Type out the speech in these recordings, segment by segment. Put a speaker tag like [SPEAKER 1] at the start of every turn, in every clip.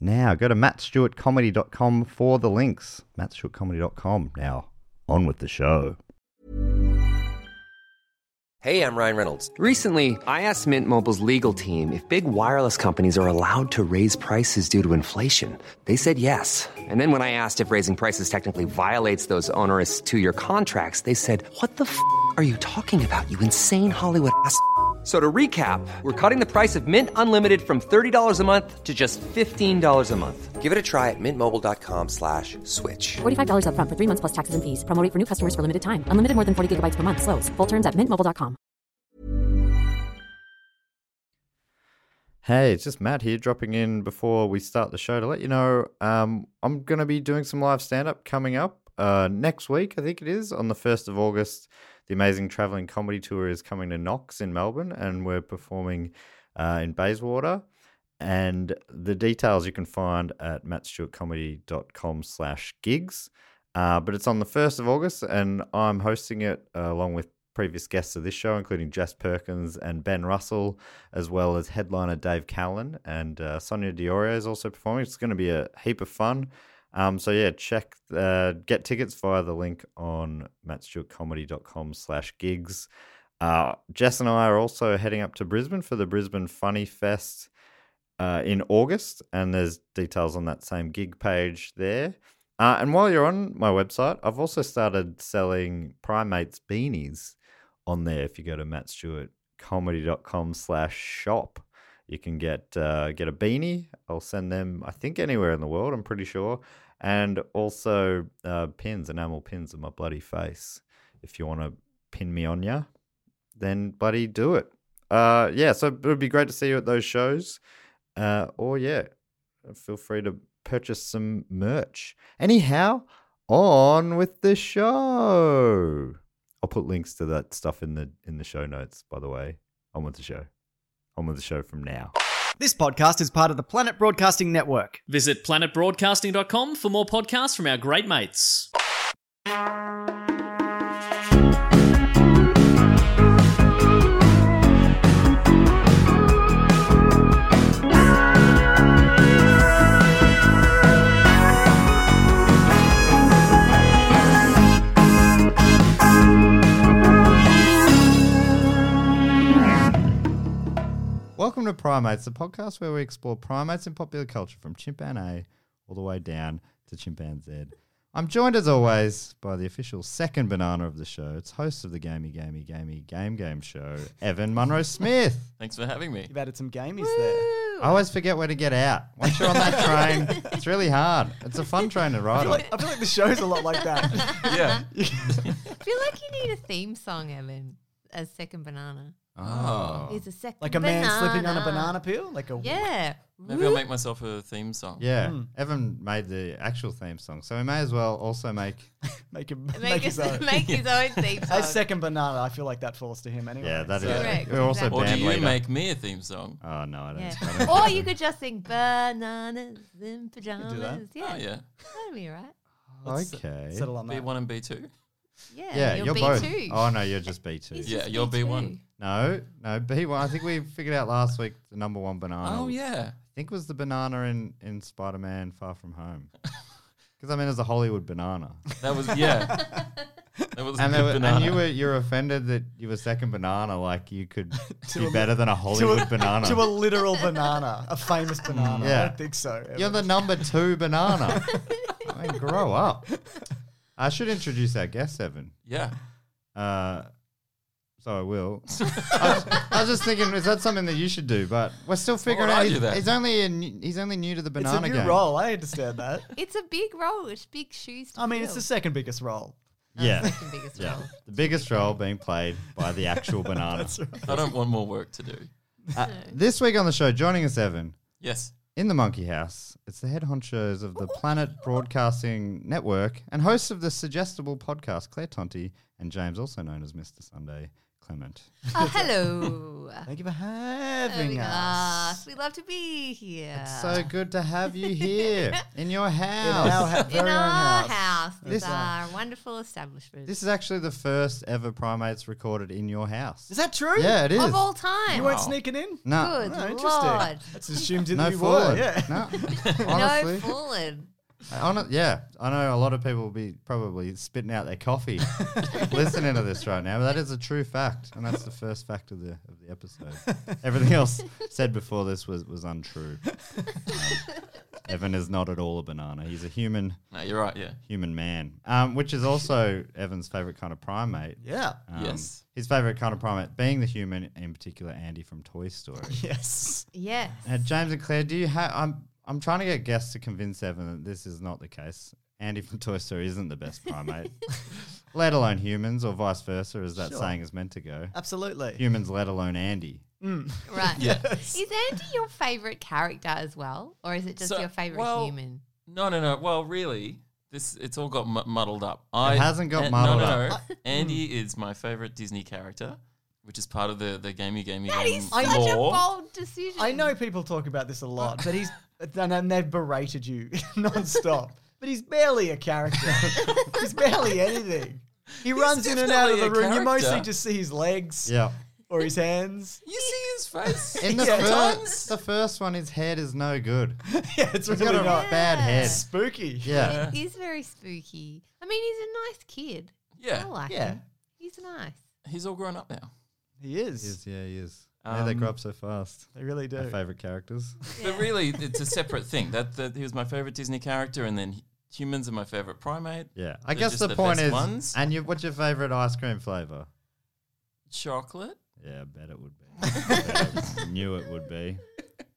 [SPEAKER 1] now. Go to mattstewartcomedy.com for the links. mattstewartcomedy.com. Now, on with the show.
[SPEAKER 2] Hey, I'm Ryan Reynolds. Recently, I asked Mint Mobile's legal team if big wireless companies are allowed to raise prices due to inflation. They said yes. And then when I asked if raising prices technically violates those onerous two year contracts, they said, What the f are you talking about, you insane Hollywood ass? f- So to recap, we're cutting the price of Mint Unlimited from $30 a month to just $15 a month. Give it a try at mintmobile.com slash switch.
[SPEAKER 3] $45 up front for three months plus taxes and fees. Promo rate for new customers for limited time. Unlimited more than 40 gigabytes per month. Slows. Full terms at mintmobile.com.
[SPEAKER 1] Hey, it's just Matt here dropping in before we start the show to let you know um, I'm going to be doing some live stand up coming up uh, next week, I think it is, on the 1st of August. The amazing traveling comedy tour is coming to Knox in Melbourne, and we're performing uh, in Bayswater. And the details you can find at mattstewartcomedy.com slash gigs. Uh, but it's on the 1st of August, and I'm hosting it uh, along with previous guests of this show, including Jess Perkins and Ben Russell, as well as headliner Dave Callan. And uh, Sonia Diorio is also performing. It's going to be a heap of fun. Um, so yeah, check uh, get tickets via the link on mattstewartcomedy.com slash gigs. Uh, Jess and I are also heading up to Brisbane for the Brisbane Funny Fest uh, in August, and there's details on that same gig page there. Uh, and while you're on my website, I've also started selling Primates beanies on there. If you go to mattstewartcomedy.com slash shop, you can get uh, get a beanie. I'll send them, I think, anywhere in the world. I'm pretty sure, and also uh, pins, enamel pins of my bloody face. If you want to pin me on ya, then bloody do it. Uh, yeah, so it would be great to see you at those shows. Uh, or yeah, feel free to purchase some merch. Anyhow, on with the show. I'll put links to that stuff in the in the show notes. By the way, on with the show. On with the show from now.
[SPEAKER 4] This podcast is part of the Planet Broadcasting Network.
[SPEAKER 5] Visit planetbroadcasting.com for more podcasts from our great mates.
[SPEAKER 1] Welcome to Primates, the podcast where we explore primates in popular culture from chimpan A all the way down to chimpan Z. I'm joined as always by the official second banana of the show. It's host of the Gamey Gamey Gamey Game Game Show, Evan Munro Smith.
[SPEAKER 6] Thanks for having me.
[SPEAKER 4] You've added some gamies there.
[SPEAKER 1] I always forget where to get out. Once you're on that train, it's really hard. It's a fun train to ride on.
[SPEAKER 4] I feel like the show's a lot like that.
[SPEAKER 6] Yeah.
[SPEAKER 7] I feel like you need a theme song, Evan, as second banana.
[SPEAKER 6] Oh.
[SPEAKER 7] He's a second
[SPEAKER 4] Like a man slipping on a banana
[SPEAKER 7] banana.
[SPEAKER 4] peel? Like a
[SPEAKER 7] Yeah.
[SPEAKER 6] Maybe I'll make myself a theme song.
[SPEAKER 1] Yeah, Evan made the actual theme song, so we may as well also make.
[SPEAKER 4] make him
[SPEAKER 7] Make,
[SPEAKER 4] make his
[SPEAKER 7] his,
[SPEAKER 4] own.
[SPEAKER 7] make his own theme
[SPEAKER 4] A
[SPEAKER 7] song.
[SPEAKER 4] second banana, I feel like that falls to him anyway.
[SPEAKER 1] Yeah, that is.
[SPEAKER 7] Correct,
[SPEAKER 1] We're also
[SPEAKER 7] exactly.
[SPEAKER 6] Or do
[SPEAKER 1] band
[SPEAKER 6] you
[SPEAKER 1] leader.
[SPEAKER 6] make me a theme song?
[SPEAKER 1] oh no, I don't.
[SPEAKER 7] Yeah.
[SPEAKER 1] I don't-
[SPEAKER 7] or you could just sing bananas in pajamas. Yeah.
[SPEAKER 6] Oh, yeah.
[SPEAKER 7] That'd be all right.
[SPEAKER 6] Let's
[SPEAKER 1] okay.
[SPEAKER 4] Settle on that.
[SPEAKER 6] B1 and B2?
[SPEAKER 7] Yeah.
[SPEAKER 1] yeah,
[SPEAKER 7] you'll
[SPEAKER 1] you're
[SPEAKER 7] be
[SPEAKER 1] both.
[SPEAKER 7] too.
[SPEAKER 1] Oh no, you're just B two.
[SPEAKER 7] He's
[SPEAKER 6] Yeah,
[SPEAKER 7] just
[SPEAKER 6] you're B1.
[SPEAKER 7] too.
[SPEAKER 1] No, no, B one. I think we figured out last week the number one banana.
[SPEAKER 6] Oh, yeah.
[SPEAKER 1] I think was the banana in in Spider Man Far From Home. Because I mean, it's a Hollywood banana,
[SPEAKER 6] That was, yeah. that was
[SPEAKER 1] and,
[SPEAKER 6] a
[SPEAKER 1] there
[SPEAKER 6] good
[SPEAKER 1] were,
[SPEAKER 6] banana.
[SPEAKER 1] and you were you're offended that you were second banana, like you could be better than a
[SPEAKER 4] To
[SPEAKER 1] Hollywood
[SPEAKER 4] a,
[SPEAKER 1] banana.
[SPEAKER 4] to a literal banana, a famous banana.
[SPEAKER 1] Mm, Yeah.
[SPEAKER 4] I don't think so.
[SPEAKER 1] You're the number two banana. I mean, grow up. I should introduce our guest, Evan.
[SPEAKER 6] yeah.
[SPEAKER 1] Uh, so I will. I, was, I was just thinking, is that something that you should do? But we're still figuring
[SPEAKER 6] would I
[SPEAKER 1] out.
[SPEAKER 6] do
[SPEAKER 1] He's,
[SPEAKER 6] then?
[SPEAKER 1] he's only a, new- he's only new to the
[SPEAKER 4] it's
[SPEAKER 1] banana
[SPEAKER 4] a new
[SPEAKER 1] game.
[SPEAKER 4] role. I understand that.
[SPEAKER 7] It's a big role. It's big shoes to
[SPEAKER 4] I mean, it's the
[SPEAKER 7] fill.
[SPEAKER 4] second biggest role.
[SPEAKER 1] Yeah,
[SPEAKER 7] That's the second biggest
[SPEAKER 1] yeah.
[SPEAKER 7] role.
[SPEAKER 1] The biggest role being played by the actual banana.
[SPEAKER 6] I don't want more work to do.
[SPEAKER 1] Uh, this week on the show, joining us, Evan,
[SPEAKER 6] Yes.
[SPEAKER 1] In the Monkey House, it's the head honchos of the Planet Broadcasting Network and hosts of the suggestible podcast Claire Tonti and James, also known as Mr. Sunday Clement.
[SPEAKER 7] Oh, hello.
[SPEAKER 4] Thank you for
[SPEAKER 7] Having
[SPEAKER 4] having
[SPEAKER 7] us.
[SPEAKER 4] us.
[SPEAKER 7] We love to be here.
[SPEAKER 1] It's so good to have you here in your
[SPEAKER 4] In our
[SPEAKER 1] house.
[SPEAKER 4] ha-
[SPEAKER 7] in
[SPEAKER 4] very own
[SPEAKER 7] our
[SPEAKER 4] house.
[SPEAKER 7] house. This
[SPEAKER 1] This-
[SPEAKER 7] is our wonderful establishment.
[SPEAKER 1] This is actually the first ever primates recorded in your house.
[SPEAKER 4] Is that true?
[SPEAKER 1] Yeah, it is.
[SPEAKER 7] of all time.
[SPEAKER 4] You weren't sneaking in?
[SPEAKER 1] no,
[SPEAKER 7] Good
[SPEAKER 4] Oh,
[SPEAKER 7] lord.
[SPEAKER 4] interesting. It's assumed that
[SPEAKER 1] no
[SPEAKER 4] you
[SPEAKER 1] fooling.
[SPEAKER 4] were. Yeah.
[SPEAKER 1] No,
[SPEAKER 7] No
[SPEAKER 1] honestly.
[SPEAKER 7] fooling.
[SPEAKER 1] Hon- yeah, I know a lot of people will be probably spitting out their coffee listening to this right now, but that is a true fact, and that's the first fact of the of the episode. Everything else said before this was was untrue. Um, Evan is not at all a banana; he's a human
[SPEAKER 6] No, you're right. Yeah.
[SPEAKER 1] human man, um, which is also Evan's favorite kind of primate.
[SPEAKER 4] Yeah.
[SPEAKER 1] Um,
[SPEAKER 6] Yes.
[SPEAKER 1] his favorite kind of primate being the human, in particular Andy from Toy Story.
[SPEAKER 4] Yes.
[SPEAKER 7] Yes.
[SPEAKER 1] Uh, James and Claire, do you have? I'm I'm trying to get guests to convince Evan that this is not the case. Andy from Toy Story isn't the best primate, let alone humans, or vice versa, as that
[SPEAKER 4] Sure.
[SPEAKER 1] saying is meant to go.
[SPEAKER 4] Absolutely.
[SPEAKER 1] Humans, let alone Andy.
[SPEAKER 7] Right.
[SPEAKER 6] Yes.
[SPEAKER 7] Is Andy your favourite character as well? Or is it just
[SPEAKER 6] So-
[SPEAKER 7] your favourite
[SPEAKER 6] well,
[SPEAKER 7] human?
[SPEAKER 6] No, no, no. Well, really, this it's all got mu- muddled up. I
[SPEAKER 1] hasn't got
[SPEAKER 6] An-
[SPEAKER 1] muddled
[SPEAKER 6] no, no,
[SPEAKER 1] up.
[SPEAKER 6] No. Andy is my favorite Disney character, which is part of the the gamey gamey
[SPEAKER 7] That
[SPEAKER 6] game
[SPEAKER 7] is such a
[SPEAKER 6] lore.
[SPEAKER 7] bold decision.
[SPEAKER 4] I know people talk about this a lot, but he's and, and they've berated you non-stop. But he's barely a character. he's barely anything. He runs in and out of the
[SPEAKER 6] definitely a
[SPEAKER 4] room. You mostly
[SPEAKER 6] character.
[SPEAKER 4] just see his legs
[SPEAKER 1] Yeah.
[SPEAKER 4] or his hands.
[SPEAKER 6] You see his face.
[SPEAKER 1] In the,
[SPEAKER 4] Yeah.
[SPEAKER 1] first, the first one, his head is no good.
[SPEAKER 4] Yeah, it's
[SPEAKER 1] He's
[SPEAKER 4] really
[SPEAKER 1] got a
[SPEAKER 4] not
[SPEAKER 1] bad head.
[SPEAKER 4] spooky.
[SPEAKER 1] Yeah.
[SPEAKER 7] It is very spooky. I mean, he's a nice kid. I
[SPEAKER 6] yeah,
[SPEAKER 7] like
[SPEAKER 4] Yeah.
[SPEAKER 7] him. He's nice.
[SPEAKER 6] he's all grown up now.
[SPEAKER 4] He is.
[SPEAKER 1] He is, yeah, he is. yeah, they
[SPEAKER 6] Um,
[SPEAKER 1] grow up so fast.
[SPEAKER 4] They really do.
[SPEAKER 1] My favorite characters.
[SPEAKER 6] But really, it's a separate thing. That, that he was my favorite Disney character, and then humans are my favorite primate.
[SPEAKER 1] Yeah, I
[SPEAKER 6] They're
[SPEAKER 1] guess
[SPEAKER 6] just
[SPEAKER 1] the,
[SPEAKER 6] the
[SPEAKER 1] point
[SPEAKER 6] best
[SPEAKER 1] is.
[SPEAKER 6] ones.
[SPEAKER 1] And you, what's your favorite ice cream flavor?
[SPEAKER 6] Chocolate.
[SPEAKER 1] Yeah, I bet it would be. I bet I knew it would be.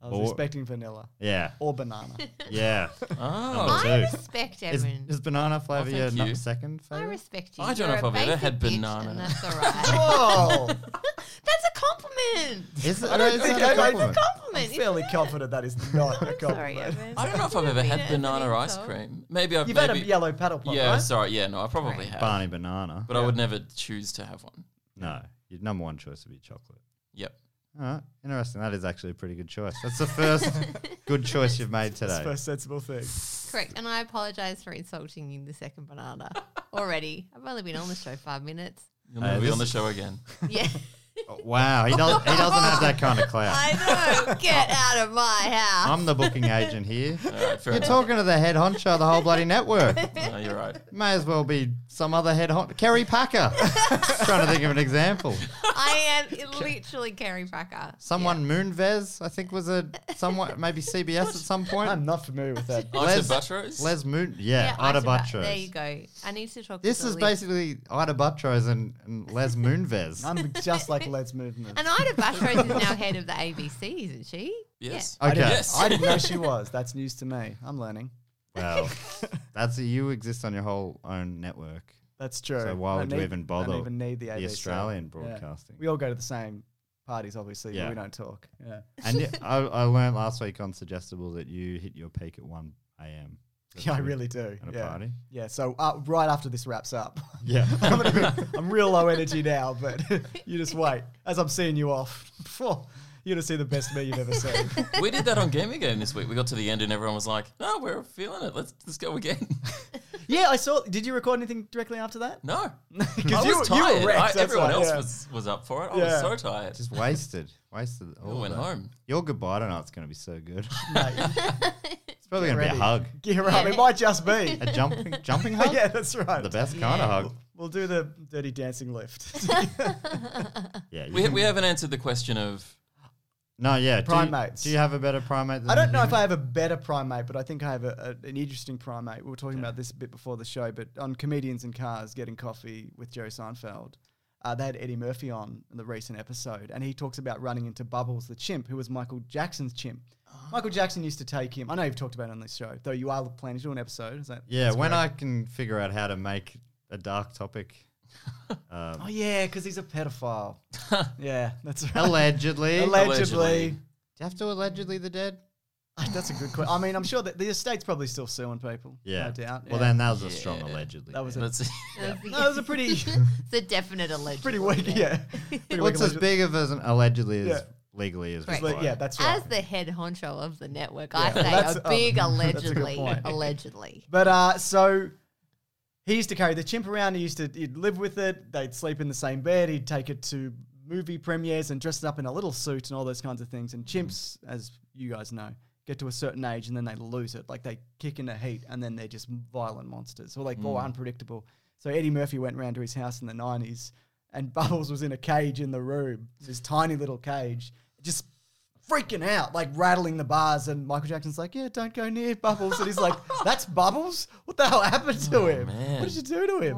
[SPEAKER 4] I was
[SPEAKER 1] Or-
[SPEAKER 4] expecting vanilla
[SPEAKER 1] Yeah,
[SPEAKER 4] or banana.
[SPEAKER 1] yeah.
[SPEAKER 6] Oh,
[SPEAKER 1] Number
[SPEAKER 7] I
[SPEAKER 1] two.
[SPEAKER 7] respect
[SPEAKER 1] Is,
[SPEAKER 7] Evan.
[SPEAKER 1] is banana flavor
[SPEAKER 6] thank
[SPEAKER 1] your nu-
[SPEAKER 6] you.
[SPEAKER 1] second
[SPEAKER 7] I
[SPEAKER 1] favorite?
[SPEAKER 7] respect you.
[SPEAKER 6] I don't
[SPEAKER 7] You're
[SPEAKER 6] know if
[SPEAKER 7] a
[SPEAKER 6] I've ever
[SPEAKER 7] basic
[SPEAKER 6] had
[SPEAKER 7] bitch, and
[SPEAKER 6] banana.
[SPEAKER 7] That's all right.
[SPEAKER 4] Oh,
[SPEAKER 7] that's a compliment.
[SPEAKER 1] Is, it, is
[SPEAKER 4] think
[SPEAKER 1] that a
[SPEAKER 4] I've ever
[SPEAKER 1] compliment?
[SPEAKER 7] Compliment. isn't
[SPEAKER 4] fairly
[SPEAKER 7] it?
[SPEAKER 4] confident that is not a
[SPEAKER 7] I'm sorry,
[SPEAKER 4] compliment.
[SPEAKER 7] Evan.
[SPEAKER 6] I don't know if I've
[SPEAKER 7] Didn't
[SPEAKER 6] ever
[SPEAKER 7] mean it
[SPEAKER 6] had
[SPEAKER 7] as an
[SPEAKER 6] banana ice
[SPEAKER 7] insult.
[SPEAKER 6] cream. Maybe I've
[SPEAKER 4] You've had
[SPEAKER 6] maybe,
[SPEAKER 4] a yellow paddle pop,
[SPEAKER 6] Yeah,
[SPEAKER 4] right?
[SPEAKER 6] sorry. Yeah, no, I probably have.
[SPEAKER 1] Barney banana.
[SPEAKER 6] But I would never choose to have one.
[SPEAKER 1] No, your number one choice would be chocolate.
[SPEAKER 6] Yep.
[SPEAKER 1] All right, interesting. That is actually a pretty good choice. That's the first good choice you've made
[SPEAKER 4] That's
[SPEAKER 1] today.
[SPEAKER 4] first sensible thing.
[SPEAKER 7] Correct. And I apologise for insulting you the second banana already. I've only been on the show five minutes.
[SPEAKER 6] You'll
[SPEAKER 1] Uh,
[SPEAKER 6] never be
[SPEAKER 1] this
[SPEAKER 6] on the
[SPEAKER 1] is-
[SPEAKER 6] show again.
[SPEAKER 7] Yeah.
[SPEAKER 1] Oh, wow, he doesn't. He doesn't have that kind of clout.
[SPEAKER 7] I know. Get out of my house.
[SPEAKER 1] I'm the booking agent here.
[SPEAKER 6] All right, fair
[SPEAKER 1] You're
[SPEAKER 6] enough.
[SPEAKER 1] talking to the head honcho of the whole bloody network.
[SPEAKER 6] No, you're right.
[SPEAKER 1] May as well be some other head honcho. Kerry Packer. Trying to think of an example.
[SPEAKER 7] I am literally Carrie Packer.
[SPEAKER 1] Someone Moonves, I think was a someone maybe CBS at some point.
[SPEAKER 4] I'm not familiar with that.
[SPEAKER 6] Asa
[SPEAKER 1] Les-
[SPEAKER 6] Buttrose.
[SPEAKER 1] Les Moon, yeah,
[SPEAKER 7] I
[SPEAKER 1] Ida
[SPEAKER 7] should back-
[SPEAKER 1] Buttrose.
[SPEAKER 7] There you go. I need to talk.
[SPEAKER 1] This
[SPEAKER 7] to
[SPEAKER 1] is
[SPEAKER 7] Billy.
[SPEAKER 1] basically Ida Buttrose and, and Les Moonves.
[SPEAKER 4] I'm just like Led's movement.
[SPEAKER 7] And Ida Buttrose is now head of the ABC, isn't she?
[SPEAKER 6] yes.
[SPEAKER 1] Okay,
[SPEAKER 4] I,
[SPEAKER 6] Yes.
[SPEAKER 4] I didn't know she was. That's news to me. I'm learning.
[SPEAKER 1] well, that's you exist on your whole own network.
[SPEAKER 4] That's true.
[SPEAKER 1] So why
[SPEAKER 4] I
[SPEAKER 1] would you
[SPEAKER 4] need-
[SPEAKER 1] even bother
[SPEAKER 4] I don't even need the,
[SPEAKER 1] the
[SPEAKER 4] ABC.
[SPEAKER 1] Australian
[SPEAKER 4] Yeah.
[SPEAKER 1] broadcasting?
[SPEAKER 4] We all go to the same parties, obviously,
[SPEAKER 1] Yeah.
[SPEAKER 4] but we don't talk. Yeah.
[SPEAKER 1] And y- I, I learned last week on Suggestible that you hit your peak at 1 a.m.
[SPEAKER 4] Yeah, I really do.
[SPEAKER 1] At a
[SPEAKER 4] yeah.
[SPEAKER 1] party?
[SPEAKER 4] Yeah. So uh, right after this wraps up,
[SPEAKER 1] Yeah.
[SPEAKER 4] I'm, gonna be- I'm real low energy now, but you just wait. As I'm seeing you off, you're gonna see the best me you've ever seen.
[SPEAKER 6] We did that on Gaming Game this week. We got to the end and everyone was like, "No, we're feeling it. Let's let's go again."
[SPEAKER 4] yeah, I saw. Did you record anything directly after that?
[SPEAKER 6] No,
[SPEAKER 4] Because
[SPEAKER 6] I
[SPEAKER 4] you,
[SPEAKER 6] was
[SPEAKER 4] you
[SPEAKER 6] tired.
[SPEAKER 4] were wrecked.
[SPEAKER 6] I-
[SPEAKER 4] that's
[SPEAKER 6] everyone
[SPEAKER 4] right,
[SPEAKER 6] else
[SPEAKER 4] yeah.
[SPEAKER 6] was was up for it. I
[SPEAKER 4] Yeah.
[SPEAKER 6] was so tired.
[SPEAKER 1] Just wasted. Wasted.
[SPEAKER 6] I
[SPEAKER 1] all of
[SPEAKER 6] Oh, went
[SPEAKER 1] that.
[SPEAKER 6] home.
[SPEAKER 1] Your goodbye tonight's going to be so good.
[SPEAKER 4] Mate,
[SPEAKER 1] It's probably going to be
[SPEAKER 4] ready.
[SPEAKER 1] a hug.
[SPEAKER 4] gear up. It might just be.
[SPEAKER 1] A jumping, jumping hug?
[SPEAKER 4] yeah, that's right.
[SPEAKER 1] The best kind of hug.
[SPEAKER 4] We'll do the dirty dancing lift.
[SPEAKER 1] Yeah. you
[SPEAKER 6] We,
[SPEAKER 1] can-
[SPEAKER 6] we haven't answered the question of
[SPEAKER 1] No, yeah. do you-
[SPEAKER 4] Primates.
[SPEAKER 1] Do you, have a better primate than
[SPEAKER 4] I don't
[SPEAKER 1] a
[SPEAKER 4] know if
[SPEAKER 1] human?
[SPEAKER 4] I have a better primate, but I think I have a, a, an interesting primate. We were talking about this a bit before the show, but on Comedians in Cars Getting Coffee with Jerry Seinfeld, uh, they had Eddie Murphy on in the recent episode, and he talks about running into Bubbles the chimp, who was Michael Jackson's chimp. Michael
[SPEAKER 1] Ah.
[SPEAKER 4] Jackson used to take him. I know you've talked about it on this show, though you are planning to do an episode. Is that?
[SPEAKER 1] Yeah, when I can figure out how to make a dark topic
[SPEAKER 4] Oh, yeah, because he's a pedophile. yeah, that's right.
[SPEAKER 1] allegedly.
[SPEAKER 4] Allegedly. Ah,
[SPEAKER 6] Allegedly.
[SPEAKER 1] Do you have to allegedly the dead?
[SPEAKER 4] That's a good question. I mean, I'm sure that the estate's probably still suing people.
[SPEAKER 1] Yeah.
[SPEAKER 4] No doubt.
[SPEAKER 1] Well,
[SPEAKER 4] yeah.
[SPEAKER 1] then that was a strong allegedly.
[SPEAKER 4] That was
[SPEAKER 1] yeah.
[SPEAKER 4] a
[SPEAKER 6] That's
[SPEAKER 4] No, that was a pretty-
[SPEAKER 7] it's a definite alleged.
[SPEAKER 4] pretty weak. Yeah. Pretty
[SPEAKER 1] What's
[SPEAKER 4] weak
[SPEAKER 1] as big of as an allegedly as
[SPEAKER 4] Yeah.
[SPEAKER 1] legally as
[SPEAKER 7] Right.
[SPEAKER 1] required?
[SPEAKER 4] Yeah, that's right.
[SPEAKER 7] As the head honcho of the network,
[SPEAKER 4] Yeah,
[SPEAKER 7] I
[SPEAKER 4] well, that's,
[SPEAKER 7] say a
[SPEAKER 4] um,
[SPEAKER 7] big
[SPEAKER 4] that's a good
[SPEAKER 7] allegedly.
[SPEAKER 4] point.
[SPEAKER 7] allegedly.
[SPEAKER 4] But uh, so he used to carry the chimp around. He used to he'd live with it. They'd sleep in the same bed. He'd take it to movie premieres and dress it up in a little suit and all those kinds of things. And chimps, as you guys know, get to a certain age and then they lose it. Like they kick into heat and then they're just violent monsters or like more unpredictable. So Eddie Murphy went round to his house in the nineties, and Bubbles was in a cage in the room, this tiny little cage, just freaking out, like rattling the bars. And Michael Jackson's like, "Yeah, don't go near Bubbles." And he's like, "That's Bubbles. What the hell happened to
[SPEAKER 1] Oh,
[SPEAKER 4] him? What did you do to him?"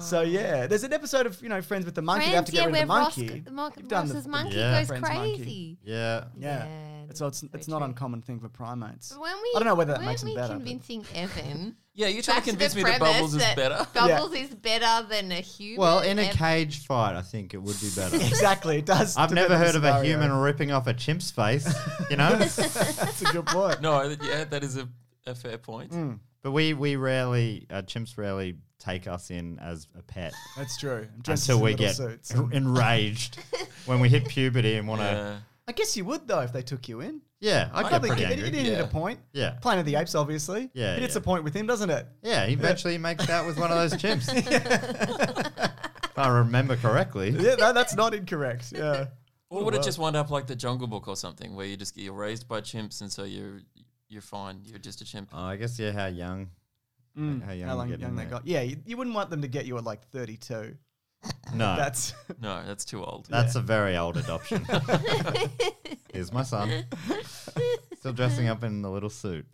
[SPEAKER 4] So yeah, there's an episode of you know Friends with the monkey. they have to
[SPEAKER 7] Friends,
[SPEAKER 4] get
[SPEAKER 7] yeah,
[SPEAKER 4] rid of
[SPEAKER 7] where
[SPEAKER 4] the
[SPEAKER 7] Ross,
[SPEAKER 4] monkey.
[SPEAKER 7] the mon-
[SPEAKER 4] You've done the-
[SPEAKER 7] Ross's
[SPEAKER 4] the-
[SPEAKER 7] monkey
[SPEAKER 1] Yeah.
[SPEAKER 7] goes
[SPEAKER 4] Friend's
[SPEAKER 7] crazy.
[SPEAKER 4] monkey.
[SPEAKER 1] Yeah.
[SPEAKER 4] Yeah,
[SPEAKER 7] Yeah,
[SPEAKER 4] so it's
[SPEAKER 7] that's very
[SPEAKER 4] it's not
[SPEAKER 7] true.
[SPEAKER 4] uncommon thing for primates.
[SPEAKER 7] But weren't we,
[SPEAKER 4] I don't know whether that
[SPEAKER 7] weren't
[SPEAKER 4] makes them
[SPEAKER 7] we
[SPEAKER 4] better. but-
[SPEAKER 7] convincing Evan.
[SPEAKER 6] yeah, you're trying
[SPEAKER 7] back
[SPEAKER 6] to convince
[SPEAKER 7] the
[SPEAKER 6] me that
[SPEAKER 7] premise
[SPEAKER 6] Bubbles is
[SPEAKER 7] that
[SPEAKER 6] better.
[SPEAKER 7] Bubbles is better than a human.
[SPEAKER 1] Well, in a
[SPEAKER 7] Ev-
[SPEAKER 1] cage fight, I think it would be better.
[SPEAKER 4] exactly, it does.
[SPEAKER 1] I've
[SPEAKER 4] depend
[SPEAKER 1] never
[SPEAKER 4] on the
[SPEAKER 1] heard of a
[SPEAKER 4] scenario.
[SPEAKER 1] human ripping off a chimp's face, you know.
[SPEAKER 4] That's a good point.
[SPEAKER 6] No, I- yeah, that is a, a fair point.
[SPEAKER 1] but we we rarely uh, chimps rarely take us in as a pet
[SPEAKER 4] That's true. I'm dressed
[SPEAKER 1] until
[SPEAKER 4] in
[SPEAKER 1] we
[SPEAKER 4] little
[SPEAKER 1] get
[SPEAKER 4] suits.
[SPEAKER 1] en- enraged when we hit puberty and want to.
[SPEAKER 6] Yeah.
[SPEAKER 4] I guess you would though if they took you in.
[SPEAKER 1] Yeah, I get
[SPEAKER 4] Probably
[SPEAKER 1] pretty
[SPEAKER 4] it,
[SPEAKER 1] angry.
[SPEAKER 4] it, it hit
[SPEAKER 6] Yeah.
[SPEAKER 4] a point.
[SPEAKER 1] Yeah.
[SPEAKER 4] Planet of the Apes, obviously.
[SPEAKER 1] Yeah,
[SPEAKER 4] It hits
[SPEAKER 1] yeah.
[SPEAKER 4] a point with him, doesn't it?
[SPEAKER 1] Yeah, he eventually makes out with one of those chimps. if I remember correctly.
[SPEAKER 4] Yeah, that, that's not incorrect. Yeah.
[SPEAKER 6] Or would it just wind up like the Jungle Book or something, where you just get you're raised by chimps and so you're you're fine. You're just a chimp.
[SPEAKER 1] Oh, I guess yeah, how young. How young,
[SPEAKER 4] Mm, How
[SPEAKER 1] you
[SPEAKER 4] long,
[SPEAKER 1] get
[SPEAKER 4] young
[SPEAKER 1] in
[SPEAKER 4] they
[SPEAKER 1] there.
[SPEAKER 4] got? Yeah, you, you wouldn't want them to get you at like 32.
[SPEAKER 1] No, that's
[SPEAKER 4] That's
[SPEAKER 6] No, that's too old.
[SPEAKER 1] that's a very old adoption. Here's my son, still dressing up in the little suit.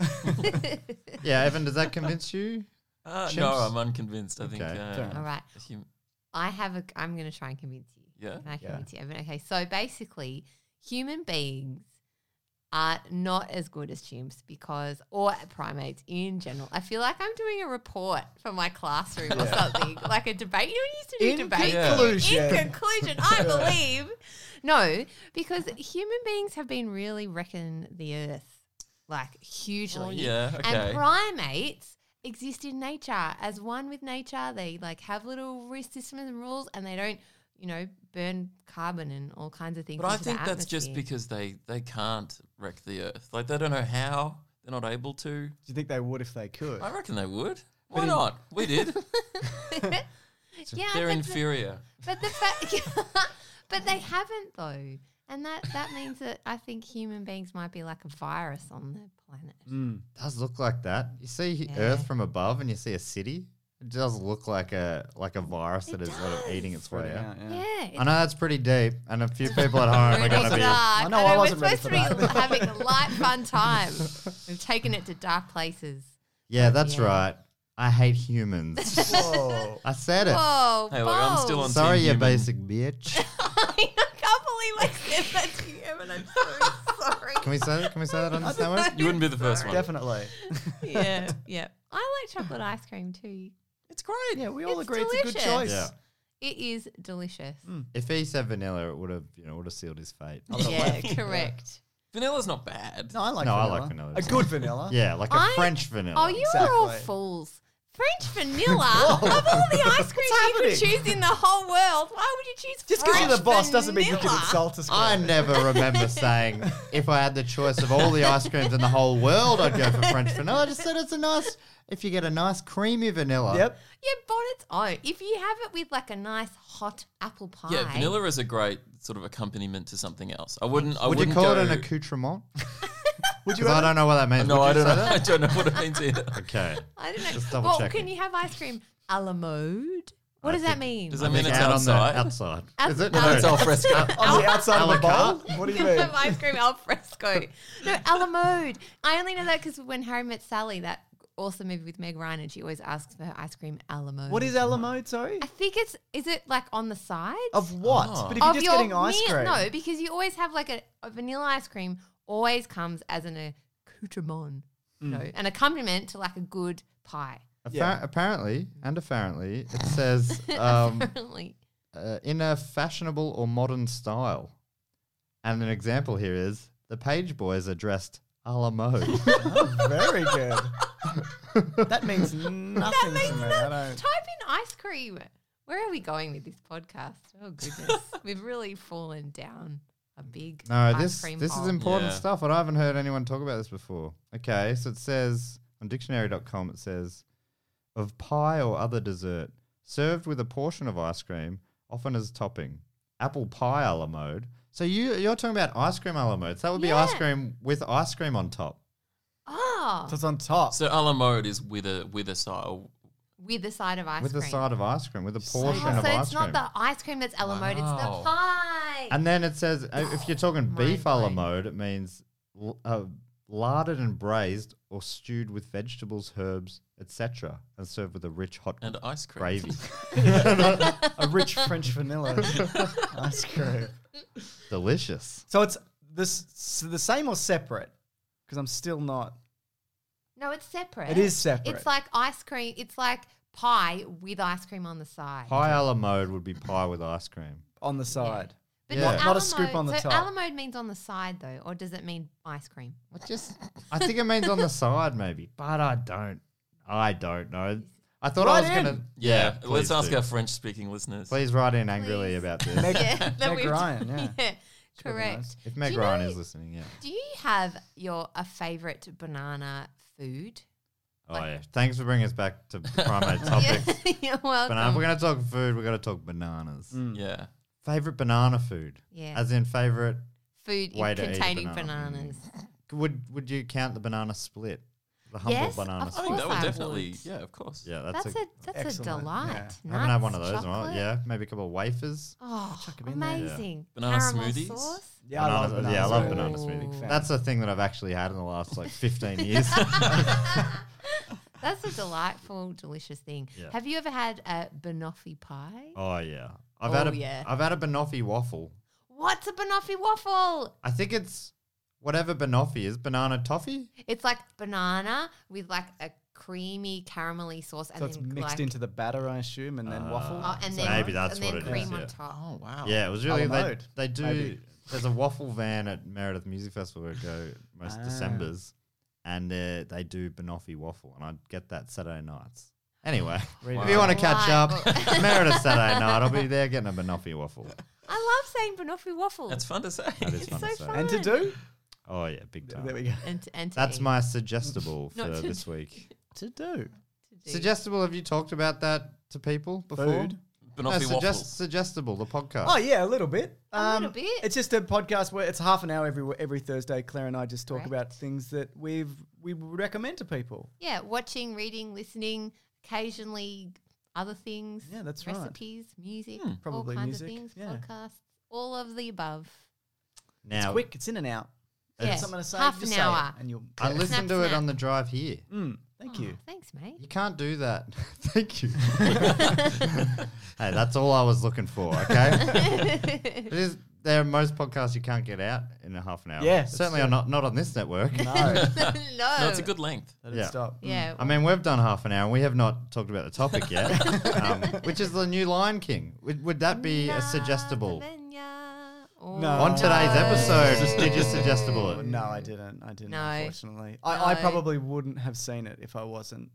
[SPEAKER 1] yeah, Evan, does that convince you?
[SPEAKER 6] Uh, no,
[SPEAKER 1] chimps.
[SPEAKER 6] I'm unconvinced. I think.
[SPEAKER 1] Okay,
[SPEAKER 6] Uh,
[SPEAKER 7] All right.
[SPEAKER 6] a hum-
[SPEAKER 7] I have a. I'm going to try and convince you.
[SPEAKER 6] Yeah?
[SPEAKER 7] Can I convince you? Evan? Okay. So basically, human beings are not as good as chimps because, or primates in general. I feel like I'm doing a report for my classroom or something, like a debate. You know, when you used to do
[SPEAKER 4] In
[SPEAKER 7] debates.
[SPEAKER 4] conclusion.
[SPEAKER 7] In conclusion, I believe no, because human beings have been really wrecking the earth, like hugely.
[SPEAKER 6] Oh, yeah, okay.
[SPEAKER 7] And primates exist in nature as one with nature. They like have little risk systems and rules, and they don't, you know, burn carbon and all kinds of things.
[SPEAKER 6] But I
[SPEAKER 7] into the
[SPEAKER 6] think that's just
[SPEAKER 7] atmosphere.
[SPEAKER 6] because they they can't wreck the earth. Like they don't know how. They're not able to.
[SPEAKER 4] Do you think they would if they could?
[SPEAKER 6] I reckon they would. Why not? We did.
[SPEAKER 7] yeah, but,
[SPEAKER 6] They're
[SPEAKER 7] the,
[SPEAKER 6] inferior.
[SPEAKER 7] but the fact, but they haven't though. And that, that means that I think human beings might be like a virus on the planet.
[SPEAKER 6] Mm.
[SPEAKER 1] does look like that. You see Earth from above, and you see a city. It does look like a like a virus that is sort of eating its way
[SPEAKER 4] Spreading
[SPEAKER 1] out.
[SPEAKER 4] out, yeah.
[SPEAKER 7] Yeah, it's
[SPEAKER 1] I know that's pretty deep, and a few people at home are going to
[SPEAKER 7] It's
[SPEAKER 1] be.
[SPEAKER 7] dark.
[SPEAKER 4] I know,
[SPEAKER 7] I know,
[SPEAKER 4] I
[SPEAKER 7] we're
[SPEAKER 4] wasn't ready
[SPEAKER 7] supposed to be
[SPEAKER 4] for that.
[SPEAKER 7] having a light, fun time. We've taken it to dark places.
[SPEAKER 1] Yeah, that's right. I hate humans.
[SPEAKER 4] Whoa.
[SPEAKER 1] I said it.
[SPEAKER 7] Whoa,
[SPEAKER 6] Hey, look, I'm still
[SPEAKER 7] balls.
[SPEAKER 6] on
[SPEAKER 1] Sorry,
[SPEAKER 6] team
[SPEAKER 1] you
[SPEAKER 6] human.
[SPEAKER 1] basic bitch.
[SPEAKER 7] I can't believe I said that to you, and I'm so sorry.
[SPEAKER 1] Can we say that? Can we say that on this network?
[SPEAKER 6] You wouldn't be the first one.
[SPEAKER 4] Definitely.
[SPEAKER 7] Yeah, yeah. I like chocolate ice cream too.
[SPEAKER 4] It's great. Yeah, we all
[SPEAKER 7] It's
[SPEAKER 4] agree it's a good
[SPEAKER 7] delicious.
[SPEAKER 4] choice.
[SPEAKER 1] Yeah.
[SPEAKER 7] It is delicious.
[SPEAKER 4] Mm,
[SPEAKER 1] If he said vanilla, it would have you know would have sealed his fate.
[SPEAKER 7] Yeah, correct.
[SPEAKER 6] Vanilla's not bad.
[SPEAKER 4] No, I like
[SPEAKER 1] No, I
[SPEAKER 4] vanilla.
[SPEAKER 1] like vanilla
[SPEAKER 4] A
[SPEAKER 1] as
[SPEAKER 4] good vanilla.
[SPEAKER 1] Yeah, like a
[SPEAKER 7] I-
[SPEAKER 1] French vanilla.
[SPEAKER 7] Oh, you are all
[SPEAKER 4] Exactly.
[SPEAKER 7] fools. French vanilla of all the ice creams you could
[SPEAKER 4] happening?
[SPEAKER 7] choose in the whole world. Why would you choose
[SPEAKER 4] Just because
[SPEAKER 7] French
[SPEAKER 4] you're the boss doesn't mean you can
[SPEAKER 7] vanilla?
[SPEAKER 4] insult us.
[SPEAKER 1] I
[SPEAKER 4] Greg.
[SPEAKER 1] never remember saying if I had the choice of all the ice creams in the whole world, I'd go for French vanilla. I just said it's a nice if you get a nice creamy vanilla.
[SPEAKER 4] Yep.
[SPEAKER 7] Yeah, but it's own. If you have it with like a nice hot apple pie.
[SPEAKER 6] Yeah, vanilla is a great sort of accompaniment to something else. I wouldn't. I
[SPEAKER 1] Would you
[SPEAKER 6] wouldn't
[SPEAKER 1] call
[SPEAKER 6] go,
[SPEAKER 1] it an accoutrement?
[SPEAKER 4] Would you
[SPEAKER 1] Because I
[SPEAKER 4] rather-
[SPEAKER 1] don't know what that means.
[SPEAKER 6] No,
[SPEAKER 1] Would
[SPEAKER 6] I
[SPEAKER 1] you
[SPEAKER 6] don't
[SPEAKER 1] say
[SPEAKER 6] know. I
[SPEAKER 1] that?
[SPEAKER 6] don't know what it means either.
[SPEAKER 1] Okay.
[SPEAKER 7] I don't know.
[SPEAKER 1] Just double
[SPEAKER 7] well,
[SPEAKER 1] checking.
[SPEAKER 7] can you have ice cream a la mode? What does that mean?
[SPEAKER 6] Does that mean it's
[SPEAKER 1] Out on the
[SPEAKER 6] outside?
[SPEAKER 1] outside. Is it?
[SPEAKER 7] No,
[SPEAKER 6] No, it's al fresco.
[SPEAKER 4] on the outside of
[SPEAKER 1] a
[SPEAKER 4] the
[SPEAKER 1] la
[SPEAKER 4] bowl?
[SPEAKER 1] carte?
[SPEAKER 4] What do
[SPEAKER 7] You
[SPEAKER 4] you
[SPEAKER 7] can
[SPEAKER 4] mean?
[SPEAKER 7] have ice cream al fresco. No, a la mode. I only know that because when Harry Met Sally, that awesome movie with Meg Ryan, and she always asks for her ice cream a la mode.
[SPEAKER 4] What is a la mode, sorry?
[SPEAKER 7] I think it's is it like on the side
[SPEAKER 4] Of what?
[SPEAKER 6] Oh.
[SPEAKER 4] But if you're just getting ice
[SPEAKER 7] meal-
[SPEAKER 4] cream.
[SPEAKER 7] No, because you always have like a, a vanilla ice cream always comes as an accoutrement,
[SPEAKER 4] Mm.
[SPEAKER 7] you know, an accompaniment to like a good pie.
[SPEAKER 1] Appa-
[SPEAKER 4] Yeah.
[SPEAKER 1] Apparently, and apparently, it says um,
[SPEAKER 7] Apparently.
[SPEAKER 1] uh, in a fashionable or modern style. And an example here is the page boys are dressed a la mode.
[SPEAKER 4] Very good. that means nothing
[SPEAKER 7] That means
[SPEAKER 4] to me.
[SPEAKER 7] no-
[SPEAKER 4] I don't.
[SPEAKER 7] Type in ice cream. Where are we going with this podcast? Oh goodness, we've really fallen down a big
[SPEAKER 1] No,
[SPEAKER 7] ice
[SPEAKER 1] this
[SPEAKER 7] cream
[SPEAKER 1] this
[SPEAKER 7] hole.
[SPEAKER 1] is important
[SPEAKER 6] Yeah.
[SPEAKER 1] stuff, and I haven't heard anyone talk about this before. Okay, so it says on dictionary.com it says of pie or other dessert served with a portion of ice cream, often as topping. Apple pie a la mode. So you you're talking about ice cream a la mode. So that would be ice
[SPEAKER 7] Yeah.
[SPEAKER 1] cream with ice cream on top.
[SPEAKER 7] Oh,
[SPEAKER 4] So it's on top.
[SPEAKER 6] So a la mode is with a with a style.
[SPEAKER 7] with a side of ice
[SPEAKER 1] with
[SPEAKER 7] cream.
[SPEAKER 1] a side of ice cream, with a
[SPEAKER 4] Side
[SPEAKER 1] portion
[SPEAKER 7] Oh,
[SPEAKER 1] of
[SPEAKER 7] so
[SPEAKER 1] ice
[SPEAKER 7] it's
[SPEAKER 1] cream.
[SPEAKER 7] not the ice cream that's a la mode; it's
[SPEAKER 6] Wow.
[SPEAKER 7] the pie.
[SPEAKER 1] And then it says uh, if you're talking
[SPEAKER 7] Mind
[SPEAKER 1] beef a la
[SPEAKER 7] blown.
[SPEAKER 1] mode, it means l- uh, larded and braised or stewed with vegetables, herbs, etc., and served with a rich hot
[SPEAKER 6] And uh, ice cream.
[SPEAKER 1] gravy.
[SPEAKER 4] a rich French vanilla ice cream.
[SPEAKER 1] Delicious.
[SPEAKER 4] So it's this so the same or separate? Because I'm still not.
[SPEAKER 7] no, it's separate.
[SPEAKER 4] It is separate.
[SPEAKER 7] It's like ice cream. It's like pie with ice cream on the side.
[SPEAKER 1] Pie a la mode would be pie with ice cream.
[SPEAKER 4] on the side.
[SPEAKER 7] But
[SPEAKER 1] Yeah.
[SPEAKER 7] not,
[SPEAKER 4] Not
[SPEAKER 7] a
[SPEAKER 4] a scoop on the
[SPEAKER 7] so
[SPEAKER 4] top.
[SPEAKER 7] a la mode means on the side though, or does it mean ice cream?
[SPEAKER 1] I just, I think it means on the side maybe, but I don't, I don't know. I thought I
[SPEAKER 4] Write
[SPEAKER 1] was
[SPEAKER 4] in.
[SPEAKER 1] gonna.
[SPEAKER 6] Yeah,
[SPEAKER 1] please
[SPEAKER 6] let's ask
[SPEAKER 1] do.
[SPEAKER 6] our French speaking listeners.
[SPEAKER 1] Please write in angrily about this.
[SPEAKER 4] Meg,
[SPEAKER 7] Yeah, that
[SPEAKER 4] Meg
[SPEAKER 7] we've-
[SPEAKER 4] Ryan, yeah.
[SPEAKER 7] correct.
[SPEAKER 4] nice.
[SPEAKER 1] if Meg
[SPEAKER 7] Do you
[SPEAKER 1] Ryan
[SPEAKER 7] know-
[SPEAKER 1] is listening, yeah.
[SPEAKER 7] Do you have your a favorite banana food?
[SPEAKER 1] Oh
[SPEAKER 7] Like-
[SPEAKER 1] yeah. Thanks for bringing us back to primate topics.
[SPEAKER 7] You're welcome.
[SPEAKER 1] Banana. If we're gonna talk food, we're gonna talk bananas.
[SPEAKER 6] Yeah.
[SPEAKER 1] Favorite banana food?
[SPEAKER 7] Yeah.
[SPEAKER 1] As in favorite
[SPEAKER 7] food in-
[SPEAKER 1] way to eat a
[SPEAKER 7] containing
[SPEAKER 1] banana. Mm,
[SPEAKER 7] bananas.
[SPEAKER 1] would would you count the banana split? The humble
[SPEAKER 7] Yes,
[SPEAKER 1] banana
[SPEAKER 7] of
[SPEAKER 6] I
[SPEAKER 1] split.
[SPEAKER 6] think
[SPEAKER 7] course
[SPEAKER 6] that would
[SPEAKER 7] I
[SPEAKER 6] definitely.
[SPEAKER 7] would.
[SPEAKER 6] Yeah, of course.
[SPEAKER 1] Yeah, that's,
[SPEAKER 7] That's,
[SPEAKER 1] a,
[SPEAKER 7] a that's a
[SPEAKER 4] excellent,
[SPEAKER 7] delight.
[SPEAKER 4] yeah.
[SPEAKER 1] I haven't had
[SPEAKER 7] Nuts,
[SPEAKER 1] one of those in a while.
[SPEAKER 7] chocolate.
[SPEAKER 1] Yeah, maybe a couple of wafers.
[SPEAKER 7] Oh,
[SPEAKER 4] them in there. Yeah.
[SPEAKER 7] amazing.
[SPEAKER 6] Banana
[SPEAKER 7] Caramel
[SPEAKER 6] smoothies?
[SPEAKER 7] Sauce.
[SPEAKER 4] Yeah, I love
[SPEAKER 1] Bananas-
[SPEAKER 4] bananas.
[SPEAKER 1] yeah, I love
[SPEAKER 4] Ooh.
[SPEAKER 1] banana
[SPEAKER 7] Big
[SPEAKER 1] smoothie.
[SPEAKER 4] fan.
[SPEAKER 1] That's a thing that I've actually had in the last like fifteen years.
[SPEAKER 7] That's a delightful, delicious thing.
[SPEAKER 1] Yeah.
[SPEAKER 7] Have you ever had a banoffee pie?
[SPEAKER 1] oh yeah, I've had
[SPEAKER 7] Oh,
[SPEAKER 1] a
[SPEAKER 7] yeah.
[SPEAKER 1] have had a banoffee waffle.
[SPEAKER 7] What's a banoffee waffle?
[SPEAKER 1] I think it's whatever banoffee is, banana toffee.
[SPEAKER 7] It's like banana with like a creamy caramelly sauce, and
[SPEAKER 4] So
[SPEAKER 7] then
[SPEAKER 4] it's mixed
[SPEAKER 7] like,
[SPEAKER 4] into the batter, I assume, and then waffle.
[SPEAKER 7] oh, and
[SPEAKER 4] So
[SPEAKER 7] then
[SPEAKER 1] Uh, Maybe that's
[SPEAKER 7] and then
[SPEAKER 1] what it is,
[SPEAKER 7] cream on
[SPEAKER 1] yeah.
[SPEAKER 7] top.
[SPEAKER 6] Oh wow.
[SPEAKER 1] Yeah, it was really
[SPEAKER 4] la
[SPEAKER 1] they,
[SPEAKER 4] mode,
[SPEAKER 1] they do.
[SPEAKER 4] maybe.
[SPEAKER 1] There's a waffle van at Meredith Music Festival where I go most
[SPEAKER 4] Ah.
[SPEAKER 1] December's, and uh, they do banoffee waffle, and I get that Saturday nights. Anyway,
[SPEAKER 4] Read
[SPEAKER 1] if
[SPEAKER 4] it.
[SPEAKER 1] you want to catch
[SPEAKER 7] Right.
[SPEAKER 1] up, Meredith Saturday night, I'll be there getting a banoffee waffle.
[SPEAKER 7] I love saying banoffee waffle.
[SPEAKER 6] That's fun to say.
[SPEAKER 1] That is
[SPEAKER 7] It's
[SPEAKER 1] fun to
[SPEAKER 7] so
[SPEAKER 1] say.
[SPEAKER 7] fun.
[SPEAKER 4] and to do.
[SPEAKER 1] Oh yeah, big time.
[SPEAKER 4] There we go.
[SPEAKER 7] and to, and to
[SPEAKER 1] That's
[SPEAKER 7] eat.
[SPEAKER 1] my suggestible for
[SPEAKER 7] Not to
[SPEAKER 1] this week.
[SPEAKER 4] To do.
[SPEAKER 7] To do.
[SPEAKER 1] Suggestible? Have you talked about that to people before?
[SPEAKER 4] Food.
[SPEAKER 1] No,
[SPEAKER 6] Banoffee
[SPEAKER 1] suggest,
[SPEAKER 6] waffles.
[SPEAKER 1] suggestible. The podcast.
[SPEAKER 4] Oh yeah, a little bit. Um,
[SPEAKER 7] A little bit.
[SPEAKER 4] It's just a podcast where it's half an hour every every Thursday. Claire and I just talk about
[SPEAKER 7] Correct.
[SPEAKER 4] things that we've we would recommend to people.
[SPEAKER 7] yeah, watching, reading, listening, occasionally other things.
[SPEAKER 4] Yeah, that's right.
[SPEAKER 7] recipes, music,
[SPEAKER 4] Probably
[SPEAKER 7] all kinds of
[SPEAKER 4] music,
[SPEAKER 7] things,
[SPEAKER 4] yeah.
[SPEAKER 7] podcasts, all of the above.
[SPEAKER 1] now
[SPEAKER 4] It's quick. It's in and out.
[SPEAKER 7] Yeah,
[SPEAKER 4] Something to say.
[SPEAKER 7] half
[SPEAKER 4] just
[SPEAKER 7] an
[SPEAKER 4] say it,
[SPEAKER 7] hour.
[SPEAKER 4] and you'll.
[SPEAKER 1] I listened to it
[SPEAKER 7] snap.
[SPEAKER 1] on the drive here.
[SPEAKER 4] Mm, thank you.
[SPEAKER 7] Thanks, mate.
[SPEAKER 1] You can't do that. Thank you. hey, that's all I was looking for, okay? it is, there are most podcasts you can't get out in a half an hour.
[SPEAKER 4] Yeah, that's
[SPEAKER 1] Certainly
[SPEAKER 4] true.
[SPEAKER 1] are not, not on this network.
[SPEAKER 4] No,
[SPEAKER 7] no.
[SPEAKER 6] No, it's a good length.
[SPEAKER 4] let it
[SPEAKER 1] Yeah.
[SPEAKER 4] stop.
[SPEAKER 7] Yeah.
[SPEAKER 1] I mean, we've done half an hour and we have not talked about the topic yet, um, which is the new Lion King. Would, would that be a suggestible?
[SPEAKER 7] Lavanya.
[SPEAKER 4] No.
[SPEAKER 1] On today's
[SPEAKER 7] no.
[SPEAKER 1] episode, did you suggestible it?
[SPEAKER 4] No, I didn't. I didn't.
[SPEAKER 7] No.
[SPEAKER 4] Unfortunately, I, I
[SPEAKER 7] No.
[SPEAKER 4] probably wouldn't have seen it if I wasn't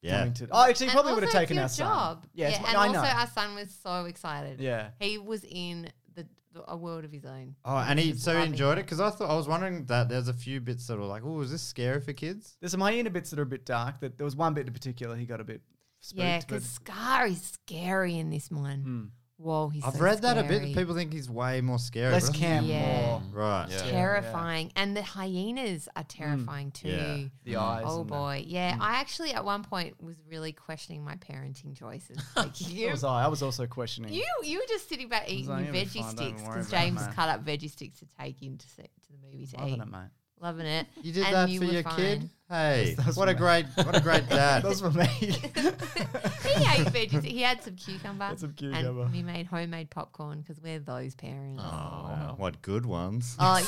[SPEAKER 1] Yeah.
[SPEAKER 4] coming to. Oh, actually,
[SPEAKER 7] And
[SPEAKER 4] probably would have
[SPEAKER 7] also it's
[SPEAKER 4] taken
[SPEAKER 7] your
[SPEAKER 4] our
[SPEAKER 7] job.
[SPEAKER 4] son. Yeah, it's my-
[SPEAKER 7] and
[SPEAKER 4] I
[SPEAKER 7] also
[SPEAKER 4] know.
[SPEAKER 7] our son was so excited.
[SPEAKER 4] yeah.
[SPEAKER 7] He was in the, the a world of his own.
[SPEAKER 1] Oh, and he
[SPEAKER 7] Just
[SPEAKER 1] so he
[SPEAKER 7] loving
[SPEAKER 1] enjoyed it because I thought I was wondering that there's a few bits that were like, oh, is this scary for kids?
[SPEAKER 4] There's some hyena bits that are a bit dark. That there was one bit in particular he got a bit spooked.
[SPEAKER 7] Yeah,
[SPEAKER 4] but
[SPEAKER 7] because Scar is scary in this one.
[SPEAKER 4] Hmm.
[SPEAKER 7] Whoa, he's.
[SPEAKER 1] I've
[SPEAKER 7] so
[SPEAKER 1] read that a
[SPEAKER 7] scary.
[SPEAKER 1] bit. People think he's way more scary.
[SPEAKER 4] less
[SPEAKER 1] but I-
[SPEAKER 4] camp,
[SPEAKER 7] Yeah.
[SPEAKER 4] more
[SPEAKER 1] Right.
[SPEAKER 6] Yeah.
[SPEAKER 7] terrifying, and the hyenas are terrifying too.
[SPEAKER 1] Yeah.
[SPEAKER 4] Hmm. the eyes.
[SPEAKER 7] Oh
[SPEAKER 4] and the- Hmm.
[SPEAKER 7] boy, yeah. I actually at one point was really questioning my parenting choices. Like
[SPEAKER 4] So
[SPEAKER 7] you,
[SPEAKER 4] was I. I was also questioning.
[SPEAKER 7] you, you were just sitting back eating
[SPEAKER 4] like,
[SPEAKER 7] your
[SPEAKER 4] "It'll be
[SPEAKER 7] veggie
[SPEAKER 4] fine, don't
[SPEAKER 7] sticks
[SPEAKER 4] worry
[SPEAKER 7] because
[SPEAKER 4] about it,
[SPEAKER 7] James
[SPEAKER 4] mate."
[SPEAKER 7] cut up veggie sticks to take into se- to the movie to
[SPEAKER 4] Loving
[SPEAKER 7] eat.
[SPEAKER 4] it, mate.
[SPEAKER 7] Loving it.
[SPEAKER 1] You did
[SPEAKER 7] And
[SPEAKER 1] that
[SPEAKER 7] you
[SPEAKER 1] for
[SPEAKER 7] were
[SPEAKER 1] your kid?
[SPEAKER 7] fine.
[SPEAKER 1] Hey,
[SPEAKER 4] Those
[SPEAKER 1] what a
[SPEAKER 4] were-
[SPEAKER 1] great what a great dad.
[SPEAKER 4] Those were me. Oh,
[SPEAKER 7] he ate veggies. He had some cucumber.
[SPEAKER 4] Had some cucumber.
[SPEAKER 7] And we made homemade popcorn because we're those parents. Oh,
[SPEAKER 1] Wow, what good ones.
[SPEAKER 7] yeah.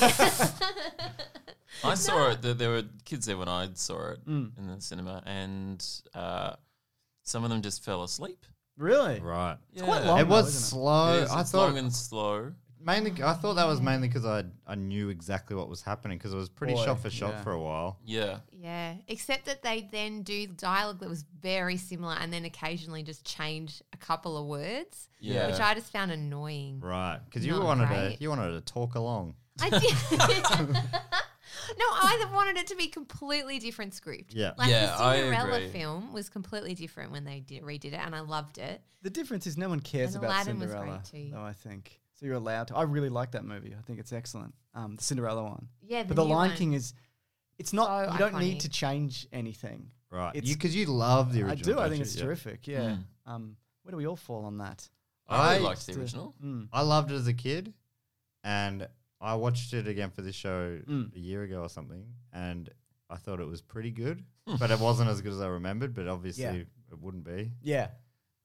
[SPEAKER 6] I saw it. That there were kids there when I saw it in the cinema, and uh, some of them just fell asleep.
[SPEAKER 4] really?
[SPEAKER 1] Right.
[SPEAKER 6] Yeah.
[SPEAKER 4] quite long.
[SPEAKER 1] It was
[SPEAKER 4] isn't it?
[SPEAKER 1] slow.
[SPEAKER 6] It is,
[SPEAKER 1] I
[SPEAKER 6] it's
[SPEAKER 1] thought
[SPEAKER 6] long and slow.
[SPEAKER 1] mainly, I thought that
[SPEAKER 7] Mm.
[SPEAKER 1] was mainly because I I knew exactly what was happening because it was pretty
[SPEAKER 4] Boy,
[SPEAKER 1] shot for shot
[SPEAKER 4] yeah.
[SPEAKER 1] for a while.
[SPEAKER 6] Yeah.
[SPEAKER 7] Yeah, except that they then do dialogue that was very similar and then occasionally just change a couple of words,
[SPEAKER 6] Yeah.
[SPEAKER 7] which I just found annoying.
[SPEAKER 1] Right, because you
[SPEAKER 7] Not
[SPEAKER 1] wanted to
[SPEAKER 7] great.
[SPEAKER 1] you wanted to talk along.
[SPEAKER 7] I did. no, I wanted it to be completely different script.
[SPEAKER 1] Yeah.
[SPEAKER 7] Like
[SPEAKER 6] Yeah,
[SPEAKER 7] the
[SPEAKER 6] I
[SPEAKER 7] Cinderella
[SPEAKER 6] agree.
[SPEAKER 7] film was completely different when they did, redid it and I loved it.
[SPEAKER 4] The difference is no one cares
[SPEAKER 7] And
[SPEAKER 4] about
[SPEAKER 7] Aladdin was great
[SPEAKER 4] Cinderella.
[SPEAKER 7] too.
[SPEAKER 4] Though I think so. You're allowed to. I really like that movie. I think it's excellent. Um, the Cinderella one.
[SPEAKER 7] Yeah, the
[SPEAKER 4] but the
[SPEAKER 7] new
[SPEAKER 4] Lion
[SPEAKER 7] one.
[SPEAKER 4] King is. It's not.
[SPEAKER 7] So
[SPEAKER 4] you don't need
[SPEAKER 7] iconic.
[SPEAKER 4] to change anything.
[SPEAKER 1] Right,
[SPEAKER 4] It's-
[SPEAKER 1] because you, love the
[SPEAKER 4] I
[SPEAKER 1] original.
[SPEAKER 4] do. I
[SPEAKER 1] don't
[SPEAKER 4] think
[SPEAKER 1] you?
[SPEAKER 4] it's
[SPEAKER 1] Yeah.
[SPEAKER 4] terrific. Yeah. Um, where do we all fall on that?
[SPEAKER 6] I really
[SPEAKER 1] I
[SPEAKER 6] liked Hmm. Oh, the original.
[SPEAKER 4] Mm.
[SPEAKER 1] I loved it as a kid, and I watched it again for this show
[SPEAKER 4] Mm.
[SPEAKER 1] a year ago or something, and I thought it was pretty good, but it wasn't as good as I remembered. But obviously, it wouldn't be.
[SPEAKER 4] Yeah.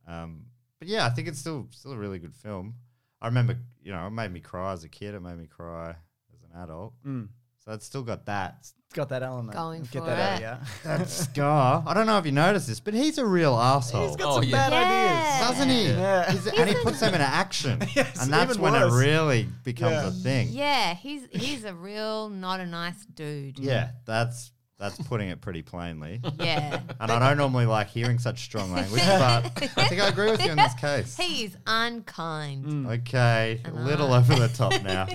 [SPEAKER 1] Um, but yeah, I think it's still still a really good film. I remember, you know, it made me cry as a kid. It made me cry as an adult.
[SPEAKER 4] Mm.
[SPEAKER 1] So it's still got that
[SPEAKER 4] It's got that element.
[SPEAKER 7] Going
[SPEAKER 4] Get
[SPEAKER 7] for
[SPEAKER 4] that out,
[SPEAKER 7] it.
[SPEAKER 4] yeah.
[SPEAKER 1] that scar. I don't know if you noticed this, but he's a real asshole.
[SPEAKER 4] He's got
[SPEAKER 6] Oh,
[SPEAKER 4] some
[SPEAKER 6] yeah.
[SPEAKER 4] bad
[SPEAKER 7] Yeah.
[SPEAKER 4] ideas.
[SPEAKER 1] doesn't he?
[SPEAKER 4] Yeah.
[SPEAKER 1] He's- and he puts them into action,
[SPEAKER 4] Yes,
[SPEAKER 1] and that's
[SPEAKER 4] even
[SPEAKER 1] when
[SPEAKER 4] worse.
[SPEAKER 1] it really becomes
[SPEAKER 4] Yeah.
[SPEAKER 1] a thing.
[SPEAKER 7] Yeah, he's he's a real not a nice dude.
[SPEAKER 1] Yeah, that's that's putting it pretty plainly.
[SPEAKER 7] Yeah.
[SPEAKER 1] And I don't normally like hearing such strong language, but I think I agree with you in this case.
[SPEAKER 7] he is unkind.
[SPEAKER 1] Okay, a little
[SPEAKER 7] uh,
[SPEAKER 1] over the top now.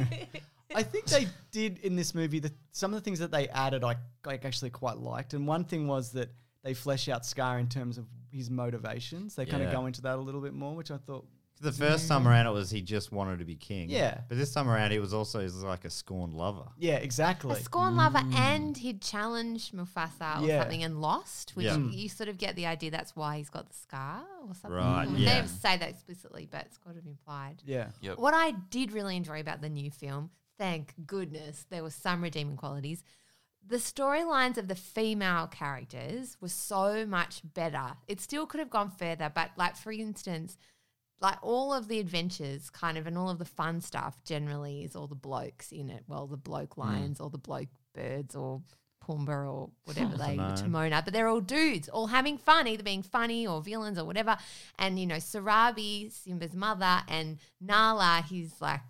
[SPEAKER 4] I think they did in this movie the, some of the things that they added I like actually quite liked. And one thing was that they flesh out Scar in terms of his motivations. They kind
[SPEAKER 1] Yeah.
[SPEAKER 4] of go into that a little bit more, which I thought
[SPEAKER 1] The first time around, it was he just wanted to be king.
[SPEAKER 4] Yeah.
[SPEAKER 1] But this time around, he was also he's like a scorned lover.
[SPEAKER 4] Yeah,
[SPEAKER 7] A
[SPEAKER 4] exactly.
[SPEAKER 7] scorn lover, and he'd challenged Mufasa or
[SPEAKER 4] Yeah.
[SPEAKER 7] something and lost, which
[SPEAKER 1] Yeah.
[SPEAKER 7] you sort of get the idea that's why he's got the scar or something.
[SPEAKER 1] Right,
[SPEAKER 7] Mm.
[SPEAKER 1] yeah.
[SPEAKER 7] They don't say that explicitly, but it's kind of implied.
[SPEAKER 4] yeah.
[SPEAKER 6] Yep.
[SPEAKER 7] What I did really enjoy about the new film, thank goodness, there were some redeeming qualities. The storylines of the female characters were so much better. It still could have gone further, but like for instance, like all of the adventures kind of and all of the fun stuff generally is all the blokes in it. Well, the bloke lions or the bloke birds or Pumbaa or whatever they Timona, but they're all dudes, all having fun, either being funny or villains or whatever. And you know, Sarabi, Simba's mother, and Nala, his like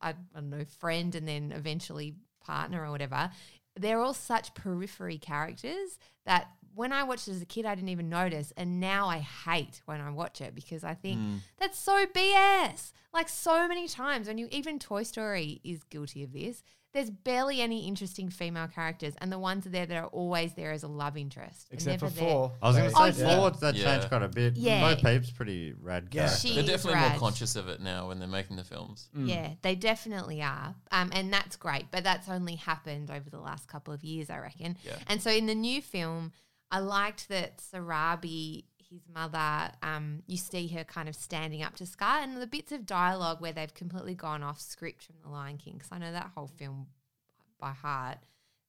[SPEAKER 7] I, I don't know friend, and then eventually partner or whatever. They're all such periphery characters that when I watched it as a kid, I didn't even notice, and now I hate when I watch it because I think
[SPEAKER 6] Mm.
[SPEAKER 7] that's so BS. Like so many times when you even Toy Story is guilty of this. There's barely any interesting female characters, and the ones there that are always there as a love interest. are
[SPEAKER 4] Except for
[SPEAKER 7] never there.
[SPEAKER 4] four.
[SPEAKER 1] I was going
[SPEAKER 4] They-
[SPEAKER 1] to say,
[SPEAKER 7] Oh, yeah.
[SPEAKER 1] forward that
[SPEAKER 6] Yeah.
[SPEAKER 1] changed quite a bit.
[SPEAKER 7] Yeah.
[SPEAKER 1] Bo Peep's pretty rad
[SPEAKER 4] Yeah.
[SPEAKER 1] character.
[SPEAKER 7] She
[SPEAKER 6] They're
[SPEAKER 7] is
[SPEAKER 6] definitely more
[SPEAKER 7] rad.
[SPEAKER 6] conscious of it now when they're making the films.
[SPEAKER 4] Mm.
[SPEAKER 7] Yeah, they definitely are. Um, and that's great. But that's only happened over the last couple of years, I reckon.
[SPEAKER 6] Yeah.
[SPEAKER 7] And so in the new film, I liked that Sarabi, his mother, um, you see her kind of standing up to Scar and the bits of dialogue where they've completely gone off script from The Lion King, because I know that whole film by heart.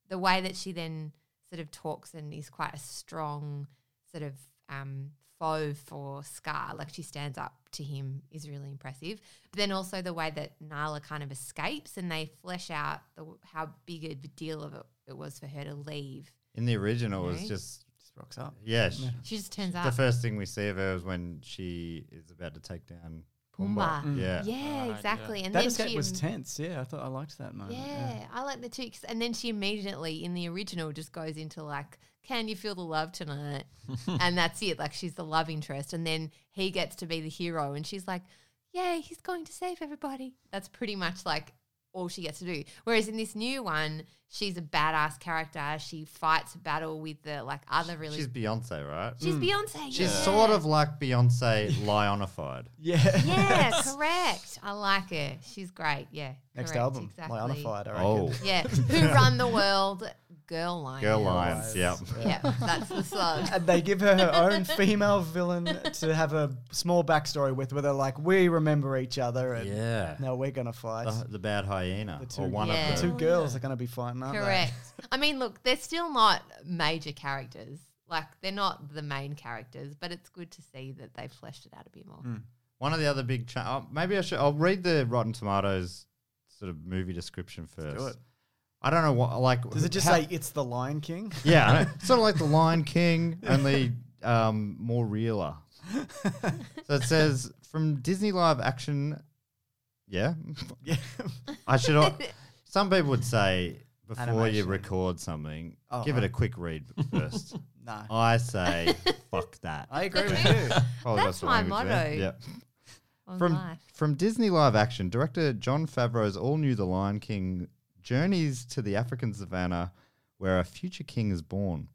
[SPEAKER 7] The way that she then sort of talks and is quite a strong sort of um, foe for Scar, like she stands up to him, is really impressive. But then also the way that Nala kind of escapes and they flesh out the, how big a deal of it, it was for her to leave.
[SPEAKER 1] In the original, it was
[SPEAKER 7] Okay.
[SPEAKER 1] just,
[SPEAKER 4] Just rocks up.
[SPEAKER 1] yeah, sh-
[SPEAKER 7] She just turns
[SPEAKER 1] the
[SPEAKER 7] up.
[SPEAKER 1] first thing we see of her is when she is about to take down Pumbaa.
[SPEAKER 7] Pumbaa. Mm.
[SPEAKER 1] Yeah.
[SPEAKER 7] Yeah,
[SPEAKER 6] Right,
[SPEAKER 7] exactly. And
[SPEAKER 4] That
[SPEAKER 7] then
[SPEAKER 4] escape
[SPEAKER 7] she
[SPEAKER 4] was
[SPEAKER 7] im-
[SPEAKER 4] tense. Yeah, I thought I liked that moment.
[SPEAKER 7] Yeah, I like the two. 'cause- And then she immediately in the original just goes into like, "Can you feel the love tonight?" and that's it. Like she's the love interest, and then he gets to be the hero, and she's like, "Yay, he's going to save everybody." That's pretty much like all she gets to do. Whereas in this new one, she's a badass character. She fights a battle with the like other really.
[SPEAKER 1] She's
[SPEAKER 7] She's,
[SPEAKER 1] Beyonce, right?
[SPEAKER 7] Beyonce.
[SPEAKER 1] She's
[SPEAKER 7] yeah.
[SPEAKER 1] sort of like Beyonce lionified.
[SPEAKER 4] Yeah.
[SPEAKER 7] Yeah, correct. I like her. She's great. Yeah.
[SPEAKER 4] Next
[SPEAKER 7] correct,
[SPEAKER 4] album.
[SPEAKER 7] Exactly.
[SPEAKER 4] Lionified, I reckon.
[SPEAKER 1] Oh,
[SPEAKER 7] Yeah. Who run the world? Girl line.
[SPEAKER 1] girl lions. Yep.
[SPEAKER 7] Yeah, that's the song.
[SPEAKER 4] And they give her her own female villain to have a small backstory with, where they're like, "We remember each other, and
[SPEAKER 1] Yeah. Uh,
[SPEAKER 4] now we're gonna fight."
[SPEAKER 1] The, the bad hyena, or one
[SPEAKER 7] Yeah.
[SPEAKER 1] of
[SPEAKER 4] Two
[SPEAKER 1] them.
[SPEAKER 4] girls are gonna be fighting, aren't
[SPEAKER 7] Correct. I mean, look, they're still not major characters. Like they're not the main characters, but it's good to see that they fleshed it out a bit more.
[SPEAKER 1] One of the other big. Cha- oh, maybe I should. I'll read the Rotten Tomatoes sort of movie description 1st
[SPEAKER 4] it.
[SPEAKER 1] I don't know what like.
[SPEAKER 4] they? Does it just
[SPEAKER 1] how-
[SPEAKER 4] say it's the Lion King?
[SPEAKER 1] Yeah, I know. sort of like the Lion King, only um, more realer. so it says from Disney Live Action. Yeah.
[SPEAKER 4] Yeah.
[SPEAKER 1] I should. al-
[SPEAKER 4] Mm.
[SPEAKER 1] Some people would say before you
[SPEAKER 4] Animation.
[SPEAKER 1] record something,
[SPEAKER 4] Oh,
[SPEAKER 1] give it a
[SPEAKER 4] right.
[SPEAKER 1] quick read first.
[SPEAKER 4] no.
[SPEAKER 1] I say, fuck that.
[SPEAKER 4] I agree with you.
[SPEAKER 1] Apologise
[SPEAKER 7] That's
[SPEAKER 1] for
[SPEAKER 7] my
[SPEAKER 1] language there.
[SPEAKER 7] motto.
[SPEAKER 1] Yep.
[SPEAKER 7] on
[SPEAKER 1] From
[SPEAKER 7] life.
[SPEAKER 1] from Disney live action, director John Favreau's all new The Lion King journeys to the African savannah where a future king is born.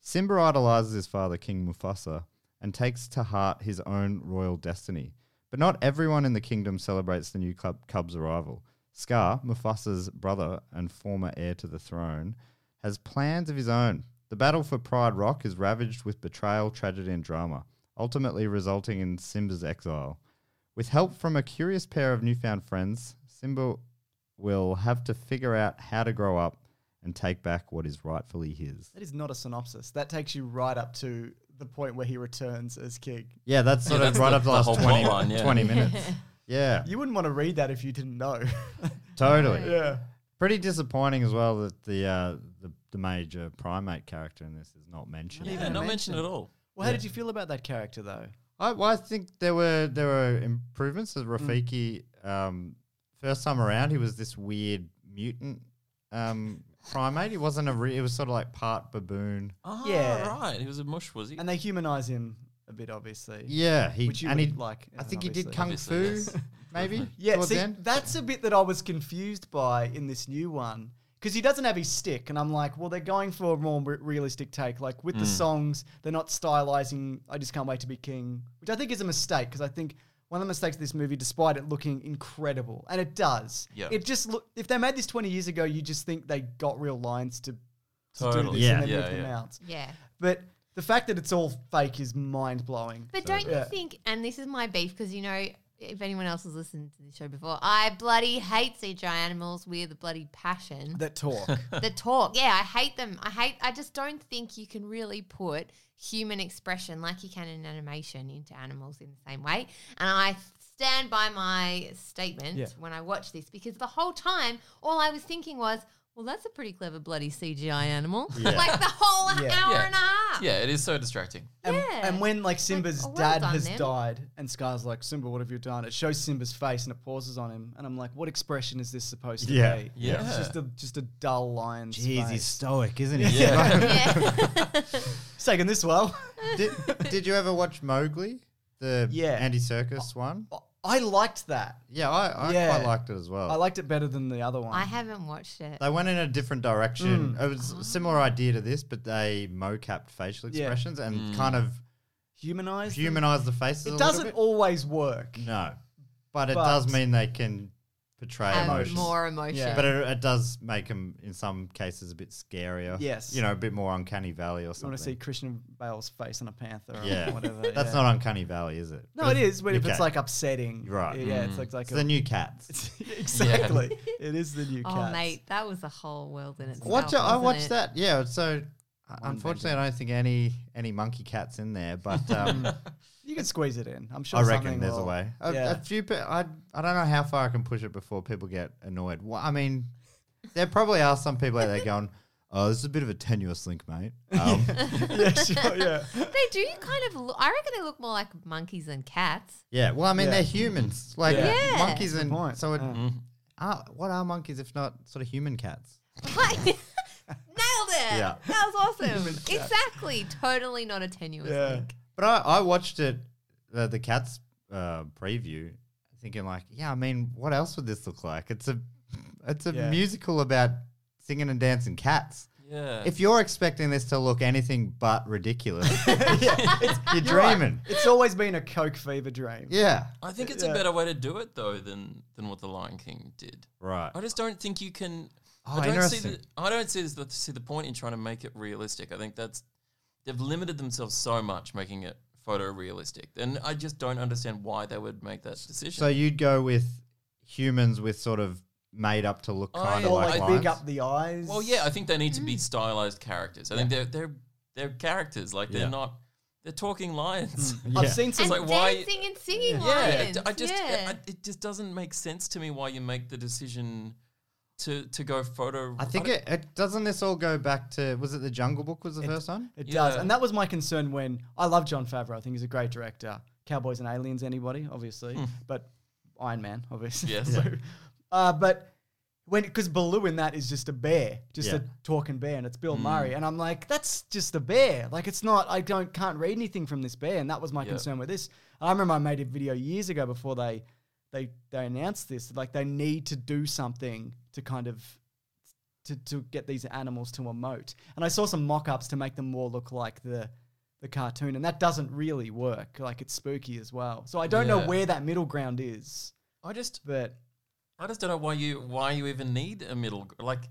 [SPEAKER 1] Simba idolizes his father, King Mufasa, and takes to heart his own royal destiny. But not everyone in the kingdom celebrates the new cub- cub's arrival. Scar, Mufasa's brother and former heir to the throne, has plans of his own. The battle for Pride Rock is ravaged with betrayal, tragedy, and drama, ultimately resulting in Simba's exile. With help from a curious pair of newfound friends, Simba will have to figure out how to grow up and take back what is rightfully his.
[SPEAKER 4] That is not a synopsis. That takes you right up to the point where he returns as king.
[SPEAKER 1] Yeah, that's sort
[SPEAKER 6] Yeah,
[SPEAKER 1] of
[SPEAKER 6] that's
[SPEAKER 1] right
[SPEAKER 6] the-
[SPEAKER 1] up the
[SPEAKER 6] the whole
[SPEAKER 1] last 20,
[SPEAKER 6] plot line, yeah.
[SPEAKER 1] 20 minutes. Yeah,
[SPEAKER 4] You wouldn't want to read that if you didn't know.
[SPEAKER 1] totally.
[SPEAKER 4] yeah.
[SPEAKER 1] Pretty disappointing as well that the, uh, the the major primate character in this is not mentioned.
[SPEAKER 6] Yeah, not mentioned at all.
[SPEAKER 4] Well, how did you feel about that character though?
[SPEAKER 1] I, well, I think there were there were improvements. As
[SPEAKER 6] Mm.
[SPEAKER 1] Rafiki, um, first time around, he was this weird mutant um, primate. He wasn't a. Re- it was sort of like part baboon.
[SPEAKER 6] Ah,
[SPEAKER 4] Yeah.
[SPEAKER 6] right. He was a mush, was he?
[SPEAKER 4] And they humanize him a bit, obviously.
[SPEAKER 1] Yeah, he
[SPEAKER 4] Which you
[SPEAKER 1] and he
[SPEAKER 4] would like,
[SPEAKER 1] I
[SPEAKER 4] uh,
[SPEAKER 1] think he did
[SPEAKER 4] obviously.
[SPEAKER 1] kung
[SPEAKER 6] Obviously,
[SPEAKER 1] fu,
[SPEAKER 6] yes.
[SPEAKER 1] maybe.
[SPEAKER 4] Yeah,
[SPEAKER 1] towards
[SPEAKER 4] see,
[SPEAKER 1] the end.
[SPEAKER 4] that's a bit that I was confused by in this new one because he doesn't have his stick, and I'm like, well, they're going for a more re- realistic take. Like with the
[SPEAKER 6] Hmm.
[SPEAKER 4] songs, they're not stylizing. I just can't wait to be king, which I think is a mistake because I think one of the mistakes of this movie, despite it looking incredible, and it does,
[SPEAKER 6] Yeah.
[SPEAKER 4] it just look. If they made this 20 years ago, you just think they got real lines to, to do
[SPEAKER 6] Totally.
[SPEAKER 4] this
[SPEAKER 1] Yeah.
[SPEAKER 4] and then
[SPEAKER 6] Yeah,
[SPEAKER 4] ripped them
[SPEAKER 6] yeah.
[SPEAKER 4] out.
[SPEAKER 7] yeah.
[SPEAKER 4] But the fact that it's all fake is mind blowing.
[SPEAKER 7] But don't you
[SPEAKER 4] Yeah.
[SPEAKER 7] think, and this is my beef, because you know, if anyone else has listened to the show before, I bloody hate CGI animals with a bloody passion.
[SPEAKER 4] That talk.
[SPEAKER 7] the talk. Yeah, I hate them. I hate. I just don't think you can really put human expression like you can in animation into animals in the same way. And I stand by my statement
[SPEAKER 4] Yeah.
[SPEAKER 7] when I watched this because the whole time all I was thinking was, "Well, that's a pretty clever bloody CGI animal." like the whole
[SPEAKER 4] Yeah.
[SPEAKER 7] hour
[SPEAKER 6] Yeah.
[SPEAKER 7] and a half.
[SPEAKER 6] Yeah, it is so distracting.
[SPEAKER 4] And,
[SPEAKER 7] Yeah.
[SPEAKER 4] and when like Simba's
[SPEAKER 7] well
[SPEAKER 4] dad
[SPEAKER 7] done,
[SPEAKER 4] has
[SPEAKER 7] them.
[SPEAKER 4] died, and Scar's like, "Simba, what have you done?" It shows Simba's face, and it pauses on him, and I'm like, "What expression is this supposed to
[SPEAKER 1] Yeah.
[SPEAKER 4] be?"
[SPEAKER 6] Yeah.
[SPEAKER 4] it's just a just a dull lion's
[SPEAKER 1] Jeez, he's
[SPEAKER 4] face.
[SPEAKER 1] stoic, isn't he?
[SPEAKER 4] He's taking this well.
[SPEAKER 1] did, did you ever watch Mowgli, the
[SPEAKER 4] Yeah.
[SPEAKER 1] Andy Circus one?
[SPEAKER 4] I liked that.
[SPEAKER 1] Yeah, I, I
[SPEAKER 4] Yeah.
[SPEAKER 1] quite liked it as well.
[SPEAKER 4] I liked it better than the other one.
[SPEAKER 7] I haven't watched it.
[SPEAKER 1] They went in a different direction.
[SPEAKER 4] Mm.
[SPEAKER 1] It was a similar idea to this, but they mocapped facial
[SPEAKER 4] Yeah.
[SPEAKER 1] expressions and kind of
[SPEAKER 4] humanized. them?
[SPEAKER 1] humanized the faces. a
[SPEAKER 4] It
[SPEAKER 1] little
[SPEAKER 4] doesn't
[SPEAKER 1] bit.
[SPEAKER 4] always work.
[SPEAKER 1] no, but it
[SPEAKER 4] But-
[SPEAKER 1] does mean they can portray
[SPEAKER 7] Have
[SPEAKER 1] emotion.
[SPEAKER 7] more emotion.
[SPEAKER 4] Yeah.
[SPEAKER 1] But it, it does make them, in some cases, a bit scarier.
[SPEAKER 4] Yes.
[SPEAKER 1] you know, a bit more uncanny valley or
[SPEAKER 4] I
[SPEAKER 1] something.
[SPEAKER 4] want to see Christian Bale's face on a panther or
[SPEAKER 1] Yeah.
[SPEAKER 4] whatever.
[SPEAKER 1] That's
[SPEAKER 4] yeah.
[SPEAKER 1] not uncanny valley, is it?
[SPEAKER 4] No, it is. But if
[SPEAKER 1] Okay.
[SPEAKER 4] it's like upsetting,
[SPEAKER 1] Right. Mm.
[SPEAKER 4] Yeah, it's like, like
[SPEAKER 1] it's the
[SPEAKER 4] a,
[SPEAKER 1] new cats.
[SPEAKER 4] exactly. It is the new.
[SPEAKER 7] Oh
[SPEAKER 4] Cats.
[SPEAKER 7] mate, that was a whole world in itself.
[SPEAKER 1] Watch it. I
[SPEAKER 7] wasn't
[SPEAKER 1] watched
[SPEAKER 7] it?
[SPEAKER 1] that. Yeah. So, uh, unfortunately, I don't think any any monkey cats in there, but um,
[SPEAKER 4] You can squeeze it in. I'm sure.
[SPEAKER 1] I reckon
[SPEAKER 4] something
[SPEAKER 1] there's a
[SPEAKER 4] will-
[SPEAKER 1] way. A,
[SPEAKER 4] Yeah.
[SPEAKER 1] a few. Pe- I I don't know how far I can push it before people get annoyed. Well, I mean, there probably are some people out there going, "Oh, this is a bit of a tenuous link, mate." Um,
[SPEAKER 4] yeah, sure, yeah.
[SPEAKER 7] They do kind of. Look, I reckon they look more like monkeys than cats.
[SPEAKER 1] yeah. Well, I mean,
[SPEAKER 4] Yeah.
[SPEAKER 1] they're humans, like
[SPEAKER 4] Yeah.
[SPEAKER 7] Yeah. Mm-hmm.
[SPEAKER 1] monkeys, and
[SPEAKER 4] point.
[SPEAKER 1] so it,
[SPEAKER 4] Yeah.
[SPEAKER 1] are, what are monkeys if not sort of human cats?
[SPEAKER 7] Like, nailed it.
[SPEAKER 1] Yeah.
[SPEAKER 7] That was awesome. exactly. Totally not a tenuous
[SPEAKER 4] Yeah.
[SPEAKER 7] link.
[SPEAKER 1] But I, I watched it, uh, the cats uh, preview, thinking like, yeah, I mean, what else would this look like? It's a, it's a
[SPEAKER 4] Yeah.
[SPEAKER 1] musical about singing and dancing cats.
[SPEAKER 6] Yeah.
[SPEAKER 1] If you're expecting this to look anything but ridiculous, you're
[SPEAKER 4] You're right.
[SPEAKER 1] dreaming.
[SPEAKER 4] It's always been a coke fever dream.
[SPEAKER 1] Yeah.
[SPEAKER 6] I think it's
[SPEAKER 4] Yeah.
[SPEAKER 6] a better way to do it though than than what the Lion King did.
[SPEAKER 1] Right.
[SPEAKER 6] I just don't think you can.
[SPEAKER 1] Oh,
[SPEAKER 6] I don't see the.
[SPEAKER 1] interesting.
[SPEAKER 6] I don't see the, see the point in trying to make it realistic. I think that's they've limited themselves so much making it photorealistic, and I just don't understand why they would make that decision.
[SPEAKER 1] So you'd go with humans with sort of made up to look
[SPEAKER 6] Oh,
[SPEAKER 1] kind
[SPEAKER 6] yeah.
[SPEAKER 1] of
[SPEAKER 4] Or
[SPEAKER 1] like
[SPEAKER 4] like big
[SPEAKER 1] lions.
[SPEAKER 4] up the eyes.
[SPEAKER 6] well, yeah, I think they need to be stylized characters. I think they're they're they're characters. Like they're
[SPEAKER 1] Yeah. Hmm.
[SPEAKER 6] not. They're talking lions.
[SPEAKER 1] Yeah.
[SPEAKER 4] I've seen
[SPEAKER 7] And
[SPEAKER 4] some.
[SPEAKER 6] like, why-
[SPEAKER 7] dancing and singing yeah.
[SPEAKER 6] Yeah,
[SPEAKER 7] lions.
[SPEAKER 6] it- I just
[SPEAKER 7] yeah.
[SPEAKER 6] I, it just doesn't make sense to me why you make the decision to to go photo.
[SPEAKER 1] I think
[SPEAKER 6] don't-
[SPEAKER 1] it, it doesn't this all go back to was it the Jungle Book was the first one?
[SPEAKER 4] it does,
[SPEAKER 6] Yeah.
[SPEAKER 4] and that was my concern when I love John Favreau. I think he's a great director. Cowboys and Aliens, anybody, obviously, but Iron Man, obviously.
[SPEAKER 6] Hmm. Yes.
[SPEAKER 4] So, uh, but when because Baloo in that is just a bear, just a
[SPEAKER 1] Yeah.
[SPEAKER 4] talking bear, and it's
[SPEAKER 6] Hmm.
[SPEAKER 4] Bill Murray, and I'm like, that's just a bear. Like it's not. I don't can't read anything from this bear, and that was my
[SPEAKER 6] Yeah.
[SPEAKER 4] concern with this. I remember I made a video years ago before they they they announced this. Like they need to do something to kind of to, to get these animals to emote. And I saw some mock-ups to make them more look like the the cartoon, and that doesn't really work. Like it's spooky as well. So I don't know
[SPEAKER 6] Yeah.
[SPEAKER 4] where that middle ground is,
[SPEAKER 6] I just
[SPEAKER 4] but
[SPEAKER 6] I just don't know why you why you even need a middle gr- like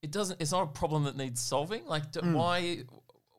[SPEAKER 6] it doesn't it's not a problem that needs solving like d why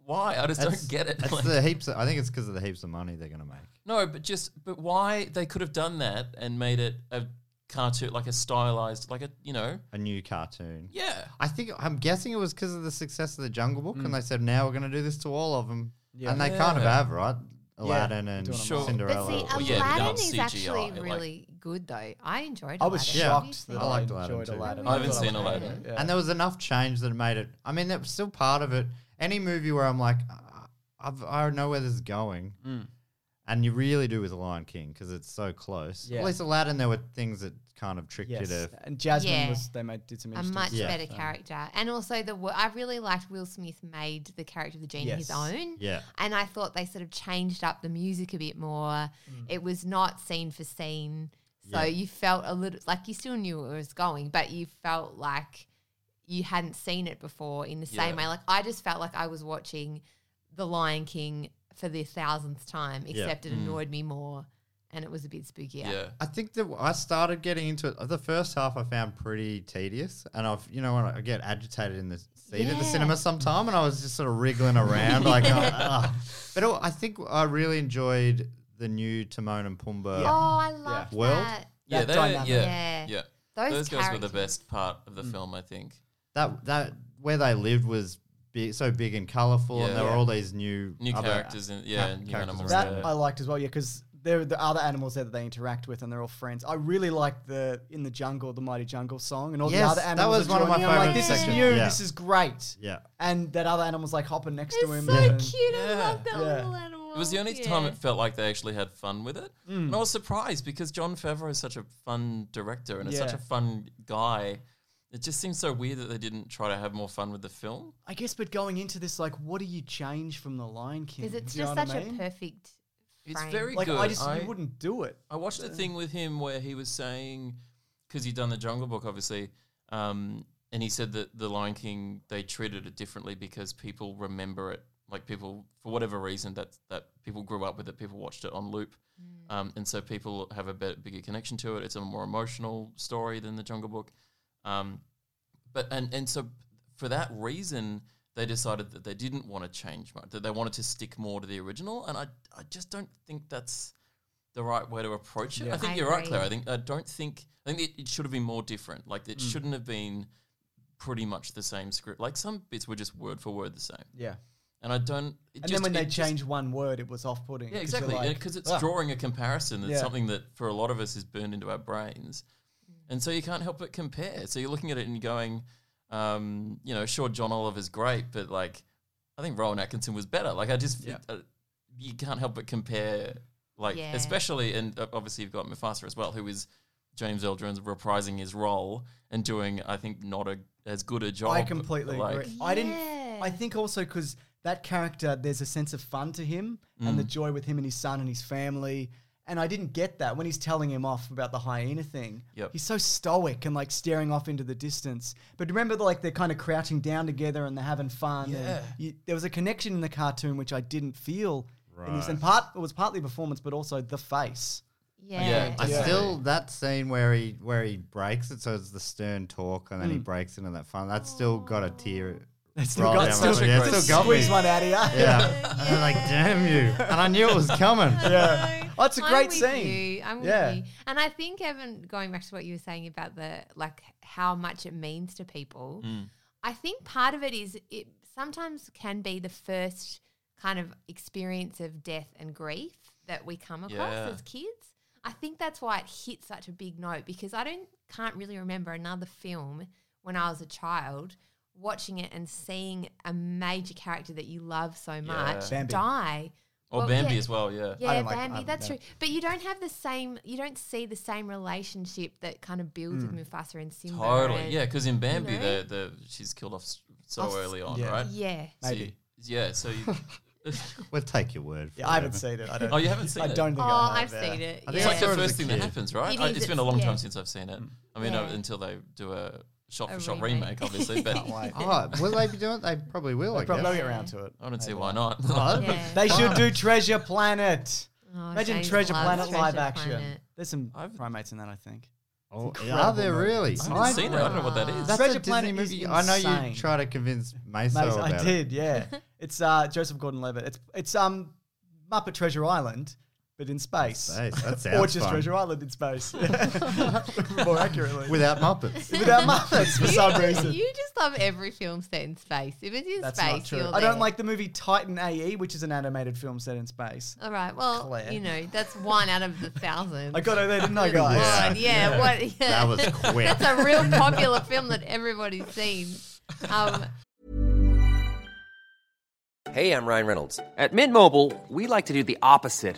[SPEAKER 6] why I just
[SPEAKER 1] Hmm. That's-
[SPEAKER 6] don't get it
[SPEAKER 1] That's
[SPEAKER 6] Like,
[SPEAKER 1] the heaps. Of, I think it's because of the heaps of money they're gonna make.
[SPEAKER 6] no but just but why they could have done that and made it a cartoon like a stylized like a you know
[SPEAKER 1] A new cartoon.
[SPEAKER 6] yeah
[SPEAKER 1] I think I'm guessing it was because of the success of the Jungle Book, and they said now we're gonna do this to all of them,
[SPEAKER 4] Yeah.
[SPEAKER 1] and they kind of
[SPEAKER 6] Mm. Yeah.
[SPEAKER 1] have right. Aladdin and
[SPEAKER 4] doing them
[SPEAKER 6] all.
[SPEAKER 1] Cinderella.
[SPEAKER 7] But see,
[SPEAKER 6] Well,
[SPEAKER 7] Aladdin
[SPEAKER 6] yeah, but not
[SPEAKER 7] is
[SPEAKER 6] CGI,
[SPEAKER 7] actually
[SPEAKER 6] like-
[SPEAKER 7] really good though. I enjoyed. Aladdin.
[SPEAKER 4] I was
[SPEAKER 1] Yeah.
[SPEAKER 4] shocked that
[SPEAKER 1] I
[SPEAKER 4] I,
[SPEAKER 1] liked Aladdin
[SPEAKER 4] enjoyed
[SPEAKER 1] too.
[SPEAKER 4] Aladdin.
[SPEAKER 6] I haven't
[SPEAKER 4] thought
[SPEAKER 6] seen
[SPEAKER 4] was great.
[SPEAKER 6] Aladdin.
[SPEAKER 4] Yeah.
[SPEAKER 1] And there was enough change that made it. I mean, that was still part of it. Any movie where I'm like, "Ah, I've, I know where this is going,
[SPEAKER 6] Mm.
[SPEAKER 1] and you really do with The Lion King because it's so close.
[SPEAKER 4] Yeah.
[SPEAKER 1] At least Aladdin, there were things that kind of tricked you
[SPEAKER 4] Yes.
[SPEAKER 1] to.
[SPEAKER 4] And Jasmine
[SPEAKER 7] Yeah.
[SPEAKER 4] was they made did some
[SPEAKER 7] a
[SPEAKER 4] interesting
[SPEAKER 7] much
[SPEAKER 1] Yeah.
[SPEAKER 7] better character. And also the wo- I really liked Will Smith made the character of the genie his
[SPEAKER 4] Yes.
[SPEAKER 7] own.
[SPEAKER 1] Yeah.
[SPEAKER 7] And I thought they sort of changed up the music a bit more. It was not scene for scene. So
[SPEAKER 1] Yeah.
[SPEAKER 7] you felt a little like you still knew where it was going, but you felt like you hadn't seen it before in the same
[SPEAKER 6] Yeah.
[SPEAKER 7] way. Like I just felt like I was watching The Lion King for the thousandth time, except
[SPEAKER 6] Mm.
[SPEAKER 7] it annoyed me more and it was a bit spookier.
[SPEAKER 6] yeah
[SPEAKER 1] I think that I started getting into it. The first half I found pretty tedious, and I've you know when I get agitated in the seat at the
[SPEAKER 7] Yeah.
[SPEAKER 1] cinema sometime, and I was just sort of wriggling around like. ah. But it, I think I really enjoyed the new Timon and Pumbaa.
[SPEAKER 7] Oh, I love
[SPEAKER 1] World?
[SPEAKER 7] that.
[SPEAKER 6] yeah
[SPEAKER 4] That
[SPEAKER 6] they
[SPEAKER 4] dynamic.
[SPEAKER 6] yeah
[SPEAKER 7] Yeah.
[SPEAKER 6] yeah
[SPEAKER 7] Those,
[SPEAKER 6] those guys were the
[SPEAKER 7] characters.
[SPEAKER 6] best part of
[SPEAKER 1] Hmm.
[SPEAKER 6] the film I think
[SPEAKER 1] that that where they lived was big, so big and colorful, and there
[SPEAKER 6] Yeah.
[SPEAKER 1] were all these new
[SPEAKER 6] new
[SPEAKER 1] other-
[SPEAKER 6] characters and
[SPEAKER 1] ca-
[SPEAKER 6] yeah new
[SPEAKER 1] characters
[SPEAKER 6] animals
[SPEAKER 1] were
[SPEAKER 4] That
[SPEAKER 6] yeah.
[SPEAKER 4] I liked as well, yeah, because there are the other animals there that they interact with, and they're all friends. I really liked the in the jungle, the mighty jungle song, and all
[SPEAKER 1] Yes,
[SPEAKER 4] the other
[SPEAKER 1] that
[SPEAKER 4] animals.
[SPEAKER 1] was
[SPEAKER 4] are
[SPEAKER 1] one of my
[SPEAKER 4] joining in. I'm like,
[SPEAKER 1] favourite
[SPEAKER 4] this
[SPEAKER 1] sections.
[SPEAKER 4] is new.
[SPEAKER 1] Yeah.
[SPEAKER 4] This is great.
[SPEAKER 1] Yeah,
[SPEAKER 4] And that other animals like hopping next to him.
[SPEAKER 7] It's so
[SPEAKER 4] and-
[SPEAKER 7] cute. I
[SPEAKER 6] Yeah.
[SPEAKER 7] love that
[SPEAKER 4] Yeah.
[SPEAKER 7] little animal.
[SPEAKER 6] It was the only
[SPEAKER 7] Oh, Yeah.
[SPEAKER 6] time it felt like they actually had fun with it.
[SPEAKER 4] Hmm.
[SPEAKER 6] And I was surprised because John Favreau is such a fun director and is such
[SPEAKER 4] Yeah.
[SPEAKER 6] a fun guy. It just seems so weird that they didn't try to have more fun with the film.
[SPEAKER 4] I guess, but going into this, like, what do you change from the Lion King?
[SPEAKER 7] Because it's
[SPEAKER 4] Do you
[SPEAKER 7] just
[SPEAKER 4] know what
[SPEAKER 7] such
[SPEAKER 4] I
[SPEAKER 7] a
[SPEAKER 4] mean?
[SPEAKER 7] perfect.
[SPEAKER 6] It's
[SPEAKER 7] Frame.
[SPEAKER 6] very
[SPEAKER 4] Like,
[SPEAKER 6] good.
[SPEAKER 4] I just you wouldn't do it.
[SPEAKER 6] I watched a thing with him where he was saying, because he'd done the Jungle Book, obviously, um, and he said that the Lion King they treated it differently because people remember it, like people for whatever reason that that people grew up with it, people watched it on loop,
[SPEAKER 7] Mm.
[SPEAKER 6] um, and so people have a bit bigger connection to it. It's a more emotional story than the Jungle Book, um, but and and so for that reason. They decided that they didn't want to change much, that they wanted to stick more to the original, and I, I just don't think that's the right way to approach it. I think
[SPEAKER 7] I
[SPEAKER 6] you're right,
[SPEAKER 7] agree.
[SPEAKER 6] Claire. I think I don't think I think it, it should have been more different. Like it
[SPEAKER 4] Mm.
[SPEAKER 6] shouldn't have been pretty much the same script. Like some bits were just word for word the same.
[SPEAKER 4] Yeah.
[SPEAKER 6] And I don't.
[SPEAKER 4] And
[SPEAKER 6] It just-
[SPEAKER 4] then when they
[SPEAKER 6] it just-
[SPEAKER 4] change one word, it was off-putting.
[SPEAKER 6] yeah,
[SPEAKER 4] 'cause you're
[SPEAKER 6] exactly,
[SPEAKER 4] like,
[SPEAKER 6] because it's
[SPEAKER 4] "Ah."
[SPEAKER 6] drawing a comparison. That's
[SPEAKER 4] Yeah. Mm.
[SPEAKER 6] something that for a lot of us is burned into our brains, and so you can't help but compare. So you're looking at it and going, um, you know, sure, John Oliver's great, but like, I think Rowan Atkinson was better. Like, I just
[SPEAKER 4] Yeah.
[SPEAKER 6] uh, you can't help but compare, like,
[SPEAKER 7] Yeah.
[SPEAKER 6] especially and uh, obviously you've got Mufasa as well, who is James Earl Jones reprising his role and doing, I think, not a as good a job.
[SPEAKER 4] I completely
[SPEAKER 6] like-
[SPEAKER 4] agree. I didn't. I
[SPEAKER 7] Yeah.
[SPEAKER 4] think also because that character, there's a sense of fun to him and the joy with him and his son and his family. And I didn't get that when he's telling him off about the hyena thing.
[SPEAKER 6] Yep.
[SPEAKER 4] He's so stoic and like staring off into the distance. But remember, like they're kind of crouching down together and they're having fun. And
[SPEAKER 6] Yeah.
[SPEAKER 4] you, there was a connection in the cartoon which I didn't feel. In this. And part it was partly performance, but also the face.
[SPEAKER 7] Yeah.
[SPEAKER 6] Yeah,
[SPEAKER 1] I
[SPEAKER 6] Yeah.
[SPEAKER 1] still that scene where he where he breaks it, so it's the stern talk, and then he breaks into that fun. That's still got a tear.
[SPEAKER 4] It's still
[SPEAKER 1] roll
[SPEAKER 4] got,
[SPEAKER 1] down
[SPEAKER 4] still,
[SPEAKER 1] my cheek. Yeah, it's
[SPEAKER 4] just
[SPEAKER 1] still got me.
[SPEAKER 4] squeeze one out of you.
[SPEAKER 1] Yeah, I'm like damn you, and I knew it was coming.
[SPEAKER 4] Yeah. Oh, it's a
[SPEAKER 7] I'm
[SPEAKER 4] great
[SPEAKER 7] with
[SPEAKER 4] scene.
[SPEAKER 7] you. I'm
[SPEAKER 4] Yeah.
[SPEAKER 7] with you. And I think Evan, going back to what you were saying about the like how much it means to people, I think part of it is it sometimes can be the first kind of experience of death and grief that we come across
[SPEAKER 6] Yeah.
[SPEAKER 7] as kids. I think that's why it hit such a big note because I don't can't really remember another film when I was a child watching it and seeing a major character that you love so much
[SPEAKER 4] Bambi.
[SPEAKER 7] die
[SPEAKER 6] Or
[SPEAKER 7] Well,
[SPEAKER 6] Bambi
[SPEAKER 7] yeah.
[SPEAKER 6] as well, yeah.
[SPEAKER 7] Yeah,
[SPEAKER 4] don't like-
[SPEAKER 7] Bambi,
[SPEAKER 4] I'm-
[SPEAKER 7] that's
[SPEAKER 4] no.
[SPEAKER 7] true. But you don't have the same, you don't see the same relationship that kind of builds
[SPEAKER 4] Mm.
[SPEAKER 7] with Mufasa and Simba.
[SPEAKER 6] Totally.
[SPEAKER 7] and-
[SPEAKER 6] Yeah, because in Bambi,
[SPEAKER 7] know?
[SPEAKER 6] the, the, she's killed off s- so
[SPEAKER 7] Off s-
[SPEAKER 6] early on,
[SPEAKER 4] Yeah.
[SPEAKER 6] right?
[SPEAKER 7] Yeah.
[SPEAKER 6] So you-
[SPEAKER 4] Maybe.
[SPEAKER 6] yeah, so you.
[SPEAKER 1] We'll take your word. For
[SPEAKER 4] Yeah, I haven't
[SPEAKER 1] whatever.
[SPEAKER 4] seen it. I don't.
[SPEAKER 6] Oh, you haven't seen
[SPEAKER 4] I
[SPEAKER 6] it?
[SPEAKER 4] don't think
[SPEAKER 7] Oh,
[SPEAKER 4] I
[SPEAKER 7] I've
[SPEAKER 4] have, yeah.
[SPEAKER 7] seen it.
[SPEAKER 1] I think
[SPEAKER 6] It's
[SPEAKER 7] yeah.
[SPEAKER 6] like the
[SPEAKER 1] saw it as
[SPEAKER 6] first
[SPEAKER 1] a
[SPEAKER 6] thing that
[SPEAKER 1] kid.
[SPEAKER 6] happens, right?
[SPEAKER 7] It
[SPEAKER 6] I-
[SPEAKER 7] is,
[SPEAKER 6] it's been a
[SPEAKER 7] it's-
[SPEAKER 6] long
[SPEAKER 7] yeah.
[SPEAKER 6] time since I've seen it.
[SPEAKER 4] Mm.
[SPEAKER 6] I mean,
[SPEAKER 7] Yeah.
[SPEAKER 6] uh, until they do a shot
[SPEAKER 7] A
[SPEAKER 6] for shot
[SPEAKER 7] remake.
[SPEAKER 6] remake, obviously. But
[SPEAKER 4] Can't wait.
[SPEAKER 1] Oh, will they be doing it? They probably will. I
[SPEAKER 4] They probably
[SPEAKER 1] guess.
[SPEAKER 4] will get around to it.
[SPEAKER 6] I don't see
[SPEAKER 4] Maybe.
[SPEAKER 6] why not.
[SPEAKER 7] Yeah.
[SPEAKER 4] They should do Treasure Planet.
[SPEAKER 7] Oh,
[SPEAKER 4] Imagine
[SPEAKER 7] James
[SPEAKER 4] Treasure
[SPEAKER 7] loves
[SPEAKER 4] Planet live
[SPEAKER 7] Treasure
[SPEAKER 4] action.
[SPEAKER 7] Planet.
[SPEAKER 4] There's some
[SPEAKER 6] I've-
[SPEAKER 4] primates in that, I think.
[SPEAKER 1] Oh,
[SPEAKER 4] It's
[SPEAKER 1] yeah, are there
[SPEAKER 4] incredible movie.
[SPEAKER 1] really?
[SPEAKER 4] I
[SPEAKER 6] I haven't seen it. I don't know what that is.
[SPEAKER 1] That's
[SPEAKER 4] Treasure
[SPEAKER 1] a Disney
[SPEAKER 4] Planet is
[SPEAKER 1] movie. I know
[SPEAKER 4] insane.
[SPEAKER 1] you try to convince Meso
[SPEAKER 4] Mate,
[SPEAKER 1] about
[SPEAKER 4] I
[SPEAKER 1] it.
[SPEAKER 4] did, yeah. it's uh, Joseph Gordon-Levitt. It's it's um Muppet Treasure Island, but in space.
[SPEAKER 1] Space, that
[SPEAKER 4] or
[SPEAKER 1] sounds
[SPEAKER 4] just
[SPEAKER 1] fun.
[SPEAKER 4] Treasure Island in space. More accurately.
[SPEAKER 1] Without Muppets.
[SPEAKER 4] Without Muppets for some
[SPEAKER 7] You just-
[SPEAKER 4] reason.
[SPEAKER 7] You just love every film set in space. If it's in
[SPEAKER 4] That's
[SPEAKER 7] space,
[SPEAKER 4] not true.
[SPEAKER 7] you're
[SPEAKER 4] I
[SPEAKER 7] there.
[SPEAKER 4] don't like the movie Titan AE, which is an animated film set in space.
[SPEAKER 7] All right. Well,
[SPEAKER 4] Claire.
[SPEAKER 7] you know, that's one out of the thousand.
[SPEAKER 4] I got it there, didn't I,
[SPEAKER 7] Good
[SPEAKER 4] guys?
[SPEAKER 7] Lord, yeah, What? Yeah.
[SPEAKER 1] That was quick.
[SPEAKER 7] That's a real popular film that everybody's seen. Um,
[SPEAKER 2] Hey, I'm Ryan Reynolds. At Mint Mobile, we like to do the opposite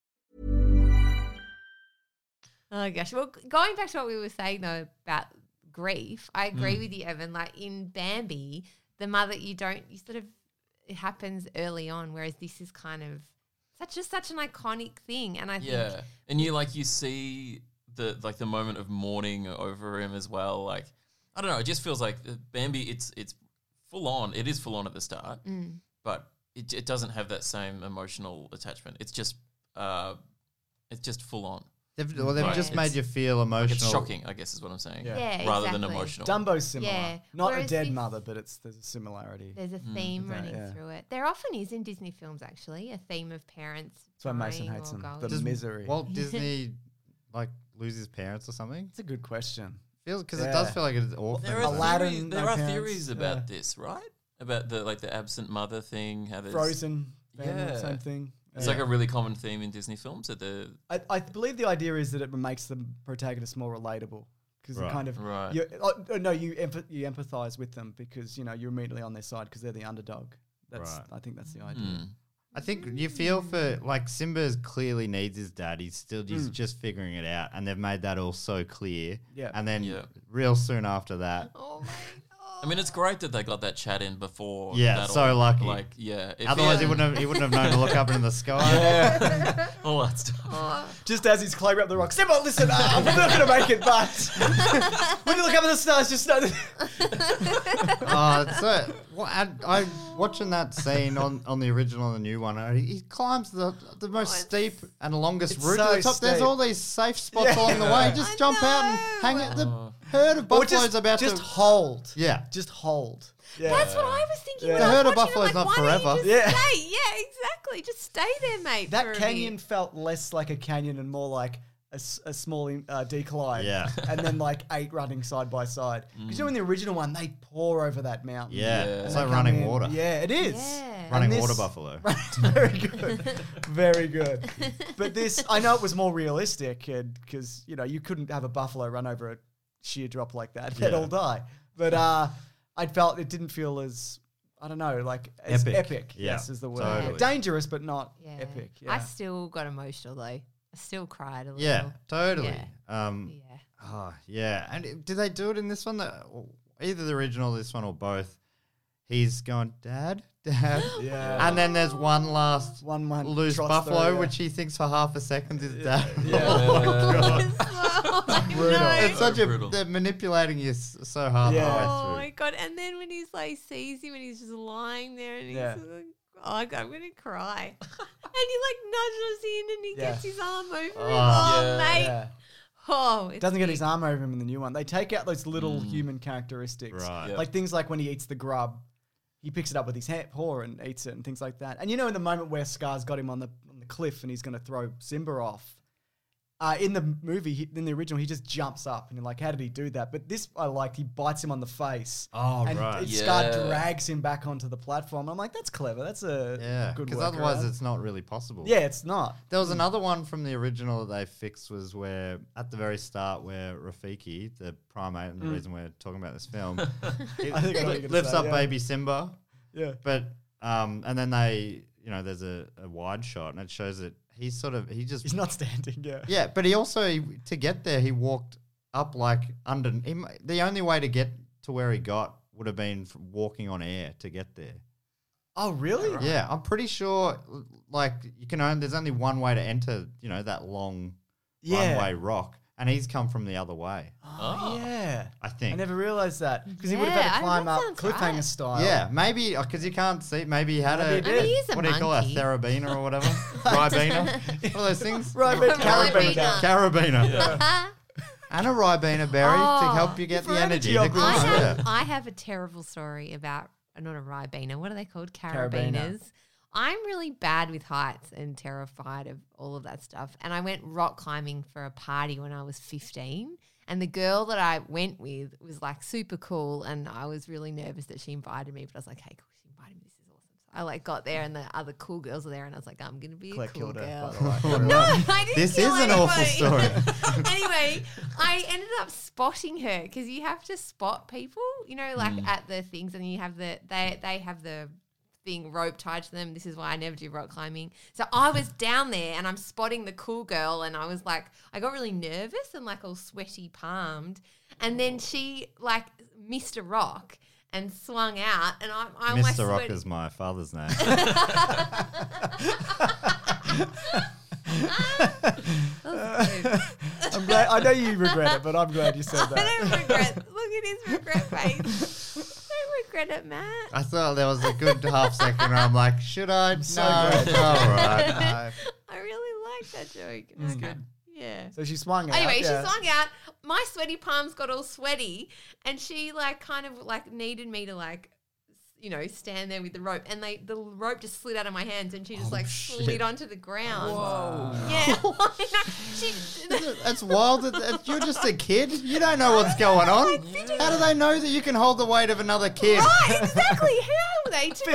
[SPEAKER 7] oh gosh. Well, g- going back to what we were saying though about grief, I
[SPEAKER 4] Mm.
[SPEAKER 7] agree with you, Evan. Like in Bambi, the mother you don't you sort of it happens early on, whereas this is kind of such just such an iconic thing, and I think
[SPEAKER 6] yeah, and you like you see the like the moment of mourning over him as well. Like I don't know, it just feels like uh, Bambi. It's it's full on. It is full on at the start,
[SPEAKER 7] Mm.
[SPEAKER 6] but it, it doesn't have that same emotional attachment. It's just uh, it's just full on.
[SPEAKER 1] They've, well, they've
[SPEAKER 6] Right.
[SPEAKER 1] just
[SPEAKER 6] It's-
[SPEAKER 1] made you feel emotional.
[SPEAKER 6] It's shocking, I guess, is what I'm saying.
[SPEAKER 4] Yeah.
[SPEAKER 7] Yeah,
[SPEAKER 6] rather than
[SPEAKER 7] exactly.
[SPEAKER 6] emotional.
[SPEAKER 4] Dumbo's similar.
[SPEAKER 7] Yeah.
[SPEAKER 4] Not
[SPEAKER 7] Whereas
[SPEAKER 4] a dead
[SPEAKER 7] this-
[SPEAKER 4] mother, but it's there's a similarity.
[SPEAKER 7] There's a theme
[SPEAKER 4] that,
[SPEAKER 7] running
[SPEAKER 4] yeah.
[SPEAKER 7] through it. There often is in Disney films, actually, a theme of parents.
[SPEAKER 4] That's why Mason
[SPEAKER 7] dying
[SPEAKER 4] hates
[SPEAKER 7] or
[SPEAKER 4] him.
[SPEAKER 7] going-
[SPEAKER 4] The
[SPEAKER 1] Does
[SPEAKER 4] misery.
[SPEAKER 1] Walt Disney like lose his parents or something?
[SPEAKER 4] It's a good question.
[SPEAKER 1] Feels because it
[SPEAKER 4] Yeah.
[SPEAKER 1] does feel like it's awful.
[SPEAKER 6] There
[SPEAKER 4] Eleven,
[SPEAKER 6] are,
[SPEAKER 4] Aladdin,
[SPEAKER 6] theories,
[SPEAKER 4] no
[SPEAKER 6] there are
[SPEAKER 4] parents,
[SPEAKER 6] theories
[SPEAKER 4] yeah.
[SPEAKER 6] about this, right? About the like the absent mother thing. How there's
[SPEAKER 4] Frozen, family,
[SPEAKER 6] Yeah.
[SPEAKER 4] same thing.
[SPEAKER 6] It's like a really common theme in Disney films that the
[SPEAKER 4] I, I believe the idea is that it makes the protagonist more relatable because
[SPEAKER 1] Right.
[SPEAKER 4] you kind of
[SPEAKER 6] Right.
[SPEAKER 4] you oh, oh, no you empath- you empathize with them because you know you're immediately on their side because they're the underdog. That's
[SPEAKER 1] Right.
[SPEAKER 4] I think that's the idea.
[SPEAKER 1] I think you feel for like Simba clearly needs his dad. He's still he's just figuring it out, and they've made that all so clear.
[SPEAKER 4] Mm. Yeah.
[SPEAKER 1] and then
[SPEAKER 6] Yeah.
[SPEAKER 1] real soon after that,
[SPEAKER 7] Oh my
[SPEAKER 6] I mean, it's great that they got that chat in before.
[SPEAKER 1] Yeah,
[SPEAKER 6] that
[SPEAKER 1] so lucky.
[SPEAKER 6] Like, yeah. If
[SPEAKER 1] otherwise he
[SPEAKER 6] hadn't-
[SPEAKER 1] wouldn't have he wouldn't have known to look up into the sky.
[SPEAKER 6] All that stuff.
[SPEAKER 7] Oh,
[SPEAKER 4] Just as he's climbing up the rock, Simba, listen, uh, I'm not going to make it, but when you look up at the stars, just know. that-
[SPEAKER 1] Oh, it's so well, I, I watching that scene on, on the original and the new one. uh, He climbs the the
[SPEAKER 6] Oh,
[SPEAKER 1] most steep and longest
[SPEAKER 4] It's
[SPEAKER 1] route to the
[SPEAKER 4] so
[SPEAKER 1] top. There's
[SPEAKER 4] steep.
[SPEAKER 1] all these safe spots
[SPEAKER 4] Yeah.
[SPEAKER 1] along the way. Just jump out and hang it. The herd of
[SPEAKER 4] or
[SPEAKER 1] buffaloes
[SPEAKER 4] just
[SPEAKER 1] about
[SPEAKER 4] just
[SPEAKER 1] to
[SPEAKER 4] hold.
[SPEAKER 1] Yeah.
[SPEAKER 4] just hold. Yeah.
[SPEAKER 7] That's what I was thinking.
[SPEAKER 4] Yeah.
[SPEAKER 7] When
[SPEAKER 4] The
[SPEAKER 7] I was
[SPEAKER 1] herd of
[SPEAKER 7] watching, I'm
[SPEAKER 1] buffalo's
[SPEAKER 7] like,
[SPEAKER 1] not
[SPEAKER 7] why don't you
[SPEAKER 1] forever.
[SPEAKER 7] just
[SPEAKER 4] Yeah.
[SPEAKER 7] Stay? Yeah, exactly. Just stay there, mate. for
[SPEAKER 4] That
[SPEAKER 7] a
[SPEAKER 4] canyon
[SPEAKER 7] bit.
[SPEAKER 4] felt less like a canyon and more like a, s- a small in- uh, decline.
[SPEAKER 1] Yeah. Mm.
[SPEAKER 4] and then like eight running side by side. Because you know in the original one they pour over that mountain.
[SPEAKER 1] Yeah,
[SPEAKER 6] Yeah.
[SPEAKER 1] it's
[SPEAKER 4] They
[SPEAKER 1] like
[SPEAKER 4] come
[SPEAKER 1] running
[SPEAKER 4] in.
[SPEAKER 1] water.
[SPEAKER 4] Yeah, it is.
[SPEAKER 7] Yeah.
[SPEAKER 1] Running
[SPEAKER 4] And this-
[SPEAKER 1] water buffalo.
[SPEAKER 4] Very good. Very good. But this, I know it was more realistic because, you know, you couldn't have a buffalo run over a sheer drop like that. They'd
[SPEAKER 1] Yeah.
[SPEAKER 4] all die. But uh, I felt it didn't feel as, I don't know, like as
[SPEAKER 1] Epic.
[SPEAKER 4] epic.
[SPEAKER 1] Yeah,
[SPEAKER 4] Yes, is the word.
[SPEAKER 1] totally.
[SPEAKER 4] Dangerous, but not
[SPEAKER 7] Yeah.
[SPEAKER 4] epic.
[SPEAKER 7] I
[SPEAKER 4] Yeah.
[SPEAKER 7] still got emotional though. I still cried a little.
[SPEAKER 1] Yeah, totally.
[SPEAKER 7] Yeah.
[SPEAKER 1] Um,
[SPEAKER 7] Yeah.
[SPEAKER 1] oh, yeah. And it- did they do it in this one? That either the original, this one, or both? He's going, Dad, Dad.
[SPEAKER 4] yeah.
[SPEAKER 1] And then there's one last
[SPEAKER 4] One man
[SPEAKER 1] loose
[SPEAKER 4] trots
[SPEAKER 1] buffalo,
[SPEAKER 4] through, yeah.
[SPEAKER 1] which he thinks for half a second is Dad.
[SPEAKER 4] Yeah.
[SPEAKER 1] oh my god.
[SPEAKER 7] No.
[SPEAKER 1] It's such a
[SPEAKER 6] brutal.
[SPEAKER 1] they're manipulating you s- so hard.
[SPEAKER 4] Yeah.
[SPEAKER 7] Oh
[SPEAKER 1] Yeah.
[SPEAKER 7] my god! And then when he's like sees him and he's just lying there and he's
[SPEAKER 4] Yeah.
[SPEAKER 7] just like, oh, I'm gonna cry. and he like nudges in and he
[SPEAKER 4] Yeah. Ah,
[SPEAKER 7] gets his arm over him.
[SPEAKER 1] Oh,
[SPEAKER 7] Oh mate!
[SPEAKER 4] Yeah.
[SPEAKER 7] Oh, it's
[SPEAKER 4] Doesn't get
[SPEAKER 7] big.
[SPEAKER 4] his arm over him in the new one. They take out those little human characteristics.
[SPEAKER 1] Mm. Right. Yeah.
[SPEAKER 4] Like things like when he eats the grub, he picks it up with his hand, paw and eats it and things like that. And you know, in the moment where Scar's got him on the, on the cliff and he's going to throw Simba off, Uh, in the movie, he, in the original, he just jumps up and you're like, how did he do that? But this I liked. He bites him on the face.
[SPEAKER 1] Oh,
[SPEAKER 4] and
[SPEAKER 1] right.
[SPEAKER 4] it- Scar
[SPEAKER 6] Yeah.
[SPEAKER 4] drags him back onto the platform. I'm like, that's clever. That's a
[SPEAKER 1] Yeah,
[SPEAKER 4] good
[SPEAKER 1] because
[SPEAKER 4] work.
[SPEAKER 1] otherwise it's not really possible.
[SPEAKER 4] yeah, it's not.
[SPEAKER 1] There was another one from the original that they fixed was where at the very start where Rafiki, the primate, and the reason we're talking about this film, he
[SPEAKER 4] I think I know what you're Hmm. gonna
[SPEAKER 1] lifts
[SPEAKER 4] say,
[SPEAKER 1] up
[SPEAKER 4] yeah.
[SPEAKER 1] baby Simba,
[SPEAKER 4] Yeah.
[SPEAKER 1] but um, and then they, you know, there's a, a wide shot and it shows that he's sort of he just
[SPEAKER 4] He's not standing. Yeah.
[SPEAKER 1] yeah, but he also he, to get there he walked up like under he, m- the only way to get to where he got would have been from walking on air to get there.
[SPEAKER 4] Oh, really?
[SPEAKER 1] Yeah, I'm pretty sure. l- Like you can only there's only one way to enter. You know that long
[SPEAKER 4] Yeah.
[SPEAKER 1] runway rock, and he's come from the other way.
[SPEAKER 4] Oh, yeah.
[SPEAKER 1] I think.
[SPEAKER 4] I never realized that because he would have
[SPEAKER 7] Yeah,
[SPEAKER 4] had
[SPEAKER 7] I-
[SPEAKER 4] to climb
[SPEAKER 7] that
[SPEAKER 4] up
[SPEAKER 7] sounds
[SPEAKER 4] cliffhanger
[SPEAKER 7] right.
[SPEAKER 4] style.
[SPEAKER 1] yeah, maybe because you can't see. Maybe he had
[SPEAKER 4] Maybe
[SPEAKER 1] a
[SPEAKER 4] he I mean,
[SPEAKER 7] he is a
[SPEAKER 1] what do you call it, a
[SPEAKER 7] monkey.
[SPEAKER 1] therabina or whatever, ribena, one of those things.
[SPEAKER 4] Ribena.
[SPEAKER 7] Ribena.
[SPEAKER 1] carabiner, and a ribena berry to
[SPEAKER 7] Oh.
[SPEAKER 1] help you get the energy.
[SPEAKER 4] energy
[SPEAKER 1] to
[SPEAKER 7] I
[SPEAKER 1] climb.
[SPEAKER 7] have,
[SPEAKER 1] Yeah.
[SPEAKER 7] I have a terrible story about uh, not a ribena. What are they called?
[SPEAKER 4] Carabiner.
[SPEAKER 7] Carabinas. I'm really bad with heights and terrified of all of that stuff. And I went rock climbing for a party when I was 15. And the girl that I went with was like super cool. And I was really nervous that she invited me, but I was like, hey, cool, she invited me. This is awesome. So I like got there and the other cool girls were there. And I was like, I'm going to be
[SPEAKER 4] Claire
[SPEAKER 7] a cool
[SPEAKER 4] killed her,
[SPEAKER 7] girl.
[SPEAKER 4] by the way.
[SPEAKER 7] No, I didn't
[SPEAKER 1] This
[SPEAKER 7] kill
[SPEAKER 1] is an awful
[SPEAKER 7] anybody.
[SPEAKER 1] story.
[SPEAKER 7] anyway, I ended up spotting her because you have to spot people, you know, like
[SPEAKER 1] Mm.
[SPEAKER 7] at the things, and you have the they they have the thing rope tied to them. This is why I never do rock climbing. So I was down there and I'm spotting the cool girl, and I was like, I got really nervous and like all sweaty palmed, and then she like missed a rock and swung out, and I'm I'm like
[SPEAKER 1] Mr. Rock
[SPEAKER 7] sweaty-
[SPEAKER 1] is my father's name.
[SPEAKER 4] I'm glad. I know you regret it, but I'm glad you said
[SPEAKER 7] I
[SPEAKER 4] that.
[SPEAKER 7] don't regret. Look at his regret face. don't regret it, Matt.
[SPEAKER 1] I thought there was a good half second where I'm like, should I?
[SPEAKER 4] so
[SPEAKER 1] no, all
[SPEAKER 4] glad.
[SPEAKER 1] right. no.
[SPEAKER 7] I really like that joke. That's good. Yeah.
[SPEAKER 4] So she swung out.
[SPEAKER 7] Anyway,
[SPEAKER 4] yeah.
[SPEAKER 7] she swung out. My sweaty palms got all sweaty, and she like kind of like needed me to like, s- you know, stand there with the rope, and they the rope just slid out of my hands, and she
[SPEAKER 6] Oh,
[SPEAKER 7] just like slid onto the ground. Whoa! Yeah, I know. she.
[SPEAKER 1] That's wild. that- that- You're just a kid. You don't know what's going on. How do they know that you can hold the weight of another kid?
[SPEAKER 7] Right, exactly. How were they to
[SPEAKER 4] 15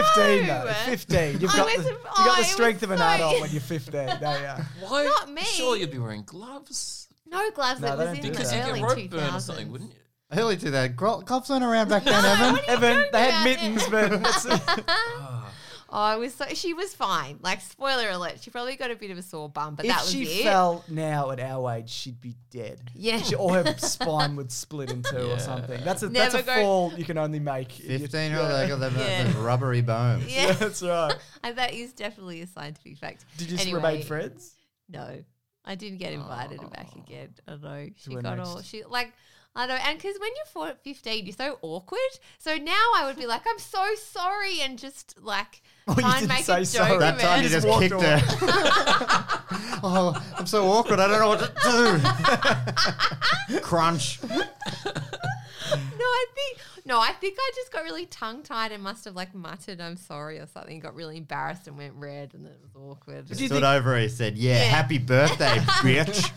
[SPEAKER 7] know?
[SPEAKER 4] though. 15. You've
[SPEAKER 7] I
[SPEAKER 4] got,
[SPEAKER 7] was
[SPEAKER 4] the,
[SPEAKER 7] a-
[SPEAKER 4] you got
[SPEAKER 7] I
[SPEAKER 4] the
[SPEAKER 7] was
[SPEAKER 4] strength of an
[SPEAKER 7] so-
[SPEAKER 4] adult when you're 15. No, yeah.
[SPEAKER 6] Why?
[SPEAKER 7] Not me.
[SPEAKER 6] Sure, you'd be wearing gloves
[SPEAKER 7] No gloves.
[SPEAKER 4] No, they
[SPEAKER 7] it was
[SPEAKER 4] don't
[SPEAKER 7] in
[SPEAKER 4] do
[SPEAKER 7] the
[SPEAKER 6] because
[SPEAKER 4] that.
[SPEAKER 6] you'd
[SPEAKER 7] early
[SPEAKER 6] get rope burn or
[SPEAKER 7] 2000s.
[SPEAKER 6] something, wouldn't you?
[SPEAKER 1] Early to that. Gro- Cops weren't around back then, Evan.
[SPEAKER 4] Evan, they had
[SPEAKER 7] talking
[SPEAKER 4] mittens, but that's-
[SPEAKER 6] Ah.
[SPEAKER 7] Oh, I was so she was fine. Like spoiler alert, she probably got a bit of a sore bum, but that
[SPEAKER 4] if
[SPEAKER 7] was
[SPEAKER 4] she
[SPEAKER 7] it.
[SPEAKER 4] fell now at our age, she'd be dead.
[SPEAKER 7] Yeah.
[SPEAKER 4] She, or her spine would split in two or something. That's a, that's a
[SPEAKER 7] Never go-
[SPEAKER 4] fall you can only make. if you-
[SPEAKER 1] 15 year old, they got the,
[SPEAKER 7] Yeah.
[SPEAKER 1] the rubbery bones.
[SPEAKER 4] Yeah,
[SPEAKER 7] yeah,
[SPEAKER 4] that's right.
[SPEAKER 7] I- that is definitely a scientific fact.
[SPEAKER 4] Did you
[SPEAKER 7] anyway,
[SPEAKER 4] remain friends?
[SPEAKER 7] No, I didn't get invited back again. I know she
[SPEAKER 4] were
[SPEAKER 7] got all
[SPEAKER 4] next.
[SPEAKER 7] she like. I know, and because when you're four- 15, you're so awkward. So now I would be like, I'm so sorry, and just like
[SPEAKER 4] Oh, you
[SPEAKER 7] try
[SPEAKER 4] didn't
[SPEAKER 7] and make
[SPEAKER 4] say
[SPEAKER 7] a joke
[SPEAKER 4] sorry.
[SPEAKER 7] of
[SPEAKER 1] That
[SPEAKER 7] it.
[SPEAKER 1] time you
[SPEAKER 4] Just
[SPEAKER 1] just
[SPEAKER 4] walked
[SPEAKER 1] kicked her. oh, I'm so awkward. I don't know what to do. Crunch.
[SPEAKER 7] No, I think no, I think I just got really tongue tied and must have like muttered I'm sorry or something, got really embarrassed and went red and it was awkward.
[SPEAKER 1] Stood over her. He said, yeah, happy birthday, bitch.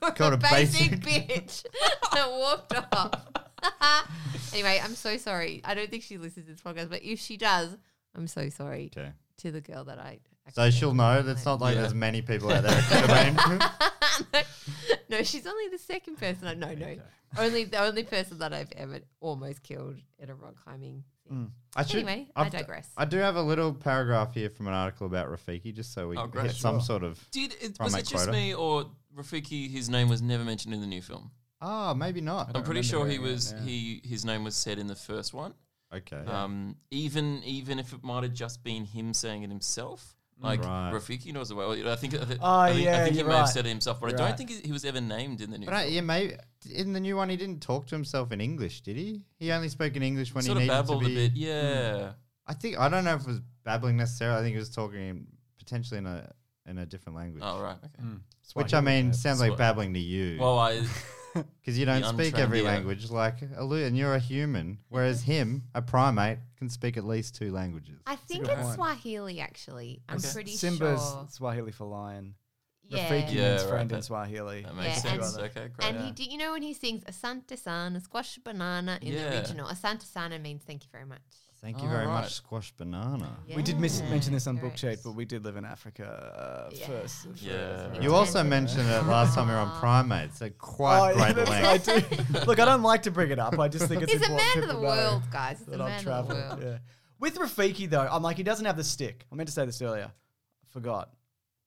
[SPEAKER 7] You're
[SPEAKER 1] Got
[SPEAKER 7] a
[SPEAKER 1] a
[SPEAKER 7] basic,
[SPEAKER 1] basic.
[SPEAKER 7] bitch. and walked off. anyway, I'm so sorry. I don't think she listens to this podcast, but if she does, I'm so sorry
[SPEAKER 1] okay.
[SPEAKER 7] to the girl that I
[SPEAKER 1] So she'll know. That's not like there's many people out there. It could have been.
[SPEAKER 7] No, she's only the second person I know, no. Only the only person that I've ever almost killed at a rock climbing thing.
[SPEAKER 1] I Mm. should,
[SPEAKER 7] Anyway, I
[SPEAKER 1] I've-
[SPEAKER 7] digress.
[SPEAKER 1] I do have a little paragraph here from an article about Rafiki, just so we
[SPEAKER 6] Oh,
[SPEAKER 1] can
[SPEAKER 6] great,
[SPEAKER 1] get some sort of.
[SPEAKER 6] Did it,
[SPEAKER 1] Try and
[SPEAKER 6] was
[SPEAKER 1] make
[SPEAKER 6] it just
[SPEAKER 1] quota.
[SPEAKER 6] me or Rafiki? His name was never mentioned in the new film.
[SPEAKER 1] Ah, maybe not.
[SPEAKER 6] I'm pretty sure he was he his name was said in the first one.
[SPEAKER 1] Okay.
[SPEAKER 6] Um, even even if it might have just been him saying it himself, like
[SPEAKER 1] Right.
[SPEAKER 6] Rafiki knows the way. I think I, th-
[SPEAKER 4] Mm. Oh,
[SPEAKER 6] I think,
[SPEAKER 4] yeah,
[SPEAKER 6] I think he
[SPEAKER 4] you're
[SPEAKER 6] may have
[SPEAKER 4] right.
[SPEAKER 6] said it himself, but I
[SPEAKER 4] Right.
[SPEAKER 6] don't think he, he was ever named in the new.
[SPEAKER 1] but I,
[SPEAKER 6] film.
[SPEAKER 1] yeah, maybe in the new one he didn't talk to himself in English, did he? He only spoke in English when
[SPEAKER 6] sort
[SPEAKER 1] he
[SPEAKER 6] of
[SPEAKER 1] needed
[SPEAKER 6] babbled
[SPEAKER 1] to be. Hmm.
[SPEAKER 6] a bit, yeah.
[SPEAKER 1] I think I don't know if it was babbling necessarily. I think he was talking in, potentially in a in a different language.
[SPEAKER 6] Oh right, okay.
[SPEAKER 1] Which I mean sounds like
[SPEAKER 6] Swa-
[SPEAKER 1] babbling to you because
[SPEAKER 6] Well, I
[SPEAKER 1] you don't speak
[SPEAKER 6] untrained
[SPEAKER 1] every
[SPEAKER 6] ear.
[SPEAKER 1] language like a lu- and you're a human, whereas him, a primate, can speak at least two languages.
[SPEAKER 7] I think
[SPEAKER 4] good
[SPEAKER 7] it's
[SPEAKER 4] point.
[SPEAKER 7] Swahili actually. I'm pretty
[SPEAKER 4] Simba's
[SPEAKER 7] sure.
[SPEAKER 4] Swahili for lion. Rafiki
[SPEAKER 6] Yeah,
[SPEAKER 4] means
[SPEAKER 6] right,
[SPEAKER 4] friend in
[SPEAKER 6] that-
[SPEAKER 4] Swahili.
[SPEAKER 6] That makes
[SPEAKER 7] Yeah, and-
[SPEAKER 6] sense. okay, great.
[SPEAKER 7] And he did, you know, when he sings Asante Sana, squash banana in the
[SPEAKER 6] Yeah.
[SPEAKER 7] original, Asante Sana means thank you very much.
[SPEAKER 8] Thank you
[SPEAKER 6] Oh,
[SPEAKER 8] very
[SPEAKER 6] right.
[SPEAKER 8] much, Squash Banana.
[SPEAKER 4] We did miss, mention this on
[SPEAKER 7] correct.
[SPEAKER 4] Bookshade, but we did live in Africa uh,
[SPEAKER 7] Yeah.
[SPEAKER 4] first. for-
[SPEAKER 6] Yeah.
[SPEAKER 4] for-
[SPEAKER 1] You also mentioned it last time we were on primates at quite
[SPEAKER 4] Oh, yeah,
[SPEAKER 1] great
[SPEAKER 4] that's
[SPEAKER 1] length.
[SPEAKER 4] what I do. Look, I don't like to bring it up. I just think it's
[SPEAKER 7] He's a
[SPEAKER 4] important
[SPEAKER 7] man of the
[SPEAKER 4] people know
[SPEAKER 7] world, guys. He's a
[SPEAKER 4] that I've
[SPEAKER 7] man of the
[SPEAKER 4] travelled,
[SPEAKER 7] world.
[SPEAKER 4] Yeah. With Rafiki though, I'm like he doesn't have the stick. I meant to say this earlier, forgot.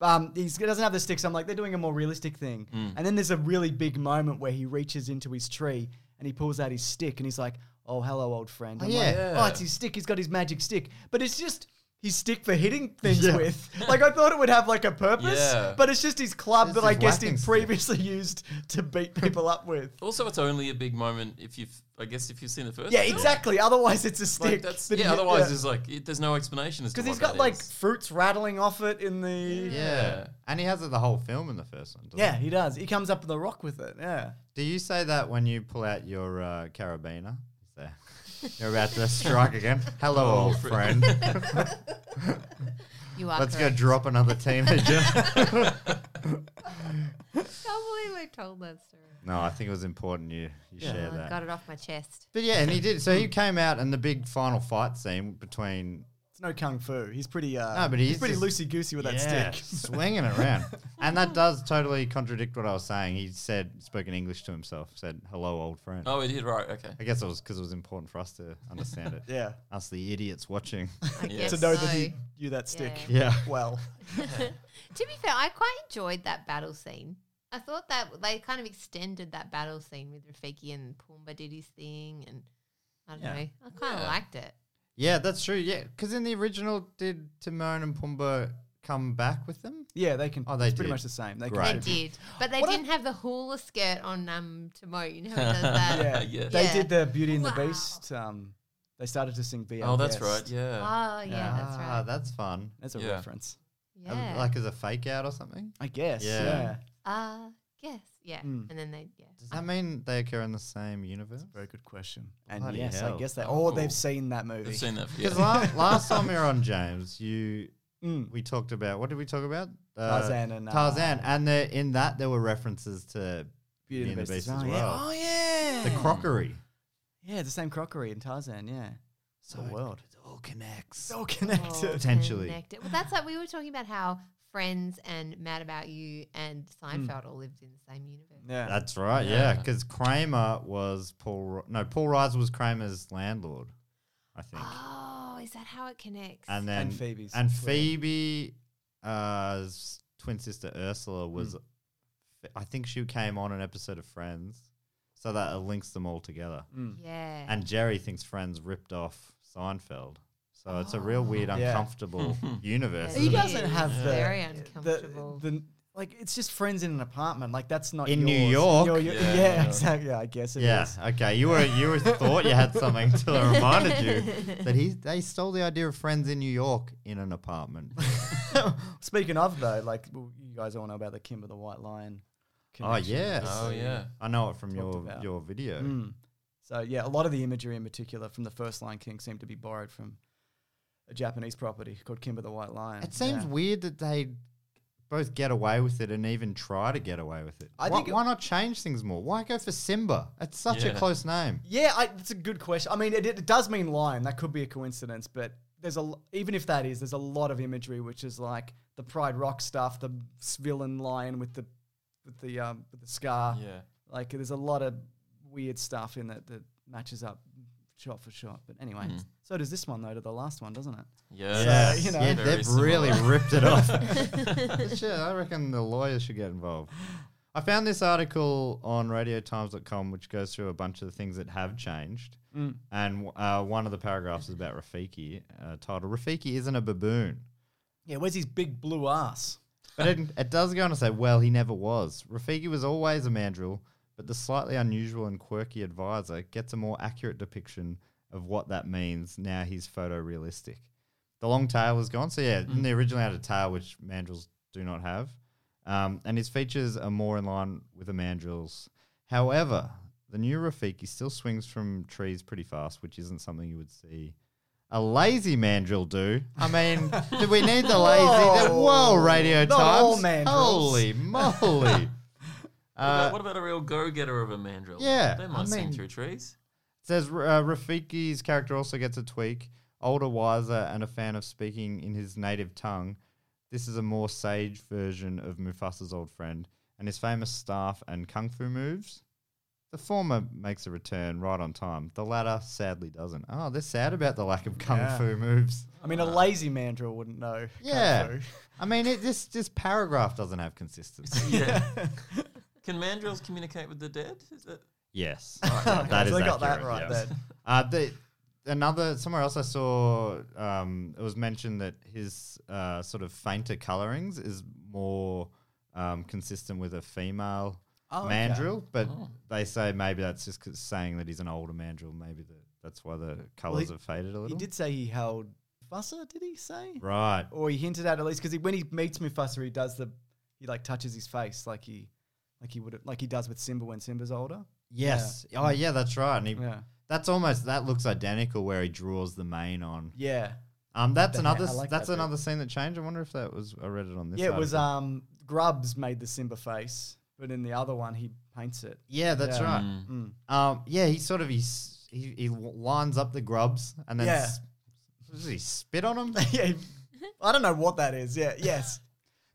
[SPEAKER 4] Um, he's, he doesn't have the stick, so I'm like they're doing a more realistic thing. And then there's a really big moment where he reaches into his tree and he pulls out his stick and he's like, "Oh, hello, old friend." I'm like,
[SPEAKER 1] yeah.
[SPEAKER 4] oh, it's his stick. He's got his magic stick, but it's just. His stick for hitting things with. Like, I thought it would have like a purpose,
[SPEAKER 6] Yeah.
[SPEAKER 4] but it's just his club
[SPEAKER 1] It's
[SPEAKER 4] that
[SPEAKER 1] his
[SPEAKER 4] I guess he
[SPEAKER 1] whacking stick.
[SPEAKER 4] previously used to beat people up with.
[SPEAKER 6] Also, it's only a big moment if you've, I guess, if you've seen the first.
[SPEAKER 4] Yeah,
[SPEAKER 6] film.
[SPEAKER 4] exactly. Otherwise, it's a stick.
[SPEAKER 6] Like that's,
[SPEAKER 4] that
[SPEAKER 6] yeah,
[SPEAKER 4] he-
[SPEAKER 6] Otherwise,
[SPEAKER 4] yeah.
[SPEAKER 6] it's like it, there's no explanation as to
[SPEAKER 4] Because
[SPEAKER 6] what
[SPEAKER 4] he's got
[SPEAKER 6] that
[SPEAKER 4] like
[SPEAKER 6] is.
[SPEAKER 4] fruits rattling off it in the. Yeah.
[SPEAKER 1] Yeah. And he has it the whole film in the first one. doesn't he?
[SPEAKER 4] he does. He comes up with the rock with it. Yeah.
[SPEAKER 1] Do you say that when you pull out your uh, carabiner? Is there- You're about to strike again. Hello,
[SPEAKER 4] Oh,
[SPEAKER 1] old friend.
[SPEAKER 7] You are
[SPEAKER 1] Let's go
[SPEAKER 7] correct.
[SPEAKER 1] drop another teenager.
[SPEAKER 7] Can't believe I told that story.
[SPEAKER 1] no, I think it was important you, you share
[SPEAKER 7] Oh, I
[SPEAKER 1] that.
[SPEAKER 7] got it off my chest.
[SPEAKER 1] But yeah, and he did. So he came out, and the big final fight scene between
[SPEAKER 4] It's no kung fu. He's pretty. Uh,
[SPEAKER 1] No, but
[SPEAKER 4] he's,
[SPEAKER 1] he's
[SPEAKER 4] pretty
[SPEAKER 1] just-
[SPEAKER 4] loosey goosey with that
[SPEAKER 1] Yeah,
[SPEAKER 4] stick.
[SPEAKER 1] swinging it around. And that does totally contradict what I was saying. He said, spoke in English to himself, said, hello, old friend.
[SPEAKER 6] Oh, it did right. Okay.
[SPEAKER 1] I guess it was because it was important for us to understand it.
[SPEAKER 4] yeah.
[SPEAKER 1] Us, the idiots watching.
[SPEAKER 7] I guess
[SPEAKER 4] To know
[SPEAKER 7] so.
[SPEAKER 4] that he knew that stick.
[SPEAKER 1] yeah.
[SPEAKER 4] Well,
[SPEAKER 7] To be fair, I quite enjoyed that battle scene. I thought that they kind of extended that battle scene with Rafiki and Pumbaa did his thing, and I don't know. I kind of liked it.
[SPEAKER 1] Yeah, that's true. Yeah. Because in the original, did Timon and Pumbaa come back with them?
[SPEAKER 4] yeah, they can.
[SPEAKER 1] Oh, they
[SPEAKER 4] it's pretty
[SPEAKER 1] did.
[SPEAKER 4] much the same. They
[SPEAKER 1] Great.
[SPEAKER 7] They
[SPEAKER 4] can.
[SPEAKER 7] did, but they
[SPEAKER 4] What I-
[SPEAKER 7] didn't have the hula skirt on um Timo. You know, how he does that.
[SPEAKER 4] Yeah.
[SPEAKER 6] Yeah.
[SPEAKER 4] They
[SPEAKER 7] Yeah.
[SPEAKER 4] did the Beauty and the
[SPEAKER 7] Wow.
[SPEAKER 4] Beast. Um, they started to sing BL.
[SPEAKER 6] Oh, that's right. Yeah.
[SPEAKER 7] Oh yeah, that's
[SPEAKER 1] Ah,
[SPEAKER 7] right.
[SPEAKER 1] that's fun.
[SPEAKER 4] That's a
[SPEAKER 6] Yeah.
[SPEAKER 4] reference.
[SPEAKER 1] Uh,
[SPEAKER 7] Yeah.
[SPEAKER 1] Like as a fake out or something?
[SPEAKER 4] I guess.
[SPEAKER 1] Yeah.
[SPEAKER 4] Yeah.
[SPEAKER 7] Ah, yes, yeah.
[SPEAKER 4] Mm.
[SPEAKER 7] And then they, yeah.
[SPEAKER 1] Hmm. Does that mean they occur in the same universe?
[SPEAKER 4] Very good question. And
[SPEAKER 1] Bloody
[SPEAKER 4] yes, I
[SPEAKER 1] hell.
[SPEAKER 4] guess they. Oh,
[SPEAKER 6] Cool.
[SPEAKER 4] they've seen that movie.
[SPEAKER 6] I've seen that.
[SPEAKER 1] Because
[SPEAKER 6] Yeah.
[SPEAKER 1] la- last time we were on James, you
[SPEAKER 4] Mm.
[SPEAKER 1] we talked about what did we talk about? Uh,
[SPEAKER 4] Tarzan and, uh,
[SPEAKER 1] Tarzan, and there, in that there were references to
[SPEAKER 4] Beauty and the Beast as well.
[SPEAKER 1] well. The crockery.
[SPEAKER 4] Yeah, the same crockery in Tarzan. Yeah. So world.
[SPEAKER 1] It all connects.
[SPEAKER 4] So connected.
[SPEAKER 1] Potentially.
[SPEAKER 7] Connected. Well, that's like we were talking about how Friends and Mad About You and
[SPEAKER 1] Hmm.
[SPEAKER 7] Seinfeld all lived in the same universe.
[SPEAKER 4] Yeah.
[SPEAKER 1] That's right, yeah. Because Kramer was Paul. Ry- No, Paul Reiser was Kramer's landlord, I think.
[SPEAKER 7] Oh, is that how it connects?
[SPEAKER 1] And then
[SPEAKER 4] And Phoebe's
[SPEAKER 1] and
[SPEAKER 4] twin.
[SPEAKER 1] Phoebe, uh, twin sister Ursula was. I think she came on an episode of Friends, so that it links them all together.
[SPEAKER 7] yeah.
[SPEAKER 1] And Jerry thinks Friends ripped off Seinfeld. So it's a real weird, uncomfortable universe.
[SPEAKER 7] Yeah.
[SPEAKER 4] He
[SPEAKER 1] isn't it?
[SPEAKER 4] doesn't have
[SPEAKER 7] It's
[SPEAKER 4] the
[SPEAKER 7] very
[SPEAKER 4] the-
[SPEAKER 7] uncomfortable.
[SPEAKER 4] The, like it's just friends in an apartment. Like that's not
[SPEAKER 1] In New
[SPEAKER 4] yours.
[SPEAKER 1] York?
[SPEAKER 4] You're- you're-
[SPEAKER 6] Yeah.
[SPEAKER 4] yeah. exactly. Yeah, I guess it is.
[SPEAKER 1] Yeah. Okay. You were you were thought you had something till I reminded you that he they stole the idea of friends in New York in an apartment.
[SPEAKER 4] Speaking of though, like well, you guys all know about the Kimber the White Lion.
[SPEAKER 1] oh
[SPEAKER 4] connection.
[SPEAKER 1] yes.
[SPEAKER 6] Oh yeah.
[SPEAKER 1] I know it from your
[SPEAKER 4] about.
[SPEAKER 1] your video.
[SPEAKER 4] Mm. So yeah, a lot of the imagery in particular from the first Lion King seemed to be borrowed from a Japanese property called Kimber the White Lion.
[SPEAKER 1] It seems
[SPEAKER 4] Yeah.
[SPEAKER 1] weird that they both get away with it and even try to get away with it.
[SPEAKER 4] I
[SPEAKER 1] why,
[SPEAKER 4] think it-
[SPEAKER 1] why not change things more? Why go for Simba? It's such a
[SPEAKER 6] Yeah.
[SPEAKER 1] close name.
[SPEAKER 4] Yeah, I, it's a good question. I mean, it, it does mean lion. That could be a coincidence, but there's a l- even if that is, there's a lot of imagery which is like the Pride Rock stuff, the s- villain lion with the with the um with the scar.
[SPEAKER 6] Yeah.
[SPEAKER 4] Like there's a lot of weird stuff in that that matches up shot for shot. But anyway, so does this one though to the last one, doesn't it?
[SPEAKER 6] Yeah.
[SPEAKER 4] you know.
[SPEAKER 1] yeah,
[SPEAKER 6] Very
[SPEAKER 1] they've
[SPEAKER 6] similar.
[SPEAKER 1] really ripped it off. Shit, I reckon the lawyers should get involved. I found this article on radiotimes.com which goes through a bunch of the things that have changed.
[SPEAKER 6] Mm.
[SPEAKER 1] And uh, one of the paragraphs is about Rafiki, uh, titled Rafiki Isn't a Baboon.
[SPEAKER 4] Yeah, where's his big blue ass?
[SPEAKER 1] But it, it does go on to say, well, he never was. Rafiki was always a mandrill, but the slightly unusual and quirky advisor gets a more accurate depiction of what that means. Now he's photorealistic. The long tail is gone. So, yeah, in the original had a tail, which mandrills do not have. Um, and his features are more in line with a mandrill's. However, the new Rafiki still swings from trees pretty fast, which isn't something you would see A lazy mandrill do. I mean, do we need the lazy? Whoa, Whoa radio
[SPEAKER 4] Not
[SPEAKER 1] times.
[SPEAKER 4] all mandrills.
[SPEAKER 1] Holy moly.
[SPEAKER 6] But
[SPEAKER 1] Uh,
[SPEAKER 6] what about a real go-getter of a mandrill?
[SPEAKER 1] yeah,
[SPEAKER 6] they
[SPEAKER 1] I
[SPEAKER 6] might sing
[SPEAKER 1] mean-
[SPEAKER 6] through trees.
[SPEAKER 1] Says uh, Rafiki's character also gets a tweak. Older, wiser, and a fan of speaking in his native tongue. This is a more sage version of Mufasa's old friend and his famous staff and kung fu moves. The former makes a return right on time. The latter sadly doesn't. Oh, they're sad about the lack of kung
[SPEAKER 4] Yeah.
[SPEAKER 1] fu moves.
[SPEAKER 4] I mean, a lazy mandrill wouldn't know.
[SPEAKER 1] Yeah.
[SPEAKER 4] Kung fu.
[SPEAKER 1] I mean, it, this this paragraph doesn't have consistency.
[SPEAKER 6] Yeah. Can mandrills communicate with the dead? Is that
[SPEAKER 1] yes,
[SPEAKER 4] Okay,
[SPEAKER 1] that is
[SPEAKER 4] so they got that
[SPEAKER 1] accurate,
[SPEAKER 4] right
[SPEAKER 1] yes.
[SPEAKER 4] then.
[SPEAKER 1] Uh, the, another somewhere else I saw um, it was mentioned that his uh, sort of fainter colorings is more um, consistent with a female
[SPEAKER 4] Oh, okay.
[SPEAKER 1] mandrill, but they say maybe that's just 'cause saying that he's an older mandrill. Maybe that that's why the colors
[SPEAKER 4] he-
[SPEAKER 1] have faded a little.
[SPEAKER 4] He did say he held Mufasa, did he say?
[SPEAKER 1] right.
[SPEAKER 4] Or he hinted at at least because when he meets Mufasa, he does the he like touches his face like he like he would like he does with Simba when Simba's older.
[SPEAKER 1] Yes. Oh, yeah, that's right. And he,
[SPEAKER 4] Yeah,
[SPEAKER 1] that's almost that looks identical where he draws the mane on.
[SPEAKER 4] yeah,
[SPEAKER 1] Um, that's
[SPEAKER 4] the
[SPEAKER 1] another
[SPEAKER 4] hair, I like
[SPEAKER 1] that's
[SPEAKER 4] that bit.
[SPEAKER 1] another scene that changed. I wonder if that was I read it on this.
[SPEAKER 4] yeah. It was
[SPEAKER 1] article.
[SPEAKER 4] um Grubs made the Simba face, but in the other one he paints it.
[SPEAKER 1] Yeah, that's
[SPEAKER 4] Yeah.
[SPEAKER 1] right.
[SPEAKER 4] Mm.
[SPEAKER 1] Um, yeah, he sort of he s- he, he w- lines up the grubs and then
[SPEAKER 4] Yeah.
[SPEAKER 1] s- does he spit on them?
[SPEAKER 4] yeah, I don't know what that is. Yeah, yes.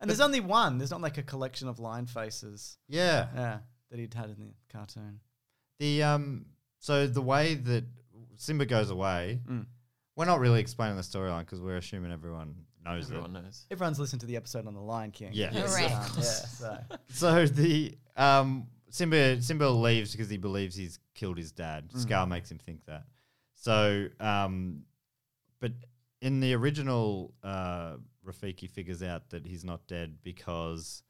[SPEAKER 4] And there's only one. There's not like a collection of lion faces.
[SPEAKER 1] yeah.
[SPEAKER 4] Yeah, that he'd had in the cartoon.
[SPEAKER 1] The um, so the way that Simba goes away,
[SPEAKER 4] Mm.
[SPEAKER 1] we're not really explaining the storyline because we're assuming everyone knows
[SPEAKER 6] everyone knows?
[SPEAKER 4] Everyone's listened to the episode on the Lion King.
[SPEAKER 1] it. Yeah.
[SPEAKER 6] Yes.
[SPEAKER 7] Correct.
[SPEAKER 4] Um, yeah. So.
[SPEAKER 1] yeah. So the um, Simba Simba leaves because he believes he's killed his dad.
[SPEAKER 4] Mm.
[SPEAKER 1] Scar makes him think that. So um, but in the original, uh, Rafiki figures out that he's not dead because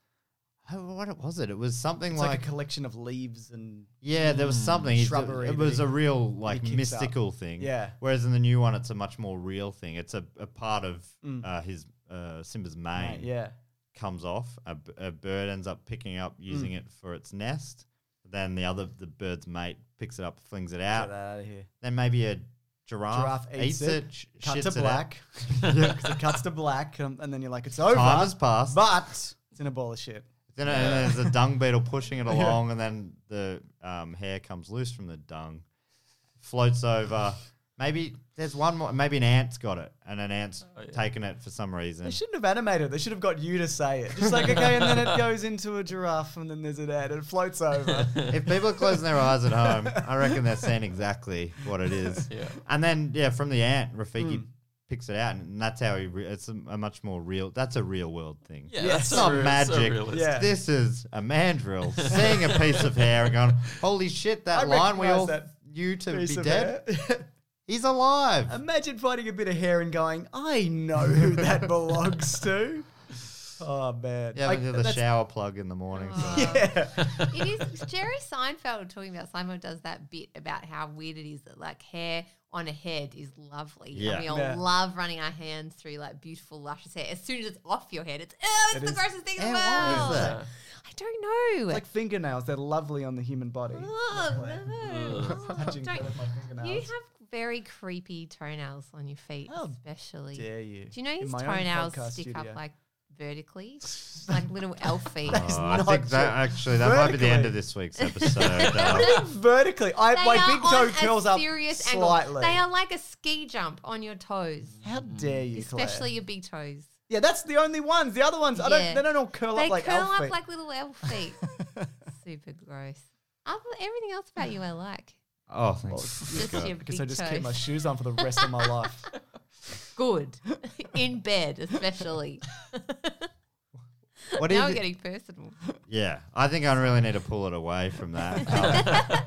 [SPEAKER 1] oh, what was it? It was something
[SPEAKER 4] It's
[SPEAKER 1] like,
[SPEAKER 4] like a collection of leaves and
[SPEAKER 1] yeah, there was something. He's-
[SPEAKER 4] shrubbery
[SPEAKER 1] it
[SPEAKER 4] that
[SPEAKER 1] was
[SPEAKER 4] he-
[SPEAKER 1] a real like
[SPEAKER 4] kicks up.
[SPEAKER 1] mystical thing.
[SPEAKER 4] Yeah.
[SPEAKER 1] Whereas in the new one, it's a much more real thing. It's a, a part of
[SPEAKER 4] Mm.
[SPEAKER 1] uh, his uh, Simba's mane
[SPEAKER 4] yeah.
[SPEAKER 1] comes off. A, b- a bird ends up picking
[SPEAKER 4] Hmm.
[SPEAKER 1] up using it for its nest. Then the other the bird's mate picks it up, flings it
[SPEAKER 4] Get
[SPEAKER 1] out.
[SPEAKER 4] that out of here.
[SPEAKER 1] Then maybe a giraffe,
[SPEAKER 4] Giraffe eats it,
[SPEAKER 1] sh-
[SPEAKER 4] Cut to
[SPEAKER 1] shits it out.
[SPEAKER 4] black. 'Cause it cuts to black, um, and then you're like, it's over.
[SPEAKER 1] Time has passed.
[SPEAKER 4] But it's in a bowl of shit.
[SPEAKER 1] Then uh, there's a dung beetle pushing it along, and then the um, hair comes loose from the dung, floats over. Maybe there's one more. Maybe an ant's got it, and an ant's taken it for some reason.
[SPEAKER 4] They shouldn't have animated it. They should have got you to say it. Just like, okay, and then it goes into a giraffe, and then there's an ad, and it floats over.
[SPEAKER 1] If people are closing their eyes at home, I reckon they're seeing exactly what it is.
[SPEAKER 6] Yeah.
[SPEAKER 1] And then yeah, from the ant, Rafiki picks it out, and that's how he. Re- it's a, a much more real. That's a real world thing.
[SPEAKER 6] Yeah,
[SPEAKER 1] It's not
[SPEAKER 6] surreal-
[SPEAKER 1] magic.
[SPEAKER 6] surrealist.
[SPEAKER 4] Yeah.
[SPEAKER 1] This is a mandrill seeing a piece of hair and going, "Holy shit! That
[SPEAKER 4] I
[SPEAKER 1] line we
[SPEAKER 4] recognise
[SPEAKER 1] all
[SPEAKER 4] that
[SPEAKER 1] knew to be
[SPEAKER 4] Piece of
[SPEAKER 1] dead.
[SPEAKER 4] hair.
[SPEAKER 1] He's alive."
[SPEAKER 4] Imagine finding a bit of hair and going, I know who that belongs to. Oh man.
[SPEAKER 1] yeah,
[SPEAKER 4] Like,
[SPEAKER 1] we do the
[SPEAKER 4] that's-
[SPEAKER 1] shower plug in the morning. So.
[SPEAKER 7] it is Jerry Seinfeld talking about Seinfeld does that bit about how weird it is that like hair on a head is lovely.
[SPEAKER 1] Yeah.
[SPEAKER 7] And we all
[SPEAKER 4] Yeah.
[SPEAKER 7] love running our hands through like beautiful luscious hair. As soon as it's off your head, it's oh, it's
[SPEAKER 4] It
[SPEAKER 7] the
[SPEAKER 4] is-
[SPEAKER 7] grossest thing in the
[SPEAKER 1] Yeah, why
[SPEAKER 7] world.
[SPEAKER 1] is that?
[SPEAKER 7] I don't know.
[SPEAKER 4] Like fingernails, they're lovely on the human body.
[SPEAKER 7] oh, no. Oh,
[SPEAKER 4] Touching
[SPEAKER 7] don't-
[SPEAKER 4] with my
[SPEAKER 7] you
[SPEAKER 4] fingernails.
[SPEAKER 7] have very creepy toenails on your feet, especially.
[SPEAKER 4] Dare you?
[SPEAKER 7] Do you know
[SPEAKER 4] Oh, In
[SPEAKER 7] his
[SPEAKER 4] my own
[SPEAKER 7] toenails
[SPEAKER 4] podcast
[SPEAKER 7] stick
[SPEAKER 4] studio.
[SPEAKER 7] up like vertically, like little elf feet?
[SPEAKER 1] Oh, I
[SPEAKER 4] not
[SPEAKER 1] think that
[SPEAKER 4] true.
[SPEAKER 1] actually that might be the end of
[SPEAKER 4] Vertically.
[SPEAKER 1] this week's episode. Uh,
[SPEAKER 4] vertically? I,
[SPEAKER 7] They
[SPEAKER 4] my
[SPEAKER 7] are
[SPEAKER 4] big
[SPEAKER 7] on
[SPEAKER 4] toe
[SPEAKER 7] a
[SPEAKER 4] curls up
[SPEAKER 7] serious angle.
[SPEAKER 4] slightly.
[SPEAKER 7] They are like a ski jump on your toes,
[SPEAKER 4] How dare you, Claire?
[SPEAKER 7] especially your big toes.
[SPEAKER 4] Yeah, that's the only ones. The other ones, I don't.
[SPEAKER 7] Yeah.
[SPEAKER 4] They don't all curl
[SPEAKER 7] they
[SPEAKER 4] up like
[SPEAKER 7] curl
[SPEAKER 4] elf
[SPEAKER 7] up
[SPEAKER 4] feet.
[SPEAKER 7] like little elf feet. Super gross. Other, everything else about you I like.
[SPEAKER 1] oh, thanks.
[SPEAKER 7] Just your big
[SPEAKER 4] because I just
[SPEAKER 7] toes.
[SPEAKER 4] keep my shoes on for the rest of my life.
[SPEAKER 7] Good. In bed, especially.
[SPEAKER 1] What is
[SPEAKER 7] now we're
[SPEAKER 1] it?
[SPEAKER 7] getting personal.
[SPEAKER 1] Yeah, I think I really need to pull it away from that.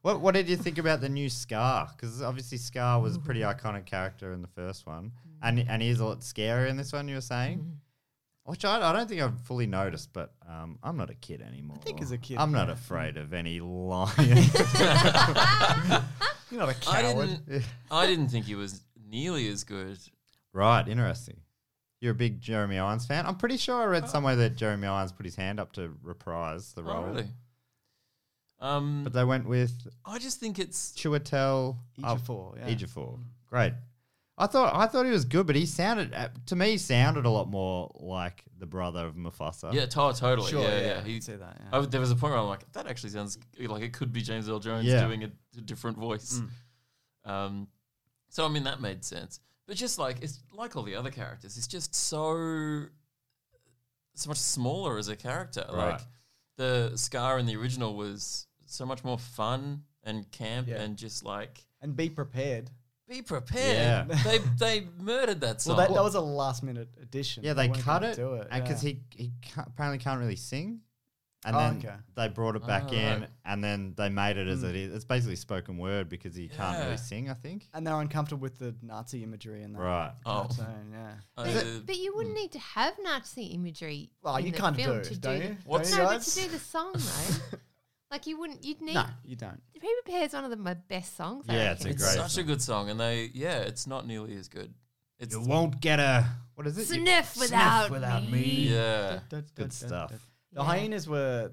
[SPEAKER 1] Um, what What did you think about the new Scar? Because obviously Scar was a pretty iconic character in the first one,
[SPEAKER 6] Mm.
[SPEAKER 1] and and he's a lot scarier in this one. You were saying.
[SPEAKER 6] Mm-hmm.
[SPEAKER 1] Which I, I don't think I've fully noticed, but um, I'm not a kid anymore. I
[SPEAKER 4] think as a kid,
[SPEAKER 1] I'm not afraid of any lion.
[SPEAKER 4] You're not a
[SPEAKER 6] I
[SPEAKER 4] coward.
[SPEAKER 6] didn't. I didn't think he was nearly as good.
[SPEAKER 1] Right, interesting. You're a big Jeremy Irons fan. I'm pretty sure I
[SPEAKER 4] Oh.
[SPEAKER 1] read somewhere that Jeremy Irons put his hand up to reprise the role,
[SPEAKER 6] Oh, really? Um,
[SPEAKER 1] but they went with
[SPEAKER 6] I just think it's
[SPEAKER 1] Chiwetel
[SPEAKER 4] Ejiofor, yeah.
[SPEAKER 1] Ejiofor. Great. I thought I thought he was good, but he sounded uh, to me he sounded a lot more like the brother of Mufasa.
[SPEAKER 6] Yeah, to- totally.
[SPEAKER 4] Sure,
[SPEAKER 6] yeah,
[SPEAKER 4] yeah,
[SPEAKER 6] yeah.
[SPEAKER 4] I
[SPEAKER 6] He,
[SPEAKER 4] can see that, yeah.
[SPEAKER 6] I was- there was a point where I'm like, that actually sounds like it could be James Earl Jones
[SPEAKER 1] Yeah.
[SPEAKER 6] doing a, a different voice.
[SPEAKER 4] Mm.
[SPEAKER 6] Um, so I mean that made sense, but just like it's like all the other characters, it's just so so much smaller as a character.
[SPEAKER 1] Right.
[SPEAKER 6] Like the Scar in the original was so much more fun and camp
[SPEAKER 4] Yeah.
[SPEAKER 6] and just like
[SPEAKER 4] And be prepared.
[SPEAKER 6] be prepared.
[SPEAKER 1] Yeah.
[SPEAKER 6] they they murdered that
[SPEAKER 4] Well,
[SPEAKER 6] song.
[SPEAKER 4] that, that was a last minute addition.
[SPEAKER 1] Yeah, they
[SPEAKER 4] weren't
[SPEAKER 1] cut
[SPEAKER 4] gonna
[SPEAKER 1] it
[SPEAKER 4] do it,
[SPEAKER 1] because
[SPEAKER 4] yeah.
[SPEAKER 1] he he can't, apparently can't really sing, and
[SPEAKER 4] Oh,
[SPEAKER 1] then
[SPEAKER 4] okay.
[SPEAKER 1] they brought it back
[SPEAKER 6] Oh,
[SPEAKER 1] in,
[SPEAKER 6] right.
[SPEAKER 1] and then they made it as it is. It's basically spoken word because he can't
[SPEAKER 6] Yeah.
[SPEAKER 1] really sing. I think.
[SPEAKER 4] and they're uncomfortable with the Nazi imagery and that.
[SPEAKER 1] Right.
[SPEAKER 6] Oh.
[SPEAKER 4] cartoon, yeah.
[SPEAKER 7] But,
[SPEAKER 6] Uh,
[SPEAKER 7] but you wouldn't need to have Nazi imagery.
[SPEAKER 4] Well,
[SPEAKER 7] in
[SPEAKER 4] Oh, you
[SPEAKER 7] the
[SPEAKER 4] kind of
[SPEAKER 7] film
[SPEAKER 4] do,
[SPEAKER 7] to
[SPEAKER 4] don't
[SPEAKER 7] do
[SPEAKER 4] you?
[SPEAKER 7] The,
[SPEAKER 4] What's-
[SPEAKER 7] no,
[SPEAKER 4] Don't you
[SPEAKER 7] but to
[SPEAKER 4] guys?
[SPEAKER 7] do the song though, like you wouldn't. You'd need.
[SPEAKER 4] No, you don't.
[SPEAKER 7] Be Prepared is one of the, my best songs. I
[SPEAKER 1] Yeah, it's a
[SPEAKER 7] reckon.
[SPEAKER 6] it's
[SPEAKER 1] great
[SPEAKER 6] such a good song, and they yeah, it's not nearly as good. It's
[SPEAKER 1] You won't get a what is it? You-
[SPEAKER 7] Sniff without me.
[SPEAKER 6] yeah,
[SPEAKER 1] Good stuff.
[SPEAKER 4] The hyenas were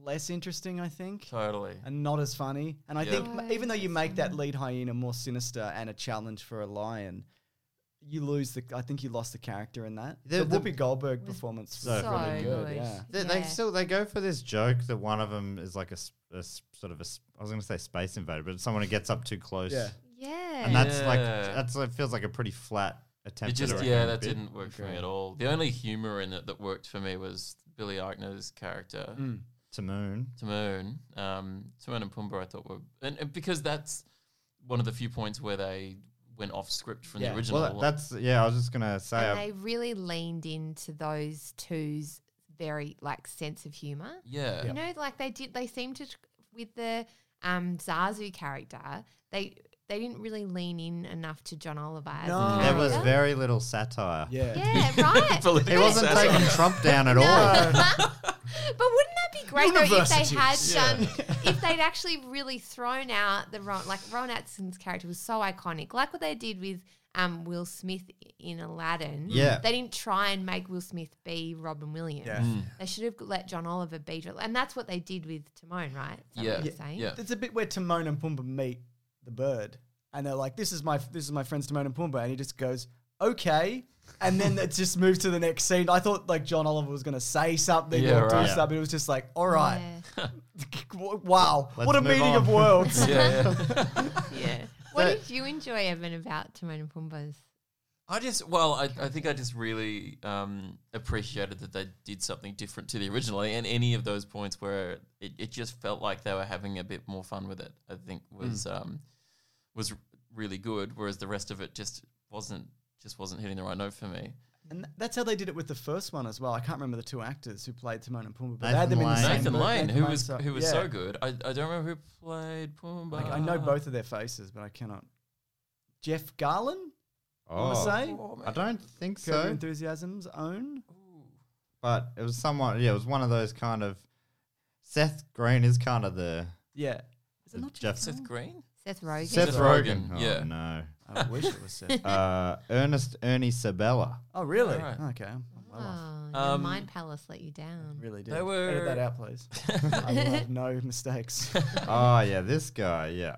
[SPEAKER 4] less interesting, I think,
[SPEAKER 6] totally.
[SPEAKER 4] and not as funny. And I
[SPEAKER 6] Yeah.
[SPEAKER 4] think,
[SPEAKER 7] Oh,
[SPEAKER 4] even though you make that lead hyena more sinister and a challenge for a lion, you lose the. I think you lost the character in that.
[SPEAKER 1] The-
[SPEAKER 4] The,
[SPEAKER 1] the-
[SPEAKER 4] Whoopi Goldberg performance was
[SPEAKER 1] so
[SPEAKER 4] really good.
[SPEAKER 7] good.
[SPEAKER 4] Yeah.
[SPEAKER 1] They, they
[SPEAKER 7] Yeah.
[SPEAKER 1] still they go for this joke that one of them is like a, s- a s- sort of a s- I was going to say space invader, but it's someone who gets up too close.
[SPEAKER 4] Yeah.
[SPEAKER 7] Yeah.
[SPEAKER 1] And that's like
[SPEAKER 6] Yeah.
[SPEAKER 1] that's it feels like a pretty flat
[SPEAKER 6] It
[SPEAKER 1] attempt. at
[SPEAKER 6] just
[SPEAKER 1] a
[SPEAKER 6] yeah,
[SPEAKER 1] random
[SPEAKER 6] that
[SPEAKER 1] bit.
[SPEAKER 6] didn't work for me at all. The only humor in it that worked for me was Billy Eichner's character
[SPEAKER 1] Mm. to moon.
[SPEAKER 6] Timon. Um, Timon and Pumbaa, I thought were and, and because that's one of the few points where they went off script from
[SPEAKER 4] Yeah,
[SPEAKER 6] the
[SPEAKER 4] well,
[SPEAKER 6] original.
[SPEAKER 1] Well, that, that's yeah. I was just gonna say.
[SPEAKER 7] and
[SPEAKER 1] I-
[SPEAKER 7] they really leaned into those two's very like sense of humor.
[SPEAKER 6] yeah,
[SPEAKER 7] You know, like they did. They seemed to with the um, Zazu character. They they didn't really lean in enough to John Oliver. As
[SPEAKER 4] No.
[SPEAKER 7] a
[SPEAKER 1] there was
[SPEAKER 7] character.
[SPEAKER 1] very little satire.
[SPEAKER 4] Yeah.
[SPEAKER 7] yeah, right. but
[SPEAKER 6] Political
[SPEAKER 1] He wasn't
[SPEAKER 6] satire.
[SPEAKER 1] taking Trump down at all.
[SPEAKER 7] wouldn't that be great though if they had
[SPEAKER 4] Universities.
[SPEAKER 7] done if they'd actually really thrown out the Ron like Ron Atkinson's character was so iconic, like what they did with um, Will Smith in Aladdin.
[SPEAKER 1] Yeah.
[SPEAKER 7] they didn't try and make Will Smith be Robin Williams.
[SPEAKER 4] Yeah. Mm.
[SPEAKER 7] They should have let John Oliver be, John- and that's what they did with Timon, right? Is that what
[SPEAKER 6] Yeah.
[SPEAKER 7] you're
[SPEAKER 6] Yeah.
[SPEAKER 7] saying?
[SPEAKER 6] Yeah.
[SPEAKER 4] It's a bit where Timon and Pumbaa meet the bird, and they're like, "This is my this is my friends Timon and Pumbaa," and he just goes, "Okay," and then it just moves to the next scene. I thought like John Oliver was gonna say something
[SPEAKER 6] Yeah,
[SPEAKER 4] or
[SPEAKER 6] right.
[SPEAKER 4] do something. It was just like, "All right,
[SPEAKER 7] Yeah.
[SPEAKER 4] wow,
[SPEAKER 1] Let's
[SPEAKER 4] what a
[SPEAKER 1] move
[SPEAKER 4] meeting
[SPEAKER 1] on."
[SPEAKER 4] of worlds."
[SPEAKER 6] yeah, yeah.
[SPEAKER 7] Yeah. What
[SPEAKER 1] So-
[SPEAKER 7] did you enjoy, Evan, about Timon and Pumbaa's?
[SPEAKER 6] I just well, I, I think I just really um, appreciated that they did something different to the original, and any of those points where it, it just felt like they were having a bit more fun with it. I think
[SPEAKER 4] Hmm.
[SPEAKER 6] was um, was r- really good, whereas the rest of it just wasn't just wasn't hitting the right note for me.
[SPEAKER 4] and th- that's how they did it with the first one as well. I can't remember the two actors who played Timon and Pumbaa, but they
[SPEAKER 1] Nathan
[SPEAKER 4] had them in the
[SPEAKER 1] Lane.
[SPEAKER 4] same
[SPEAKER 6] Nathan
[SPEAKER 4] boat.
[SPEAKER 6] Lane, who
[SPEAKER 4] Lane,
[SPEAKER 6] was who was
[SPEAKER 4] yeah.
[SPEAKER 6] so good, I, I don't remember who played Pumbaa.
[SPEAKER 4] Like, I know both of their faces, but I cannot. Jeff Garlin, I want to say.
[SPEAKER 1] Oh. I don't think
[SPEAKER 4] Curb Your
[SPEAKER 1] so.
[SPEAKER 4] enthusiasm's own.
[SPEAKER 1] But it was someone. Yeah, it was one of those kind of. Seth Green is kind of the,
[SPEAKER 4] Yeah.
[SPEAKER 1] the Jeff
[SPEAKER 6] Seth Green.
[SPEAKER 7] Seth Rogen.
[SPEAKER 1] Seth
[SPEAKER 6] Seth
[SPEAKER 1] Rogen.
[SPEAKER 6] Rogen,
[SPEAKER 1] Oh,
[SPEAKER 6] yeah.
[SPEAKER 1] no.
[SPEAKER 4] I wish it was Seth.
[SPEAKER 1] Uh, Ernest Ernie Sabella.
[SPEAKER 4] Oh, really?
[SPEAKER 6] Alright.
[SPEAKER 4] Okay. I
[SPEAKER 7] Oh, your
[SPEAKER 6] Um,
[SPEAKER 7] mind palace let you down.
[SPEAKER 4] really did.
[SPEAKER 6] They were-
[SPEAKER 4] Edit that out, please. I will have no mistakes.
[SPEAKER 1] Oh yeah, this guy. Yeah,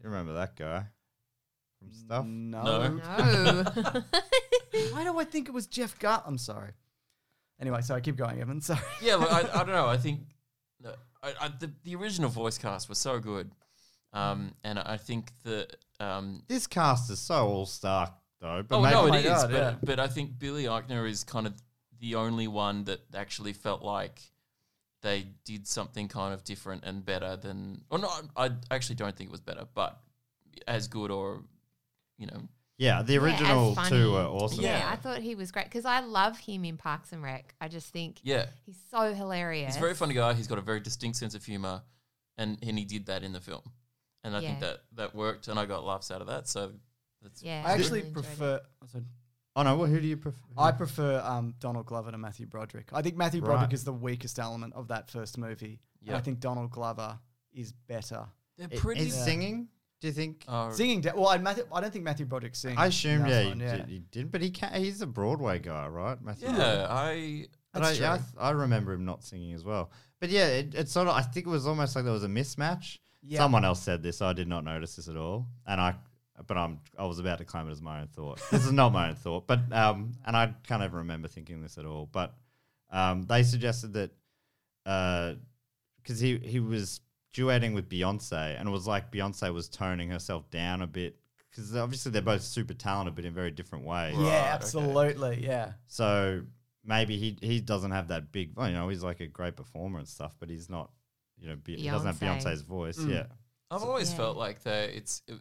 [SPEAKER 1] you remember that guy from stuff?
[SPEAKER 4] No.
[SPEAKER 6] No.
[SPEAKER 7] No.
[SPEAKER 4] Why do I think it was Jeff Gar? I'm sorry. Anyway, sorry. Keep going, Evan. Sorry.
[SPEAKER 6] yeah, look, I, I don't know. I think no, I, I, the, the original voice cast was so good,
[SPEAKER 4] Hmm.
[SPEAKER 6] um, and I think that. Um,
[SPEAKER 1] This cast is so all star though. But
[SPEAKER 6] oh
[SPEAKER 1] maybe
[SPEAKER 6] no,
[SPEAKER 4] my
[SPEAKER 6] it is.
[SPEAKER 4] God,
[SPEAKER 6] but,
[SPEAKER 4] yeah.
[SPEAKER 6] but I think Billy Eichner is kind of the only one that actually felt like they did something kind of different and better than. Or no, I, I actually don't think it was better, but as good or you know.
[SPEAKER 1] Yeah, the
[SPEAKER 7] Yeah, as
[SPEAKER 1] original
[SPEAKER 7] funny.
[SPEAKER 1] two were awesome.
[SPEAKER 7] Yeah,
[SPEAKER 6] Yeah.
[SPEAKER 7] I thought he was great because I love him in Parks and Rec. I just think
[SPEAKER 6] Yeah,
[SPEAKER 7] he's so hilarious.
[SPEAKER 6] he's a very funny guy. He's got a very distinct sense of humor, and and he did that in the film, and I
[SPEAKER 7] Yeah.
[SPEAKER 6] think that that worked, and I got laughs out of that. So that's
[SPEAKER 7] Yeah,
[SPEAKER 4] I actually
[SPEAKER 7] really enjoyed it.
[SPEAKER 4] prefer. oh, sorry.
[SPEAKER 1] Oh no, well, who do you prefer?
[SPEAKER 4] I prefer um, Donald Glover to Matthew Broderick. I think Matthew Broderick
[SPEAKER 1] Right.
[SPEAKER 4] is the weakest element of that first movie. and I
[SPEAKER 6] Yeah.
[SPEAKER 4] think Donald Glover is better.
[SPEAKER 6] they're
[SPEAKER 1] I-
[SPEAKER 6] pretty.
[SPEAKER 1] is singing? Do you think?
[SPEAKER 6] Oh,
[SPEAKER 4] Singing, de- well, I, Matthew, I don't think Matthew Broderick sings.
[SPEAKER 1] I assumed
[SPEAKER 4] in
[SPEAKER 1] yeah,
[SPEAKER 4] that
[SPEAKER 1] he,
[SPEAKER 4] one,
[SPEAKER 1] did- he did, but he can, he's a Broadway guy, right? Matthew
[SPEAKER 6] Yeah, I.
[SPEAKER 1] But I, yeah, I, th- I remember him not singing as well. But yeah, it, it's sort of. I think it was almost like there was a mismatch.
[SPEAKER 4] Yeah.
[SPEAKER 1] Someone else said this. I did not notice this at all, and I but I'm I was about to claim it as my own thought. This is not my own thought, but um, and I can't even remember thinking this at all. But um, they suggested that because he he was duetting with Beyonce, and it was like Beyonce was toning herself down a bit because obviously they're both super talented, but in very different ways.
[SPEAKER 4] yeah, absolutely. Yeah.
[SPEAKER 1] So maybe he he doesn't have that big. Well, you know, he's like a great performer and stuff, but he's not. You know, be, he doesn't have
[SPEAKER 7] Beyonce.
[SPEAKER 1] Beyonce's voice.
[SPEAKER 6] Mm.
[SPEAKER 1] Yeah,
[SPEAKER 6] I've always felt like that. It's it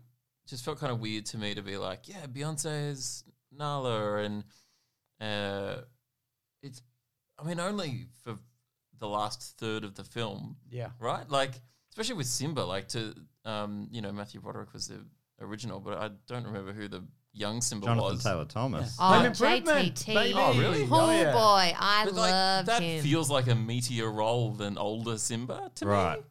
[SPEAKER 6] just felt kind of weird to me to be like, yeah, Beyonce is Nala, and uh, it's. I mean, only for the last third of the film,
[SPEAKER 4] Yeah.
[SPEAKER 6] right? Like, especially with Simba, like to um, you know, Matthew Broderick was the original, but I don't remember who the young Simba
[SPEAKER 1] Jonathan
[SPEAKER 6] was.
[SPEAKER 1] Taylor Thomas.
[SPEAKER 7] Oh,
[SPEAKER 4] Home Improvement,
[SPEAKER 7] JTT.
[SPEAKER 4] baby.
[SPEAKER 6] Oh, really?
[SPEAKER 7] Pool
[SPEAKER 4] Oh, yeah.
[SPEAKER 7] boy. I
[SPEAKER 6] But like
[SPEAKER 7] loved
[SPEAKER 6] that
[SPEAKER 7] him.
[SPEAKER 6] feels like a meatier role than older Simba to
[SPEAKER 1] Right.
[SPEAKER 6] me.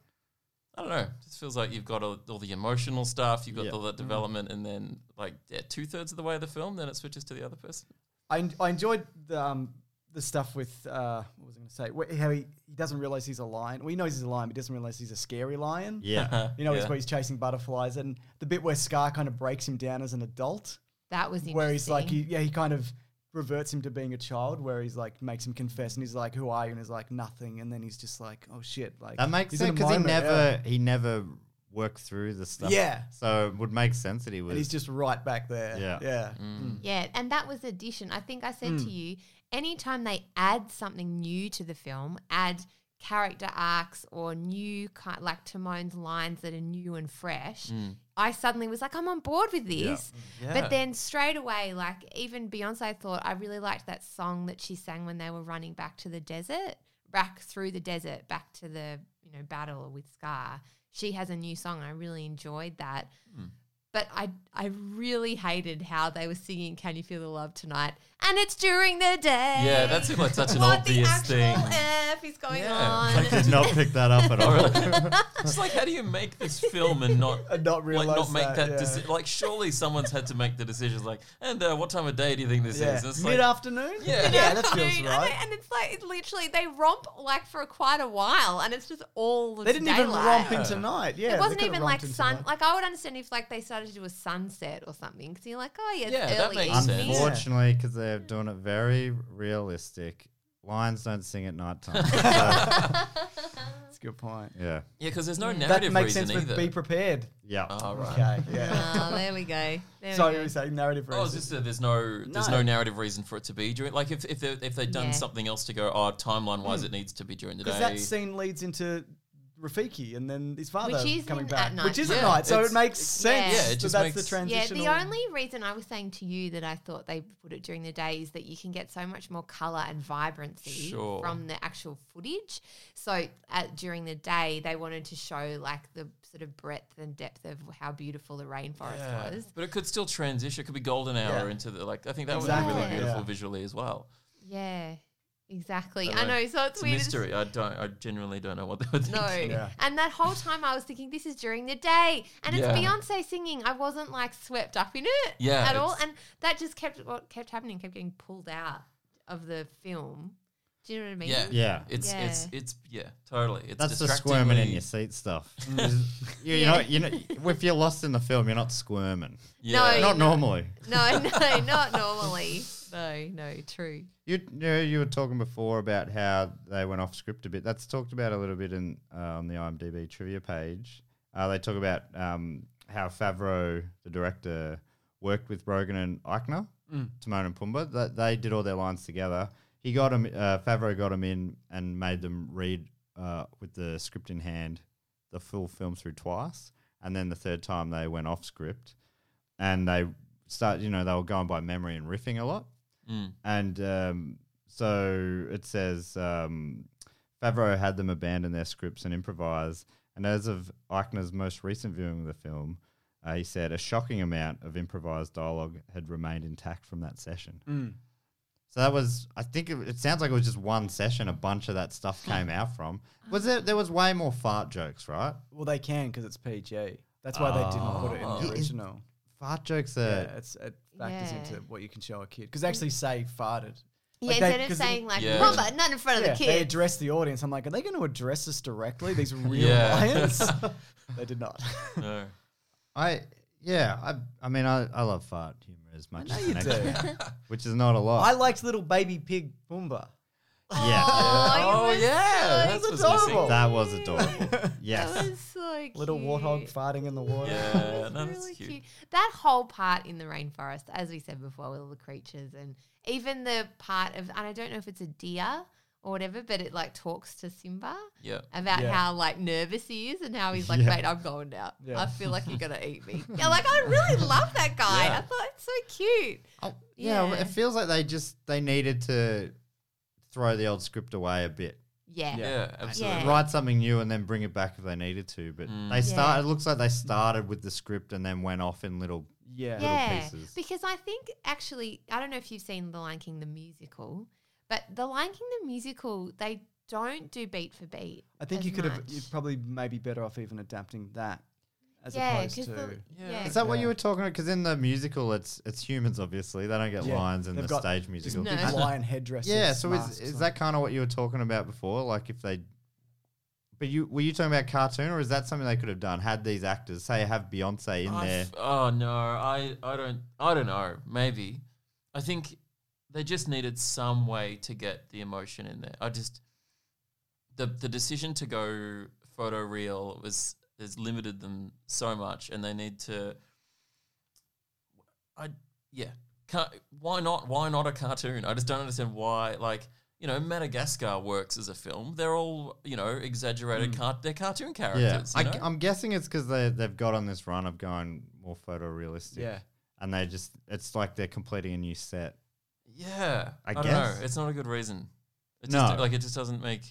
[SPEAKER 6] I don't know. It just feels like you've got all, all the emotional stuff, you've got
[SPEAKER 1] Yeah.
[SPEAKER 6] all
[SPEAKER 4] Mm.
[SPEAKER 6] that development, and then like yeah, two thirds of the way of the film, then it switches to the other person.
[SPEAKER 4] I, en- I enjoyed the, um, the stuff with uh, what was I going to say? Wh- How he, he doesn't realize he's a lion. Well, he knows he's a lion, but he doesn't realize he's a scary lion.
[SPEAKER 1] Yeah,
[SPEAKER 4] You know, it's
[SPEAKER 6] Yeah.
[SPEAKER 4] where he's chasing butterflies, and the bit where Scar kind of breaks him down as an adult,
[SPEAKER 7] that was
[SPEAKER 4] where he's like,
[SPEAKER 7] interesting.
[SPEAKER 4] he, yeah, he kind of reverts him to being a child, where he's like makes him confess, and he's like, "Who are you?" and he's like, "Nothing," and then he's just like, "Oh shit!" Like
[SPEAKER 1] that makes
[SPEAKER 4] he's in
[SPEAKER 1] sense
[SPEAKER 4] a
[SPEAKER 1] because he
[SPEAKER 4] moment,
[SPEAKER 1] never
[SPEAKER 4] yeah.
[SPEAKER 1] he never worked through the stuff.
[SPEAKER 4] Yeah.
[SPEAKER 1] so it would make sense that he was.
[SPEAKER 4] and he's just right back there.
[SPEAKER 1] Yeah.
[SPEAKER 4] yeah. Mm.
[SPEAKER 7] Yeah, and that was addition. I think I said
[SPEAKER 6] Mm.
[SPEAKER 7] to you, anytime they add something new to the film, add character arcs or new kind like Timon's lines that are new and fresh, I suddenly was like, I'm on board with this.
[SPEAKER 6] Mm. Yeah.
[SPEAKER 7] But then straight away, like even Beyonce thought I really liked that song that she sang when they were running back to the desert, back through the desert, back to the, you know, battle with Scar. She has a new song. I really enjoyed that
[SPEAKER 6] Hmm.
[SPEAKER 7] but I I really hated how they were singing "Can You Feel the Love Tonight?" and it's during the day.
[SPEAKER 6] Yeah, that seemed like such an
[SPEAKER 7] what
[SPEAKER 6] obvious
[SPEAKER 7] the actual
[SPEAKER 6] thing.
[SPEAKER 7] F is going
[SPEAKER 6] Yeah.
[SPEAKER 1] I
[SPEAKER 7] on.
[SPEAKER 1] did not pick that up at all.
[SPEAKER 6] It's like, how do you make this film and not
[SPEAKER 4] And not
[SPEAKER 6] like
[SPEAKER 4] realize
[SPEAKER 6] not make that,
[SPEAKER 4] that, yeah.
[SPEAKER 6] deci- like? Surely someone's had to make the decision. Like, and uh, what time of day do you think this
[SPEAKER 4] Yeah.
[SPEAKER 6] is? It's like,
[SPEAKER 4] Mid afternoon.
[SPEAKER 6] Yeah.
[SPEAKER 4] yeah, that feels
[SPEAKER 7] Dude, I know,
[SPEAKER 4] right.
[SPEAKER 7] and it's like it's literally they romp like for quite a while, and it's just all the
[SPEAKER 4] They didn't even romp in tonight. Yeah,
[SPEAKER 7] it
[SPEAKER 4] they
[SPEAKER 7] wasn't
[SPEAKER 4] could've
[SPEAKER 7] even
[SPEAKER 4] romped
[SPEAKER 7] like
[SPEAKER 4] in
[SPEAKER 7] sun.
[SPEAKER 4] tonight.
[SPEAKER 7] Like I would understand if like they started to do a sunset or something, because you're like, oh yeah, it's
[SPEAKER 6] Yeah, that
[SPEAKER 7] early
[SPEAKER 6] makes sense.
[SPEAKER 7] evening.
[SPEAKER 1] Unfortunately, because they're doing it very realistic. Lions don't sing at night time. So,
[SPEAKER 4] That's a good point.
[SPEAKER 1] yeah,
[SPEAKER 6] yeah, because there's no
[SPEAKER 4] Mm. That
[SPEAKER 6] narrative
[SPEAKER 4] makes
[SPEAKER 6] reason
[SPEAKER 4] sense with
[SPEAKER 6] either.
[SPEAKER 4] be prepared.
[SPEAKER 1] yeah.
[SPEAKER 6] oh right.
[SPEAKER 4] Okay, yeah.
[SPEAKER 7] Ah, there we go. There
[SPEAKER 4] Sorry,
[SPEAKER 7] we
[SPEAKER 4] you
[SPEAKER 7] go.
[SPEAKER 4] were saying narrative
[SPEAKER 6] Oh,
[SPEAKER 4] reasons.
[SPEAKER 6] it's just that there's no there's no
[SPEAKER 4] No.
[SPEAKER 6] narrative reason for it to be during. Like if if they if they'd done
[SPEAKER 7] Yeah.
[SPEAKER 6] something else to go, oh, timeline wise, it needs to be during the day.
[SPEAKER 4] Because that scene leads into Rafiki and then his father
[SPEAKER 7] Which is
[SPEAKER 4] coming
[SPEAKER 7] in-
[SPEAKER 4] back,
[SPEAKER 7] at night.
[SPEAKER 4] which is
[SPEAKER 6] Yeah,
[SPEAKER 4] at night. So
[SPEAKER 6] it's-
[SPEAKER 4] it makes sense.
[SPEAKER 7] Yeah, it
[SPEAKER 4] that
[SPEAKER 6] just
[SPEAKER 4] that's the
[SPEAKER 6] makes-
[SPEAKER 4] transitional.
[SPEAKER 7] Yeah, the only reason I was saying to you that I thought they put it during the day is that you can get so much more color and vibrancy
[SPEAKER 6] Sure.
[SPEAKER 7] from the actual footage. So at, during the day, they wanted to show like the sort of breadth and depth of how beautiful the rainforest
[SPEAKER 6] Yeah.
[SPEAKER 7] was.
[SPEAKER 6] But it could still transition. It could be golden hour
[SPEAKER 4] Yeah.
[SPEAKER 6] into the like. I think that would be really
[SPEAKER 7] Exactly.
[SPEAKER 6] beautiful
[SPEAKER 4] Yeah.
[SPEAKER 6] visually as well.
[SPEAKER 7] Yeah, exactly.
[SPEAKER 6] don't
[SPEAKER 7] I know. So it's,
[SPEAKER 6] It's a
[SPEAKER 7] weird. it's-
[SPEAKER 6] mystery. I don't. I genuinely don't know what they were thinking.
[SPEAKER 7] No. And that whole time I was thinking, this is during the day. And
[SPEAKER 6] Yeah.
[SPEAKER 7] it's Beyonce singing. I wasn't like swept up in it
[SPEAKER 6] Yeah,
[SPEAKER 7] at all.
[SPEAKER 6] it's-
[SPEAKER 7] And that just kept what kept happening, kept getting pulled out of the film. Do you know what I mean?
[SPEAKER 6] Yeah.
[SPEAKER 1] Yeah.
[SPEAKER 6] It's
[SPEAKER 7] Yeah.
[SPEAKER 6] it's it's yeah. Totally. It's
[SPEAKER 1] That's the squirming in your
[SPEAKER 6] distractingly-
[SPEAKER 1] seat stuff. you, you know, you know, if you're lost in the film, you're not squirming.
[SPEAKER 7] No,
[SPEAKER 6] Yeah.
[SPEAKER 7] you're
[SPEAKER 1] Not normally.
[SPEAKER 7] No, no, not normally. No, no, true.
[SPEAKER 1] You, you know, you were talking before about how they went off script a bit. That's talked about a little bit in uh, on the IMDb trivia page. Uh, they talk about um, how Favreau, the director, worked with Rogan and Eichner, Timon and Pumbaa. That they did all their lines together. He got him. Uh, Favreau got him in and made them read uh, with the script in hand, the full film through twice, and then the third time they went off script, and they start. You know, they were going by memory and riffing a lot. And um, so it says um, Favreau had them abandon their scripts and improvise. And as of Eichner's most recent viewing of the film, uh, he said a shocking amount of improvised dialogue had remained intact from that session.
[SPEAKER 4] Mm.
[SPEAKER 1] So that was, I think it, it sounds like it was just one session. A bunch of that stuff came out from. Was there? There was way more fart jokes, right?
[SPEAKER 4] well, they can because it's PG. That's why they didn't put it in
[SPEAKER 1] Oh.
[SPEAKER 6] Ah.
[SPEAKER 4] the original.
[SPEAKER 1] Fart jokes are.
[SPEAKER 4] Yeah, it's, it factors
[SPEAKER 7] Yeah.
[SPEAKER 4] into what you can show a kid. Because actually, say farted.
[SPEAKER 7] Yeah,
[SPEAKER 4] Like, they-
[SPEAKER 7] instead of
[SPEAKER 4] 'cause it-
[SPEAKER 7] saying like,
[SPEAKER 6] Yeah.
[SPEAKER 7] Mama, not in front of
[SPEAKER 4] yeah,
[SPEAKER 7] the
[SPEAKER 4] they
[SPEAKER 7] kids.
[SPEAKER 4] address the audience. I'm like, are they going to address us directly? These real
[SPEAKER 6] Yeah.
[SPEAKER 4] lions? they did not.
[SPEAKER 6] No.
[SPEAKER 1] I Yeah, I, I mean, I, I love fart humor as much
[SPEAKER 4] know
[SPEAKER 1] as
[SPEAKER 4] you
[SPEAKER 1] the next
[SPEAKER 4] do.
[SPEAKER 1] one, which is not a lot.
[SPEAKER 4] I liked little baby pig Pumbaa.
[SPEAKER 1] yeah,
[SPEAKER 7] Oh, you were so
[SPEAKER 6] that's what's
[SPEAKER 4] adorable.
[SPEAKER 6] missing.
[SPEAKER 1] that was adorable.
[SPEAKER 7] That
[SPEAKER 1] Yes.
[SPEAKER 7] was so cute.
[SPEAKER 4] Little warthog farting in the water.
[SPEAKER 6] Yeah,
[SPEAKER 7] That's
[SPEAKER 6] no, that's
[SPEAKER 7] really
[SPEAKER 6] cute.
[SPEAKER 7] cute. That whole part in the rainforest, as we said before, with all the creatures and even the part of, and I don't know if it's a deer or whatever, but it like talks to Simba
[SPEAKER 6] Yeah.
[SPEAKER 7] about
[SPEAKER 4] Yeah.
[SPEAKER 7] how like nervous he is and how he's like,
[SPEAKER 1] Yeah.
[SPEAKER 7] mate, I'm going now.
[SPEAKER 4] Yeah.
[SPEAKER 7] I feel like you're gonna eat me. Yeah, like I really love that guy.
[SPEAKER 6] Yeah.
[SPEAKER 7] I thought it's so cute.
[SPEAKER 1] Oh, yeah, well,
[SPEAKER 7] Yeah.
[SPEAKER 1] it feels like they just they needed to throw the old script away a bit.
[SPEAKER 7] Yeah.
[SPEAKER 6] Yeah, absolutely.
[SPEAKER 7] Yeah.
[SPEAKER 1] Write something new and then bring it back if they needed to. But they start.
[SPEAKER 7] Yeah.
[SPEAKER 1] It looks like they started with the script and then went off in little.
[SPEAKER 4] Yeah.
[SPEAKER 1] little
[SPEAKER 7] yeah,
[SPEAKER 1] pieces.
[SPEAKER 7] Because I think actually, I don't know if you've seen The Lion King the musical, but The Lion King the musical, they don't do beat for beat.
[SPEAKER 4] I think
[SPEAKER 7] as
[SPEAKER 4] you could have.
[SPEAKER 7] much.
[SPEAKER 4] You're probably maybe better off even adapting that as
[SPEAKER 7] yeah,
[SPEAKER 4] opposed
[SPEAKER 7] 'cause
[SPEAKER 4] to.
[SPEAKER 7] the,
[SPEAKER 6] Yeah.
[SPEAKER 7] yeah.
[SPEAKER 1] Is that what
[SPEAKER 4] Yeah.
[SPEAKER 1] you were talking about? Because in the musical, it's it's humans. Obviously, they don't get
[SPEAKER 4] Yeah,
[SPEAKER 1] lines in
[SPEAKER 4] they've
[SPEAKER 1] the
[SPEAKER 4] got
[SPEAKER 1] stage
[SPEAKER 4] just
[SPEAKER 1] musical.
[SPEAKER 7] No.
[SPEAKER 4] big lion headdresses.
[SPEAKER 1] Yeah, so is
[SPEAKER 4] masks
[SPEAKER 1] is
[SPEAKER 4] on.
[SPEAKER 1] that kind of what you were talking about before? Like if they, but you were you talking about cartoon or is that something they could have done? Had these actors say have Beyonce in
[SPEAKER 6] I
[SPEAKER 1] there?
[SPEAKER 6] f- oh no, I, I don't I don't know. Maybe I think they just needed some way to get the emotion in there. I just the the decision to go photo real was has limited them so much, and they need to. I yeah. Ca- why not? Why not a cartoon? I just don't understand why. Like you know, Madagascar works as a film. They're all you know exaggerated. Car- they're cartoon
[SPEAKER 1] Mm. yeah,
[SPEAKER 6] characters.
[SPEAKER 1] I,
[SPEAKER 6] you know?
[SPEAKER 1] am guessing it's because they they've got on this run of going more photorealistic.
[SPEAKER 4] Yeah.
[SPEAKER 1] and they just it's like they're completing a new set.
[SPEAKER 6] Yeah,
[SPEAKER 1] I
[SPEAKER 6] I, don't
[SPEAKER 1] guess.
[SPEAKER 6] know. It's not a good reason. It
[SPEAKER 1] No.
[SPEAKER 6] just, like it just doesn't make.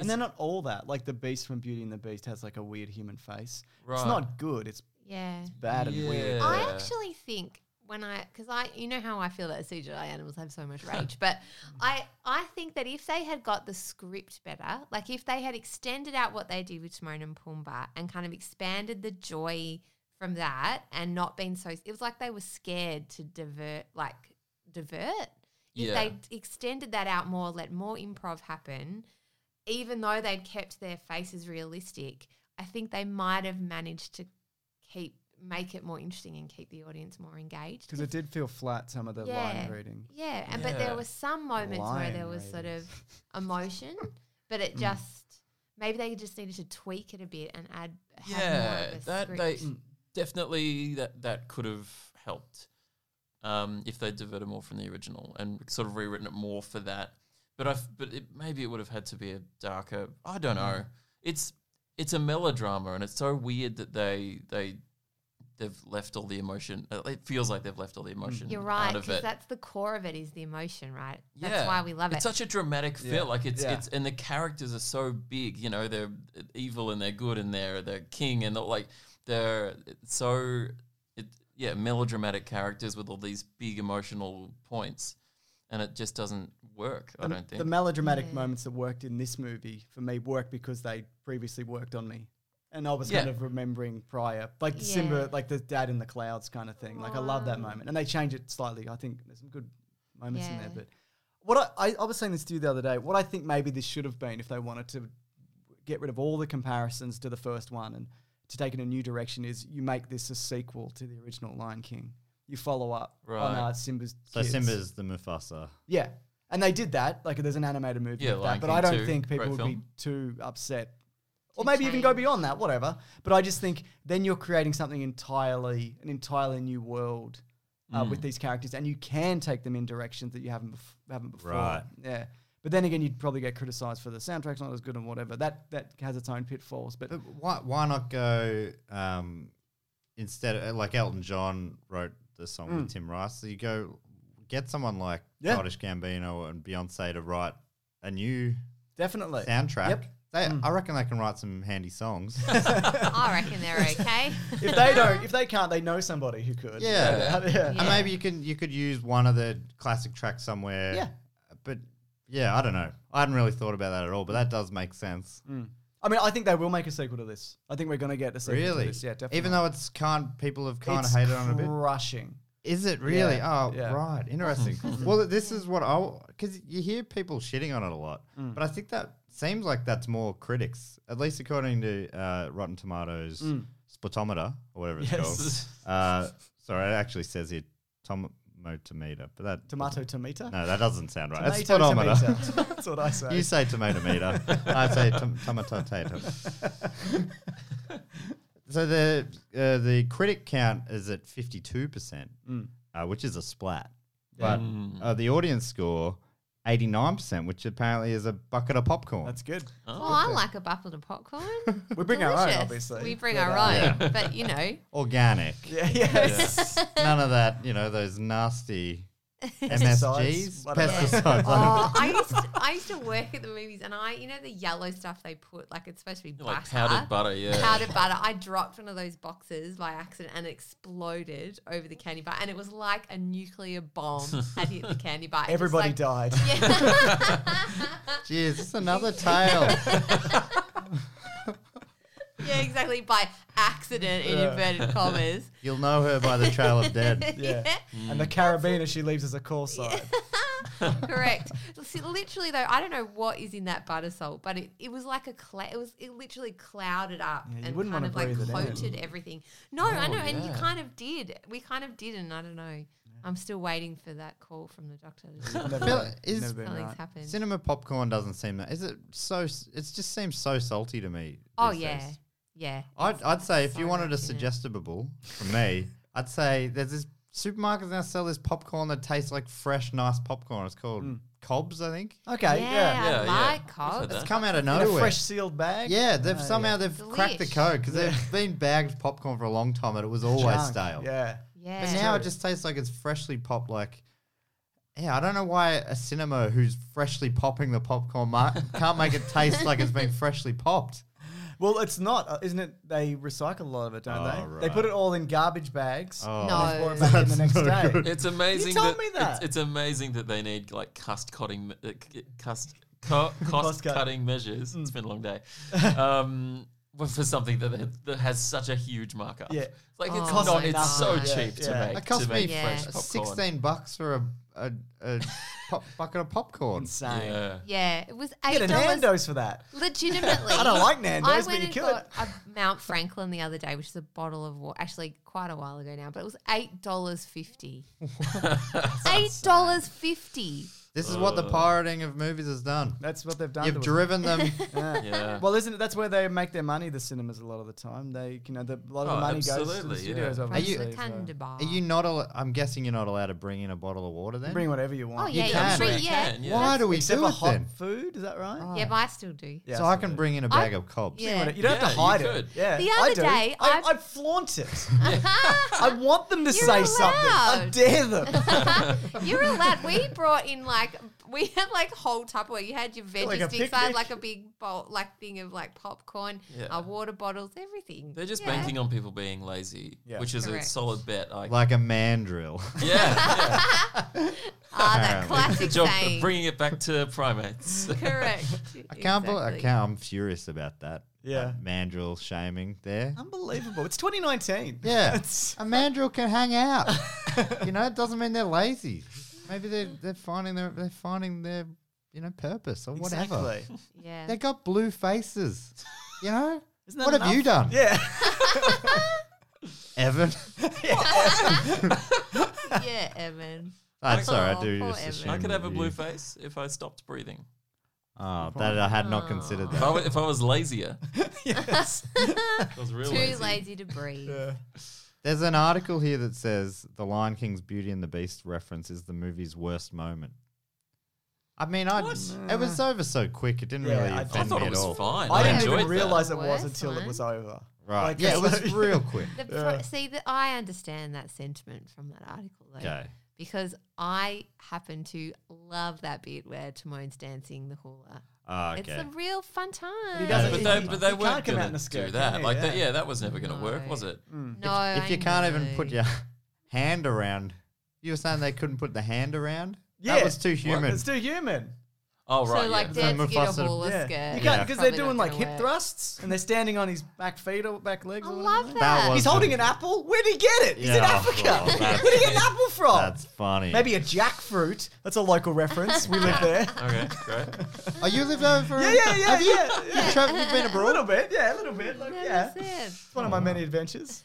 [SPEAKER 4] And they're not all that. Like the beast from Beauty and the Beast has like a weird human face. It's
[SPEAKER 6] Right.
[SPEAKER 4] not good. It's
[SPEAKER 7] yeah.
[SPEAKER 4] bad and weird.
[SPEAKER 6] Yeah.
[SPEAKER 7] I actually think when I, because I, you know how I feel that CGI animals have so much rage, but I, I think that if they had got the script better, like if they had extended out what they did with Timon and Pumbaa and kind of expanded the joy from that and not been so, it was like they were scared to divert, like divert. If
[SPEAKER 6] Yeah.
[SPEAKER 7] they extended that out more, let more improv happen, even though they'd kept their faces realistic, I think they might have managed to keep make it more interesting and keep the audience more engaged.
[SPEAKER 4] Because it did feel flat, some of the line reading.
[SPEAKER 7] Yeah, and but there
[SPEAKER 6] Yeah.
[SPEAKER 7] were some moments where
[SPEAKER 4] Line
[SPEAKER 7] there was sort
[SPEAKER 4] reading.
[SPEAKER 7] of emotion, but
[SPEAKER 4] Mm.
[SPEAKER 7] it just maybe they just needed to tweak it a bit and add have more
[SPEAKER 6] Yeah,
[SPEAKER 7] of a
[SPEAKER 6] that
[SPEAKER 7] script.
[SPEAKER 6] they definitely that that could have helped um, if they diverted more from the original and sort of rewritten it more for that. But I but it, maybe it would have had to be a darker. I don't
[SPEAKER 1] Mm.
[SPEAKER 6] know. It's it's a melodrama, and it's so weird that they they they've left all the emotion. uh, It feels like they've left
[SPEAKER 1] Mm.
[SPEAKER 6] all the emotion.
[SPEAKER 7] You're right,
[SPEAKER 6] out of
[SPEAKER 7] because
[SPEAKER 6] it.
[SPEAKER 7] that's the core of it is the emotion, right? That's why we love
[SPEAKER 6] it's
[SPEAKER 7] it.
[SPEAKER 6] such a dramatic feel. Like it's
[SPEAKER 4] Yeah.
[SPEAKER 6] it's and the characters are so big. You know, they're evil and they're good and they're they're king and they're like they're so it, yeah melodramatic characters with all these big emotional points, and it just doesn't work. I
[SPEAKER 4] The-
[SPEAKER 6] don't
[SPEAKER 4] The
[SPEAKER 6] think.
[SPEAKER 4] melodramatic moments that worked in this movie for me worked because they previously worked on me. And I was kind
[SPEAKER 6] Yeah.
[SPEAKER 4] of remembering prior, like the Simba,
[SPEAKER 7] Yeah.
[SPEAKER 4] like the dad in the clouds kind of thing. Like I love that moment. And they change it slightly. I think there's some good moments in there.
[SPEAKER 7] Yeah.
[SPEAKER 4] But what I, I, I was saying this to you the other day, what I think maybe this should have been if they wanted to get rid of all the comparisons to the first one and to take it in a new direction is you make this a sequel to the original Lion King. You follow up on
[SPEAKER 6] Right.
[SPEAKER 4] uh, Simba's
[SPEAKER 1] So
[SPEAKER 4] kids.
[SPEAKER 1] Simba's the Mufasa.
[SPEAKER 4] Yeah. And they did that. Like there's an animated movie
[SPEAKER 6] Yeah,
[SPEAKER 4] of
[SPEAKER 6] Lion
[SPEAKER 4] that. But
[SPEAKER 6] King
[SPEAKER 4] I don't
[SPEAKER 6] two,
[SPEAKER 4] think people
[SPEAKER 6] great
[SPEAKER 4] would be
[SPEAKER 6] film.
[SPEAKER 4] too upset. Or maybe even go beyond that, whatever. But I just think then you're creating something entirely, an entirely new world uh,
[SPEAKER 1] Mm.
[SPEAKER 4] with these characters, and you can take them in directions that you haven't bef- haven't before.
[SPEAKER 1] Right.
[SPEAKER 4] Yeah. But then again, you'd probably get criticised for the soundtrack's not as good and whatever. That that has its own pitfalls. But
[SPEAKER 1] But why why not go um, instead of like Elton John wrote the song with Tim Rice? So you go get someone like
[SPEAKER 4] Hmm. Yeah.
[SPEAKER 1] Childish Gambino and Beyonce to write a new
[SPEAKER 4] definitely
[SPEAKER 1] soundtrack.
[SPEAKER 4] Yep. Hmm.
[SPEAKER 1] They, I reckon they can write some handy songs.
[SPEAKER 7] I reckon they're okay.
[SPEAKER 4] if they don't, if they can't, they know somebody who could.
[SPEAKER 1] Yeah.
[SPEAKER 4] yeah.
[SPEAKER 1] And maybe you can you could use one of the classic tracks somewhere.
[SPEAKER 4] Yeah.
[SPEAKER 1] But yeah, I don't know. I hadn't really thought about that at all, but that does make sense.
[SPEAKER 4] Mm. I mean, I think they will make a sequel to this. I think we're gonna get a sequel
[SPEAKER 1] Really?
[SPEAKER 4] to this. Yeah, definitely.
[SPEAKER 1] Even though it's kind people have kind
[SPEAKER 4] It's
[SPEAKER 1] of hated on it a bit.
[SPEAKER 4] Crushing.
[SPEAKER 1] Is it really?
[SPEAKER 4] Yeah,
[SPEAKER 1] oh,
[SPEAKER 4] yeah.
[SPEAKER 1] right.
[SPEAKER 4] Mm.
[SPEAKER 1] Interesting. well, this is what I because you hear people shitting on it a lot, but I think that seems like that's more critics, at least according to uh, Rotten Tomatoes
[SPEAKER 4] Mm.
[SPEAKER 1] Spotometer or whatever it's
[SPEAKER 6] Yes.
[SPEAKER 1] called. Uh, sorry, it actually says here tomatometer, but that
[SPEAKER 4] Tomato tomato.
[SPEAKER 1] No, that doesn't sound right. It's
[SPEAKER 4] Tomato,
[SPEAKER 1] spotometer.
[SPEAKER 4] tomato. That's what I say.
[SPEAKER 1] You say tomato meter. I say tom- tomato tato. so the uh, the critic count is at fifty two percent,
[SPEAKER 4] Mm.
[SPEAKER 1] uh, which is a splat. But uh, the audience score eighty nine percent, which apparently is a bucket of popcorn.
[SPEAKER 4] That's good.
[SPEAKER 7] Oh, I like a buffalo and popcorn.
[SPEAKER 4] We bring our own,
[SPEAKER 7] Delicious.
[SPEAKER 4] obviously,
[SPEAKER 7] We bring
[SPEAKER 4] but,
[SPEAKER 7] our
[SPEAKER 1] uh,
[SPEAKER 7] own, but you know,
[SPEAKER 1] organic.
[SPEAKER 4] Yeah, yes.
[SPEAKER 1] None of that, you know, those nasty
[SPEAKER 4] Pesticides,
[SPEAKER 1] MSGs,
[SPEAKER 4] whatever.
[SPEAKER 1] pesticides.
[SPEAKER 7] Oh, I used to, I used to work at the movies, and I, you know, the yellow stuff they put like it's supposed to be butter,
[SPEAKER 6] Like powdered butter, yeah.
[SPEAKER 7] powdered butter. I dropped one of those boxes by accident and it exploded over the candy bar, and it was like a nuclear bomb had hit the candy bar. It was
[SPEAKER 4] Everybody died.
[SPEAKER 7] like-
[SPEAKER 1] Jeez, it's another tale.
[SPEAKER 7] Yeah, exactly. By accident, in inverted commas.
[SPEAKER 1] You'll know her by the trail of dead.
[SPEAKER 4] Yeah. And the
[SPEAKER 6] Mm.
[SPEAKER 4] carabiner she leaves as a call sign.
[SPEAKER 7] Correct. See, literally though, I don't know what is in that butter salt, but it, it was like a cla- it was it literally clouded up
[SPEAKER 4] Yeah, you
[SPEAKER 7] and
[SPEAKER 4] wouldn't
[SPEAKER 7] kind
[SPEAKER 4] wanna
[SPEAKER 7] of like
[SPEAKER 4] breathe it in. Oh,
[SPEAKER 7] coated everything. No, I know, and you kind of did. We kind of did, and I don't know. I'm still waiting for that call from the doctor. to see if
[SPEAKER 4] Never,
[SPEAKER 1] Phil,
[SPEAKER 4] been-
[SPEAKER 1] is-
[SPEAKER 4] never been
[SPEAKER 7] Something's
[SPEAKER 4] right.
[SPEAKER 7] happened.
[SPEAKER 1] Cinema popcorn doesn't seem that. Is it so? s- It just seems so salty to me.
[SPEAKER 7] oh
[SPEAKER 1] these
[SPEAKER 7] yeah,
[SPEAKER 1] days.
[SPEAKER 7] yeah.
[SPEAKER 1] I'd, I'd say if
[SPEAKER 7] so
[SPEAKER 1] you wanted a
[SPEAKER 7] much in it.
[SPEAKER 1] suggestible from me, I'd say there's this supermarkets now sell this popcorn that tastes like fresh, nice popcorn. It's called
[SPEAKER 4] Hmm.
[SPEAKER 1] Cobbs, I think.
[SPEAKER 4] Okay, yeah.
[SPEAKER 7] yeah,
[SPEAKER 6] Yeah,
[SPEAKER 7] I like
[SPEAKER 6] yeah. I've
[SPEAKER 7] Coke.
[SPEAKER 6] had that.
[SPEAKER 1] It's come out of
[SPEAKER 4] In a
[SPEAKER 1] nowhere.
[SPEAKER 4] fresh Oh, sealed bag.
[SPEAKER 1] yeah, they've somehow they've cracked the
[SPEAKER 7] Delish.
[SPEAKER 1] code because they've been bagged popcorn for a long time and it was always
[SPEAKER 4] Junk.
[SPEAKER 1] stale.
[SPEAKER 4] Yeah.
[SPEAKER 7] Yeah,
[SPEAKER 1] But now it just tastes like it's freshly popped. Like, yeah, I don't know why a cinema who's freshly popping the popcorn mar- can't make it taste like it's been freshly popped.
[SPEAKER 4] Well, it's not, uh, isn't it? They recycle a lot of it, don't
[SPEAKER 1] Oh,
[SPEAKER 4] they? They put
[SPEAKER 1] right. Oh.
[SPEAKER 4] it all in garbage bags.
[SPEAKER 7] No.
[SPEAKER 4] And they pour it back in the next day.
[SPEAKER 6] It's amazing.
[SPEAKER 4] told
[SPEAKER 6] that
[SPEAKER 4] me
[SPEAKER 6] It's,
[SPEAKER 4] that.
[SPEAKER 6] it's amazing that they need like cost cutting, uh, c- cost co- cost
[SPEAKER 4] cut. Mm.
[SPEAKER 6] cutting measures. It's been a long day. Um, well, for something that, that- that has such a huge markup.
[SPEAKER 4] Yeah.
[SPEAKER 6] like
[SPEAKER 7] Oh
[SPEAKER 6] it's
[SPEAKER 7] costs
[SPEAKER 6] not.
[SPEAKER 7] me
[SPEAKER 6] It's so
[SPEAKER 7] nothing.
[SPEAKER 6] cheap
[SPEAKER 4] Yeah,
[SPEAKER 6] to
[SPEAKER 4] yeah.
[SPEAKER 6] make.
[SPEAKER 1] It cost
[SPEAKER 6] to
[SPEAKER 1] me
[SPEAKER 6] make
[SPEAKER 7] Yeah.
[SPEAKER 6] fresh popcorn.
[SPEAKER 1] sixteen bucks for a a, a pop, bucket of popcorn.
[SPEAKER 4] Insane.
[SPEAKER 6] Yeah.
[SPEAKER 7] yeah. It was
[SPEAKER 4] Get
[SPEAKER 7] eight
[SPEAKER 4] a
[SPEAKER 7] dollars
[SPEAKER 4] Nando's for that.
[SPEAKER 7] Legitimately,
[SPEAKER 4] I don't like Nando's,
[SPEAKER 7] I
[SPEAKER 4] but
[SPEAKER 7] went
[SPEAKER 4] you
[SPEAKER 7] and
[SPEAKER 4] could.
[SPEAKER 7] got a Mount Franklin the other day, which is a bottle of water. Actually, quite a while ago now, but it was eight dollars fifty. eight dollars fifty.
[SPEAKER 1] This is what the pirating of movies has done.
[SPEAKER 4] That's what they've done.
[SPEAKER 1] You've
[SPEAKER 4] to us.
[SPEAKER 1] driven them.
[SPEAKER 6] Yeah.
[SPEAKER 4] Well, isn't it? That's where they make their money. The cinemas a lot of the time. They, you know, the, a lot of
[SPEAKER 6] Oh,
[SPEAKER 4] the money goes to the
[SPEAKER 6] absolutely, yeah.
[SPEAKER 4] studios.
[SPEAKER 6] Are
[SPEAKER 1] Are
[SPEAKER 4] Obviously,
[SPEAKER 1] you-
[SPEAKER 7] The
[SPEAKER 4] so-
[SPEAKER 7] Thunderbar.
[SPEAKER 1] Are you not? Al- I'm guessing you're not allowed to bring in a bottle of water then.
[SPEAKER 4] bring whatever you want.
[SPEAKER 7] Oh yeah,
[SPEAKER 1] You
[SPEAKER 7] you
[SPEAKER 1] can.
[SPEAKER 7] can.
[SPEAKER 1] Yeah,
[SPEAKER 7] Drink,
[SPEAKER 6] you
[SPEAKER 7] yeah.
[SPEAKER 6] can, yeah.
[SPEAKER 1] Why do we
[SPEAKER 4] Except
[SPEAKER 1] do
[SPEAKER 4] for
[SPEAKER 1] it
[SPEAKER 4] hot
[SPEAKER 1] then?
[SPEAKER 4] food. Is that right?
[SPEAKER 1] Oh.
[SPEAKER 7] yeah, but I still do.
[SPEAKER 4] Yeah,
[SPEAKER 1] so I can bring in a bag of cobs.
[SPEAKER 7] Yeah.
[SPEAKER 4] You don't have
[SPEAKER 6] Yeah,
[SPEAKER 4] to
[SPEAKER 6] you
[SPEAKER 4] hide it.
[SPEAKER 6] could.
[SPEAKER 4] Yeah,
[SPEAKER 7] The
[SPEAKER 4] I
[SPEAKER 7] other
[SPEAKER 4] do.
[SPEAKER 7] day,
[SPEAKER 4] I,
[SPEAKER 7] I've-
[SPEAKER 4] I flaunt it. I want them to say
[SPEAKER 7] You're
[SPEAKER 4] something. I
[SPEAKER 7] allowed.
[SPEAKER 4] dare them.
[SPEAKER 7] You're allowed. We brought in like we had like whole Tupperware. You had your veggie
[SPEAKER 4] Like a
[SPEAKER 7] sticks. I had
[SPEAKER 4] picnic.
[SPEAKER 7] like a big bowl, like thing of like popcorn,
[SPEAKER 6] Yeah.
[SPEAKER 7] uh, water bottles, everything.
[SPEAKER 6] They're just
[SPEAKER 7] Yeah.
[SPEAKER 6] banking on people being lazy,
[SPEAKER 4] Yeah.
[SPEAKER 6] which is
[SPEAKER 7] Correct.
[SPEAKER 6] a solid bet. Like,
[SPEAKER 1] Like a mandrill.
[SPEAKER 6] yeah,
[SPEAKER 7] Ah, that
[SPEAKER 1] Apparently.
[SPEAKER 6] the
[SPEAKER 7] classic
[SPEAKER 6] job
[SPEAKER 7] saying.
[SPEAKER 6] of bringing it back to primates.
[SPEAKER 7] Correct.
[SPEAKER 1] I can't believe I can't, I'm furious about that.
[SPEAKER 4] Yeah.
[SPEAKER 1] That mandrill shaming there.
[SPEAKER 4] Oh, Unbelievable. It's 2019.
[SPEAKER 1] Yeah.
[SPEAKER 4] It's-
[SPEAKER 1] a mandrill can hang out. you know, it doesn't mean they're lazy. Maybe they're they're finding their they're finding their you know purpose or whatever.
[SPEAKER 4] Exactly.
[SPEAKER 7] Yeah.
[SPEAKER 1] They got blue faces. You know?
[SPEAKER 4] Isn't that
[SPEAKER 1] what have you done?
[SPEAKER 4] Yeah.
[SPEAKER 1] Evan.
[SPEAKER 7] yeah, Evan.
[SPEAKER 1] I'm sorry, I do
[SPEAKER 7] poor
[SPEAKER 1] just
[SPEAKER 7] Evan.
[SPEAKER 1] assume
[SPEAKER 6] I could have a
[SPEAKER 1] that
[SPEAKER 6] blue
[SPEAKER 1] you-
[SPEAKER 6] face if I stopped breathing.
[SPEAKER 1] Oh, that I had not considered
[SPEAKER 6] If I
[SPEAKER 1] that.
[SPEAKER 6] was, if I was lazier,
[SPEAKER 4] yes.
[SPEAKER 6] if I was real
[SPEAKER 7] Too
[SPEAKER 6] lazy.
[SPEAKER 7] lazy to breathe.
[SPEAKER 1] There's an article here that says the Lion King's Beauty and the Beast reference is the movie's worst moment. I mean, I it was over so quick; it didn't
[SPEAKER 4] Yeah,
[SPEAKER 1] really
[SPEAKER 4] I- I
[SPEAKER 1] offend
[SPEAKER 6] I
[SPEAKER 1] me
[SPEAKER 6] thought it
[SPEAKER 1] at
[SPEAKER 6] was
[SPEAKER 1] all.
[SPEAKER 6] fine.
[SPEAKER 4] I
[SPEAKER 6] I,
[SPEAKER 4] didn't
[SPEAKER 6] enjoyed
[SPEAKER 4] even
[SPEAKER 6] that.
[SPEAKER 4] realize it was
[SPEAKER 7] Worst
[SPEAKER 4] until it
[SPEAKER 7] one.
[SPEAKER 4] was over.
[SPEAKER 1] Right?
[SPEAKER 4] Like,
[SPEAKER 1] yeah, it
[SPEAKER 4] it's
[SPEAKER 1] was
[SPEAKER 4] like-
[SPEAKER 1] real quick.
[SPEAKER 7] The pro- see that I understand that sentiment from that article though,
[SPEAKER 1] Okay.
[SPEAKER 7] because I happen to love that bit where Timon's dancing the hula.
[SPEAKER 1] Ah, okay.
[SPEAKER 7] It's a real fun time.
[SPEAKER 4] doesn't-
[SPEAKER 6] But
[SPEAKER 4] You-
[SPEAKER 6] they,
[SPEAKER 4] you-
[SPEAKER 6] but they
[SPEAKER 4] you can't
[SPEAKER 6] weren't
[SPEAKER 4] come out
[SPEAKER 6] going
[SPEAKER 4] in a
[SPEAKER 6] to
[SPEAKER 4] skirt,
[SPEAKER 6] do that.
[SPEAKER 4] can you?
[SPEAKER 6] Like,
[SPEAKER 4] Yeah. Mm.
[SPEAKER 6] that, yeah, that was never going to work,
[SPEAKER 7] No.
[SPEAKER 6] was it?
[SPEAKER 7] no,
[SPEAKER 1] if
[SPEAKER 7] I
[SPEAKER 1] you can't even put
[SPEAKER 7] know.
[SPEAKER 1] your hand around, you were saying they couldn't put the hand around. That was too human.
[SPEAKER 4] It's too human.
[SPEAKER 6] Oh right,
[SPEAKER 7] so like
[SPEAKER 6] yeah.
[SPEAKER 1] Yeah.
[SPEAKER 7] Dad's get a
[SPEAKER 1] Mufasa-
[SPEAKER 7] hauler
[SPEAKER 4] Yeah,
[SPEAKER 7] skirt.
[SPEAKER 4] you
[SPEAKER 1] Yeah.
[SPEAKER 4] can't because
[SPEAKER 7] Probably
[SPEAKER 4] they're
[SPEAKER 7] not
[SPEAKER 4] doing like
[SPEAKER 7] gonna
[SPEAKER 4] hip
[SPEAKER 7] work.
[SPEAKER 4] thrusts and they're standing on his back feet or back legs.
[SPEAKER 7] I
[SPEAKER 4] or
[SPEAKER 7] love
[SPEAKER 4] whatever.
[SPEAKER 7] that.
[SPEAKER 1] That was-
[SPEAKER 4] He's holding an apple. Where did he get it? He's in
[SPEAKER 1] Yeah,
[SPEAKER 4] Africa.
[SPEAKER 1] well, that's-
[SPEAKER 4] Where did he get an apple from?
[SPEAKER 1] That's funny.
[SPEAKER 4] Maybe a jackfruit. That's a local reference. We live there.
[SPEAKER 6] Okay, great.
[SPEAKER 8] Are you lived over?
[SPEAKER 4] Yeah, yeah, yeah,
[SPEAKER 8] Have you,
[SPEAKER 4] yeah, yeah.
[SPEAKER 8] you traveled? You've been
[SPEAKER 4] A
[SPEAKER 8] abroad.
[SPEAKER 4] little bit, yeah, a little bit. Like, yeah,
[SPEAKER 7] That's it.
[SPEAKER 4] it's one of my many adventures.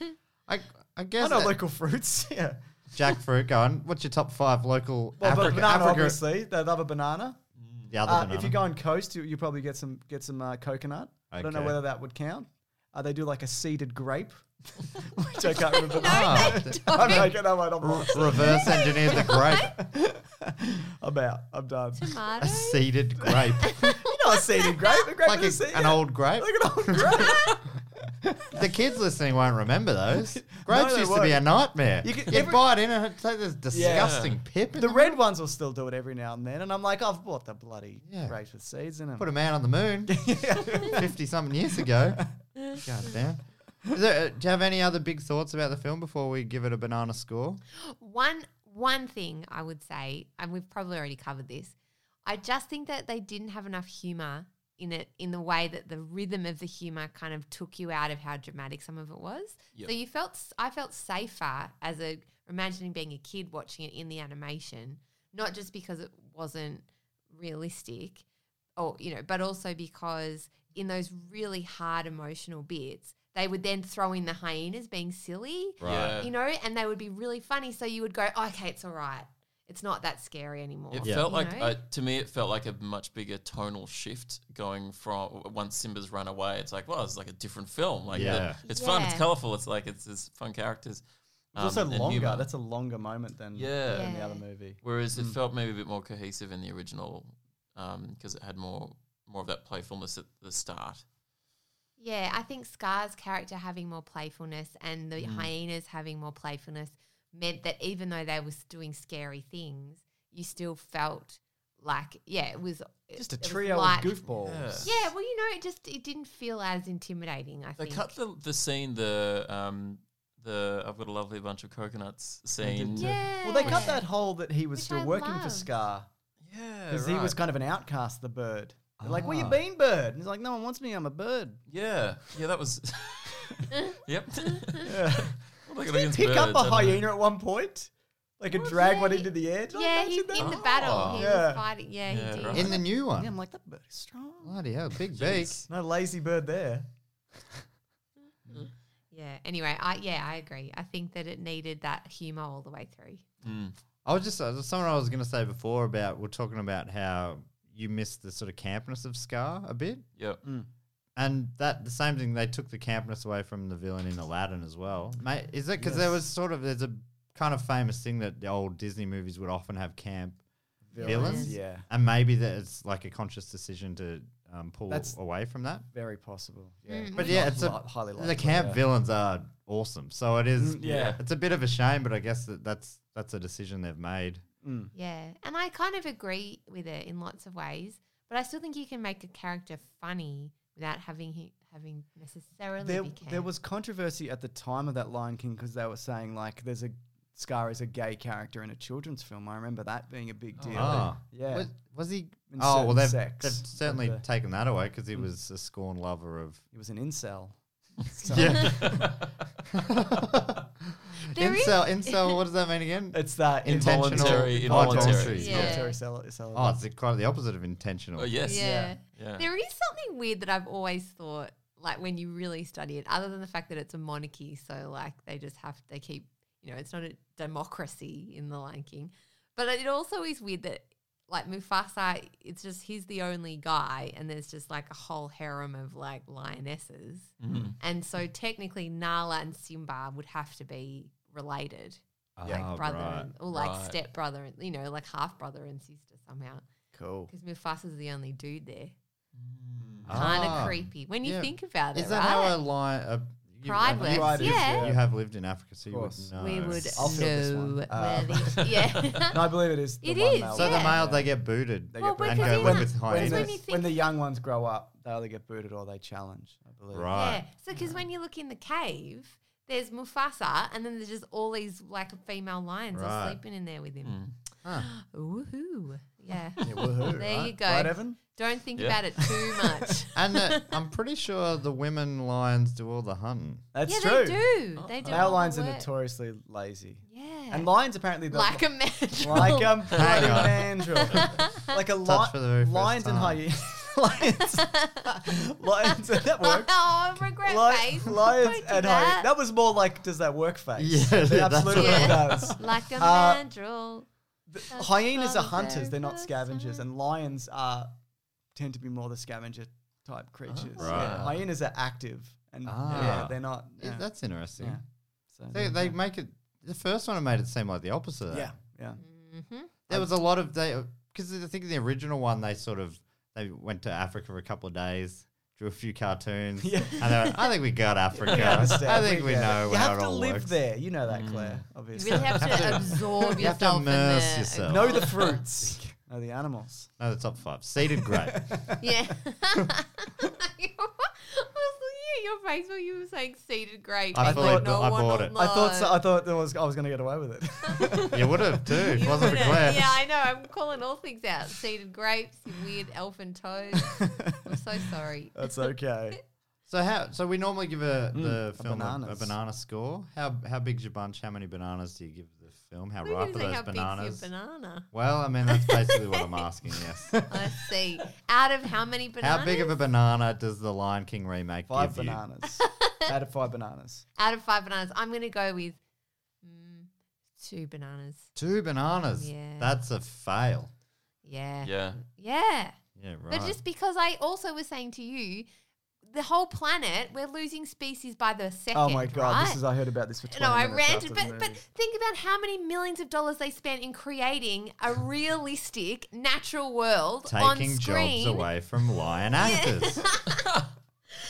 [SPEAKER 8] I, I
[SPEAKER 4] I
[SPEAKER 8] guess.
[SPEAKER 4] know
[SPEAKER 8] that-
[SPEAKER 4] local fruits. Yeah,
[SPEAKER 1] jackfruit going. What's your top five local
[SPEAKER 4] well, but
[SPEAKER 1] Africa?
[SPEAKER 4] banana
[SPEAKER 1] Africa
[SPEAKER 4] obviously. The other banana.
[SPEAKER 1] The other
[SPEAKER 4] Uh,
[SPEAKER 1] banana.
[SPEAKER 4] if you go on coast, you, you probably get some get some uh, coconut. I don't know
[SPEAKER 1] Okay.
[SPEAKER 4] whether that would count. Uh, they do like a seeded grape, which I can't remember.
[SPEAKER 1] Ah,
[SPEAKER 4] I'm making that one
[SPEAKER 1] r-
[SPEAKER 4] up.
[SPEAKER 1] reverse engineer the grape.
[SPEAKER 4] I'm out. I'm done.
[SPEAKER 1] A
[SPEAKER 7] Tomato?
[SPEAKER 1] seeded grape.
[SPEAKER 4] You know a seeded grape. A grape
[SPEAKER 1] like
[SPEAKER 4] with a
[SPEAKER 1] a,
[SPEAKER 4] seed.
[SPEAKER 1] an old grape.
[SPEAKER 4] Like an old grape.
[SPEAKER 1] The kids listening won't remember those. Grapes
[SPEAKER 4] they
[SPEAKER 1] used to be a
[SPEAKER 4] won't.
[SPEAKER 1] nightmare. You
[SPEAKER 4] You
[SPEAKER 1] would
[SPEAKER 4] could- every-
[SPEAKER 1] buy it in and it'd take this disgusting pip. In
[SPEAKER 4] the
[SPEAKER 1] the
[SPEAKER 4] red ones will still do it every now and then, and I'm like, I've bought the bloody
[SPEAKER 1] Yeah.
[SPEAKER 4] grapes with seeds in them.
[SPEAKER 1] Put a man on the moon 50 something years ago. God damn. Is there, uh, do you have any other big thoughts about the film before we give it a banana score?
[SPEAKER 7] One one thing I would say, and we've probably already covered this, I just think that they didn't have enough humor in it in the way that the rhythm of the humor kind of took you out of how dramatic some of it was.
[SPEAKER 6] Yep.
[SPEAKER 7] So you felt s- I felt safer as a imagining being a kid watching it in the animation, not just because it wasn't realistic or you know, but also because in those really hard emotional bits, they would then throw in the hyenas being silly
[SPEAKER 6] Yeah.
[SPEAKER 7] you know, and they would be really funny. So you would go, okay, it's all right. It's not that scary anymore.
[SPEAKER 6] It
[SPEAKER 1] Yeah.
[SPEAKER 6] felt
[SPEAKER 7] you
[SPEAKER 6] like,
[SPEAKER 7] know?
[SPEAKER 6] uh, to me, it felt like a much bigger tonal shift going from once Simba's run away. It's like, well, it's like a different film. Like,
[SPEAKER 1] Yeah.
[SPEAKER 6] the- it's fun, it's
[SPEAKER 7] Yeah.
[SPEAKER 6] colorful, it's like it's, it's fun characters.
[SPEAKER 4] It's also
[SPEAKER 6] um, and
[SPEAKER 4] longer.
[SPEAKER 6] humor.
[SPEAKER 4] That's a longer moment than
[SPEAKER 6] Yeah.
[SPEAKER 4] than the
[SPEAKER 7] Yeah.
[SPEAKER 4] other movie.
[SPEAKER 6] Whereas it felt maybe a bit more cohesive in the original because it had more more of that playfulness at the start.
[SPEAKER 7] yeah, I think Scar's character having more playfulness and the
[SPEAKER 4] Mm.
[SPEAKER 7] hyenas having more playfulness meant that even though they was doing scary things, you still felt like, yeah, it was
[SPEAKER 4] Just a
[SPEAKER 7] it was
[SPEAKER 4] trio of
[SPEAKER 7] light.
[SPEAKER 4] goofballs.
[SPEAKER 7] Yeah, well, you know, it just it didn't feel as intimidating. I
[SPEAKER 6] They
[SPEAKER 7] think
[SPEAKER 6] cut the, the scene, the um, the I've got a lovely bunch of coconuts
[SPEAKER 4] They did
[SPEAKER 6] scene.
[SPEAKER 4] too.
[SPEAKER 7] Yeah.
[SPEAKER 4] Well, they cut that hole that he was
[SPEAKER 7] Which
[SPEAKER 4] still
[SPEAKER 7] I
[SPEAKER 4] working for
[SPEAKER 7] love.
[SPEAKER 4] Scar
[SPEAKER 6] Yeah,
[SPEAKER 7] Oh,
[SPEAKER 4] because he was
[SPEAKER 6] right.
[SPEAKER 4] kind of an outcast, the bird. They're Like, where you
[SPEAKER 6] Ah.
[SPEAKER 4] been, bird? And he's like, no one wants me. I'm a bird.
[SPEAKER 6] Yeah, yeah, that was. yep. Well, like
[SPEAKER 4] Did
[SPEAKER 6] against
[SPEAKER 4] he pick
[SPEAKER 6] birds,
[SPEAKER 4] up
[SPEAKER 6] I
[SPEAKER 4] a
[SPEAKER 6] don't know.
[SPEAKER 4] hyena at one point? Like, and drag one
[SPEAKER 7] he-
[SPEAKER 4] into the air? Did I
[SPEAKER 7] Yeah,
[SPEAKER 4] mention
[SPEAKER 7] he, in
[SPEAKER 4] that? Oh.
[SPEAKER 7] the battle, he
[SPEAKER 4] Yeah.
[SPEAKER 7] was fighting. Yeah,
[SPEAKER 6] Yeah,
[SPEAKER 7] he did.
[SPEAKER 6] right.
[SPEAKER 1] In the new one.
[SPEAKER 4] Yeah, I'm like, that bird is strong.
[SPEAKER 1] Bloody hell, big beak.
[SPEAKER 4] No lazy bird there.
[SPEAKER 7] Yeah. Anyway, I yeah, I agree. I think that it needed that humor all the way through.
[SPEAKER 1] I was just uh, something I was going to say before about we're talking about how you missed the sort of campness of Scar a bit,
[SPEAKER 6] Yep.
[SPEAKER 4] Hmm.
[SPEAKER 1] and that the same thing they took the campness away from the villain in Aladdin as well. Mate, is it because there was sort of there's a kind of famous thing that the old Disney movies would often have camp villains,
[SPEAKER 4] Yeah.
[SPEAKER 1] and maybe that it's like a conscious decision to um, pull
[SPEAKER 4] That's-
[SPEAKER 1] away from that.
[SPEAKER 4] Very possible. Yeah.
[SPEAKER 7] Mm-hmm.
[SPEAKER 1] But yeah, it's a,
[SPEAKER 4] Li- highly
[SPEAKER 1] the
[SPEAKER 4] likely,
[SPEAKER 1] camp
[SPEAKER 4] yeah.
[SPEAKER 1] villains are awesome, so it is.
[SPEAKER 4] Mm, yeah.
[SPEAKER 1] it's a bit of a shame, but I guess that that's that's a decision they've made.
[SPEAKER 7] Yeah, and I kind of agree with it in lots of ways, but I still think you can make a character funny without having he, having necessarily
[SPEAKER 4] there,
[SPEAKER 7] be camp.
[SPEAKER 4] there was controversy at the time of that Lion King because they were saying like there's a Scar is a gay character in a children's film. I remember that being a big deal.
[SPEAKER 1] Ah.
[SPEAKER 4] Yeah.
[SPEAKER 1] Was, was he?
[SPEAKER 4] In
[SPEAKER 1] oh well,
[SPEAKER 4] certain
[SPEAKER 1] they've,
[SPEAKER 4] sex
[SPEAKER 1] they've
[SPEAKER 4] of
[SPEAKER 1] certainly
[SPEAKER 4] the- Mm.
[SPEAKER 1] taken that away because he was a scorn lover of.
[SPEAKER 4] It was an incel. So
[SPEAKER 1] Yeah.
[SPEAKER 7] There is-
[SPEAKER 1] incel, incel. What does that mean again?
[SPEAKER 4] It's that
[SPEAKER 1] Intentional-
[SPEAKER 6] Involuntary,
[SPEAKER 1] Oh,
[SPEAKER 6] involuntary.
[SPEAKER 1] involuntary.
[SPEAKER 7] Yeah.
[SPEAKER 4] involuntary cel- celibacy.
[SPEAKER 1] Oh, it's the- quite the opposite of intentional.
[SPEAKER 6] Oh yes.
[SPEAKER 7] yeah.
[SPEAKER 6] Yeah.
[SPEAKER 7] There is something weird that I've always thought, like when you really study it, other than the fact that it's a monarchy, so like they just have they keep, you know, it's not a democracy in the Lion King, but it also is weird that like Mufasa, it's just he's the only guy, and there's just like a whole harem of like lionesses,
[SPEAKER 6] Mm-hmm.
[SPEAKER 7] and so technically Nala and Simba would have to be related, like
[SPEAKER 1] Oh,
[SPEAKER 7] brother
[SPEAKER 1] right.
[SPEAKER 7] and, or like
[SPEAKER 6] Right.
[SPEAKER 7] step brother, you know, like half brother and sister somehow,
[SPEAKER 4] cool.
[SPEAKER 7] because Mufasa's the only dude there kind of
[SPEAKER 1] Ah.
[SPEAKER 7] creepy when you
[SPEAKER 1] yeah.
[SPEAKER 7] think about it.
[SPEAKER 1] Is that
[SPEAKER 7] right?
[SPEAKER 1] how a lion? A, you,
[SPEAKER 7] Pride
[SPEAKER 1] you,
[SPEAKER 7] works,
[SPEAKER 1] you-
[SPEAKER 7] yeah.
[SPEAKER 1] You have lived in Africa, so you would
[SPEAKER 4] course.
[SPEAKER 1] know.
[SPEAKER 7] we would
[SPEAKER 4] I'll fill this one.
[SPEAKER 7] know
[SPEAKER 4] Uh,
[SPEAKER 7] where the yeah.
[SPEAKER 4] No, I believe it is. The
[SPEAKER 7] It
[SPEAKER 4] one
[SPEAKER 7] is,
[SPEAKER 4] male
[SPEAKER 1] So the
[SPEAKER 7] yeah.
[SPEAKER 1] male, they get booted.
[SPEAKER 4] They
[SPEAKER 7] Well,
[SPEAKER 4] get booted.
[SPEAKER 1] and go
[SPEAKER 7] because
[SPEAKER 1] in with
[SPEAKER 4] when,
[SPEAKER 7] even- Because
[SPEAKER 4] the,
[SPEAKER 7] when
[SPEAKER 1] hyenas.
[SPEAKER 7] you
[SPEAKER 4] when
[SPEAKER 7] think-
[SPEAKER 4] the young ones grow up, they either get booted or they challenge. I believe.
[SPEAKER 7] yeah.
[SPEAKER 1] Right.
[SPEAKER 7] So because when you look in the cave, there's Mufasa, and then there's just all these like female lions
[SPEAKER 1] Right.
[SPEAKER 7] are sleeping in there with him.
[SPEAKER 1] Huh.
[SPEAKER 7] Woohoo! Yeah.
[SPEAKER 4] Hmm. woohoo,
[SPEAKER 7] there
[SPEAKER 4] right?
[SPEAKER 7] you go.
[SPEAKER 4] Right, Evan?
[SPEAKER 7] Don't think
[SPEAKER 6] Yeah.
[SPEAKER 7] about it too much.
[SPEAKER 1] And uh, I'm pretty sure the women lions do all the hunting.
[SPEAKER 4] That's
[SPEAKER 7] yeah,
[SPEAKER 4] true. Uh-huh.
[SPEAKER 7] they do. They do. all
[SPEAKER 4] Male
[SPEAKER 7] the
[SPEAKER 4] lions are
[SPEAKER 7] work.
[SPEAKER 4] notoriously lazy.
[SPEAKER 7] Yeah.
[SPEAKER 4] And lions apparently the
[SPEAKER 7] like a mandrel.
[SPEAKER 4] like a bloody
[SPEAKER 1] on.
[SPEAKER 4] mandrill. Like a lion.
[SPEAKER 1] for the very first
[SPEAKER 4] lions and
[SPEAKER 1] time.
[SPEAKER 4] hyenas. lions. lions. That works.
[SPEAKER 7] Oh, regret
[SPEAKER 4] Li-
[SPEAKER 7] face.
[SPEAKER 4] lions
[SPEAKER 7] Don't do
[SPEAKER 4] and hyenas.
[SPEAKER 7] that.
[SPEAKER 4] That was more like, does that work face?
[SPEAKER 1] Yeah,
[SPEAKER 4] it
[SPEAKER 1] that's
[SPEAKER 4] absolutely
[SPEAKER 7] what it
[SPEAKER 4] does.
[SPEAKER 7] Like a
[SPEAKER 4] Uh,
[SPEAKER 7] mandrel.
[SPEAKER 4] Th-
[SPEAKER 7] That's
[SPEAKER 4] hyenas are
[SPEAKER 7] probably
[SPEAKER 4] hunters;
[SPEAKER 7] very
[SPEAKER 4] they're not
[SPEAKER 7] first
[SPEAKER 4] scavengers,
[SPEAKER 7] time.
[SPEAKER 4] and lions are tend to be more the scavenger type creatures.
[SPEAKER 1] Ah, Right.
[SPEAKER 4] Yeah, Hyenas are active, and yeah,
[SPEAKER 1] Ah.
[SPEAKER 4] they're not.
[SPEAKER 1] Yeah,
[SPEAKER 4] Yeah.
[SPEAKER 1] That's interesting.
[SPEAKER 4] Yeah. So
[SPEAKER 1] They,
[SPEAKER 4] there
[SPEAKER 1] they
[SPEAKER 4] you go.
[SPEAKER 1] make it. The first one made it seem like the opposite. Of that.
[SPEAKER 4] yeah,
[SPEAKER 7] Mm.
[SPEAKER 4] yeah.
[SPEAKER 1] there
[SPEAKER 4] Um,
[SPEAKER 1] was a lot of they because I think the original one they sort of they went to Africa for a couple of days, drew a few cartoons,
[SPEAKER 4] Yeah.
[SPEAKER 1] and they went, I think we got Africa.
[SPEAKER 4] We understand.
[SPEAKER 1] I think we
[SPEAKER 4] get it.
[SPEAKER 1] know
[SPEAKER 4] You
[SPEAKER 1] how
[SPEAKER 4] have
[SPEAKER 1] it
[SPEAKER 4] to
[SPEAKER 1] all
[SPEAKER 4] live
[SPEAKER 1] works. Mm.
[SPEAKER 4] there. You know that, Claire.
[SPEAKER 7] You
[SPEAKER 4] Obviously,
[SPEAKER 7] really have to absorb
[SPEAKER 1] You have to
[SPEAKER 7] yourself. in
[SPEAKER 1] immerse
[SPEAKER 7] the-
[SPEAKER 1] yourself.
[SPEAKER 4] know the fruits. know the animals.
[SPEAKER 1] No, the top five seeded grape.
[SPEAKER 7] Yeah. I was looking at your face while you were saying seeded grape.
[SPEAKER 1] I
[SPEAKER 7] and
[SPEAKER 1] fully
[SPEAKER 7] like,
[SPEAKER 1] bu- I
[SPEAKER 7] one
[SPEAKER 1] bought
[SPEAKER 7] will
[SPEAKER 1] it.
[SPEAKER 4] I thought so,
[SPEAKER 7] know.
[SPEAKER 4] I thought there was I was going to get away with it.
[SPEAKER 1] you would have too. If it
[SPEAKER 7] You
[SPEAKER 1] wasn't for
[SPEAKER 7] wouldn't.
[SPEAKER 1] Claire.
[SPEAKER 7] Yeah, I know. I'm calling all things out. Seeded grapes, you weird elfin toes. I'm so sorry.
[SPEAKER 1] Uh,
[SPEAKER 4] That's okay.
[SPEAKER 1] So how? So we normally give a the
[SPEAKER 4] Mm, a
[SPEAKER 1] film a, a
[SPEAKER 4] bananas.
[SPEAKER 1] banana score. How how big's your bunch? How many bananas do you give the film? How
[SPEAKER 7] I was
[SPEAKER 1] ripe are
[SPEAKER 7] gonna say,
[SPEAKER 1] those
[SPEAKER 7] how
[SPEAKER 1] bananas?
[SPEAKER 7] big's your banana?
[SPEAKER 1] well, I mean that's basically what I'm asking. Yes.
[SPEAKER 7] I see. Out of how many bananas?
[SPEAKER 1] How big of a banana does the Lion King remake
[SPEAKER 4] Five
[SPEAKER 1] give you?
[SPEAKER 4] bananas. Out of five bananas.
[SPEAKER 7] Out of five bananas, I'm going to go with mm, two bananas.
[SPEAKER 1] Two bananas.
[SPEAKER 7] Yeah.
[SPEAKER 1] That's a fail.
[SPEAKER 7] Yeah.
[SPEAKER 6] Yeah.
[SPEAKER 7] Yeah.
[SPEAKER 1] Yeah, right.
[SPEAKER 7] But just because I also was saying to you, the whole planet, we're losing species by the second.
[SPEAKER 4] Oh my god,
[SPEAKER 7] right?
[SPEAKER 4] this is I heard about this for 20
[SPEAKER 7] No, I
[SPEAKER 4] minutes
[SPEAKER 7] ranted,
[SPEAKER 4] after
[SPEAKER 7] but,
[SPEAKER 4] the
[SPEAKER 7] but
[SPEAKER 4] movie.
[SPEAKER 7] think about how many millions of dollars they spent in creating a realistic natural world on
[SPEAKER 1] Taking
[SPEAKER 7] screen.
[SPEAKER 1] jobs away from lion actors.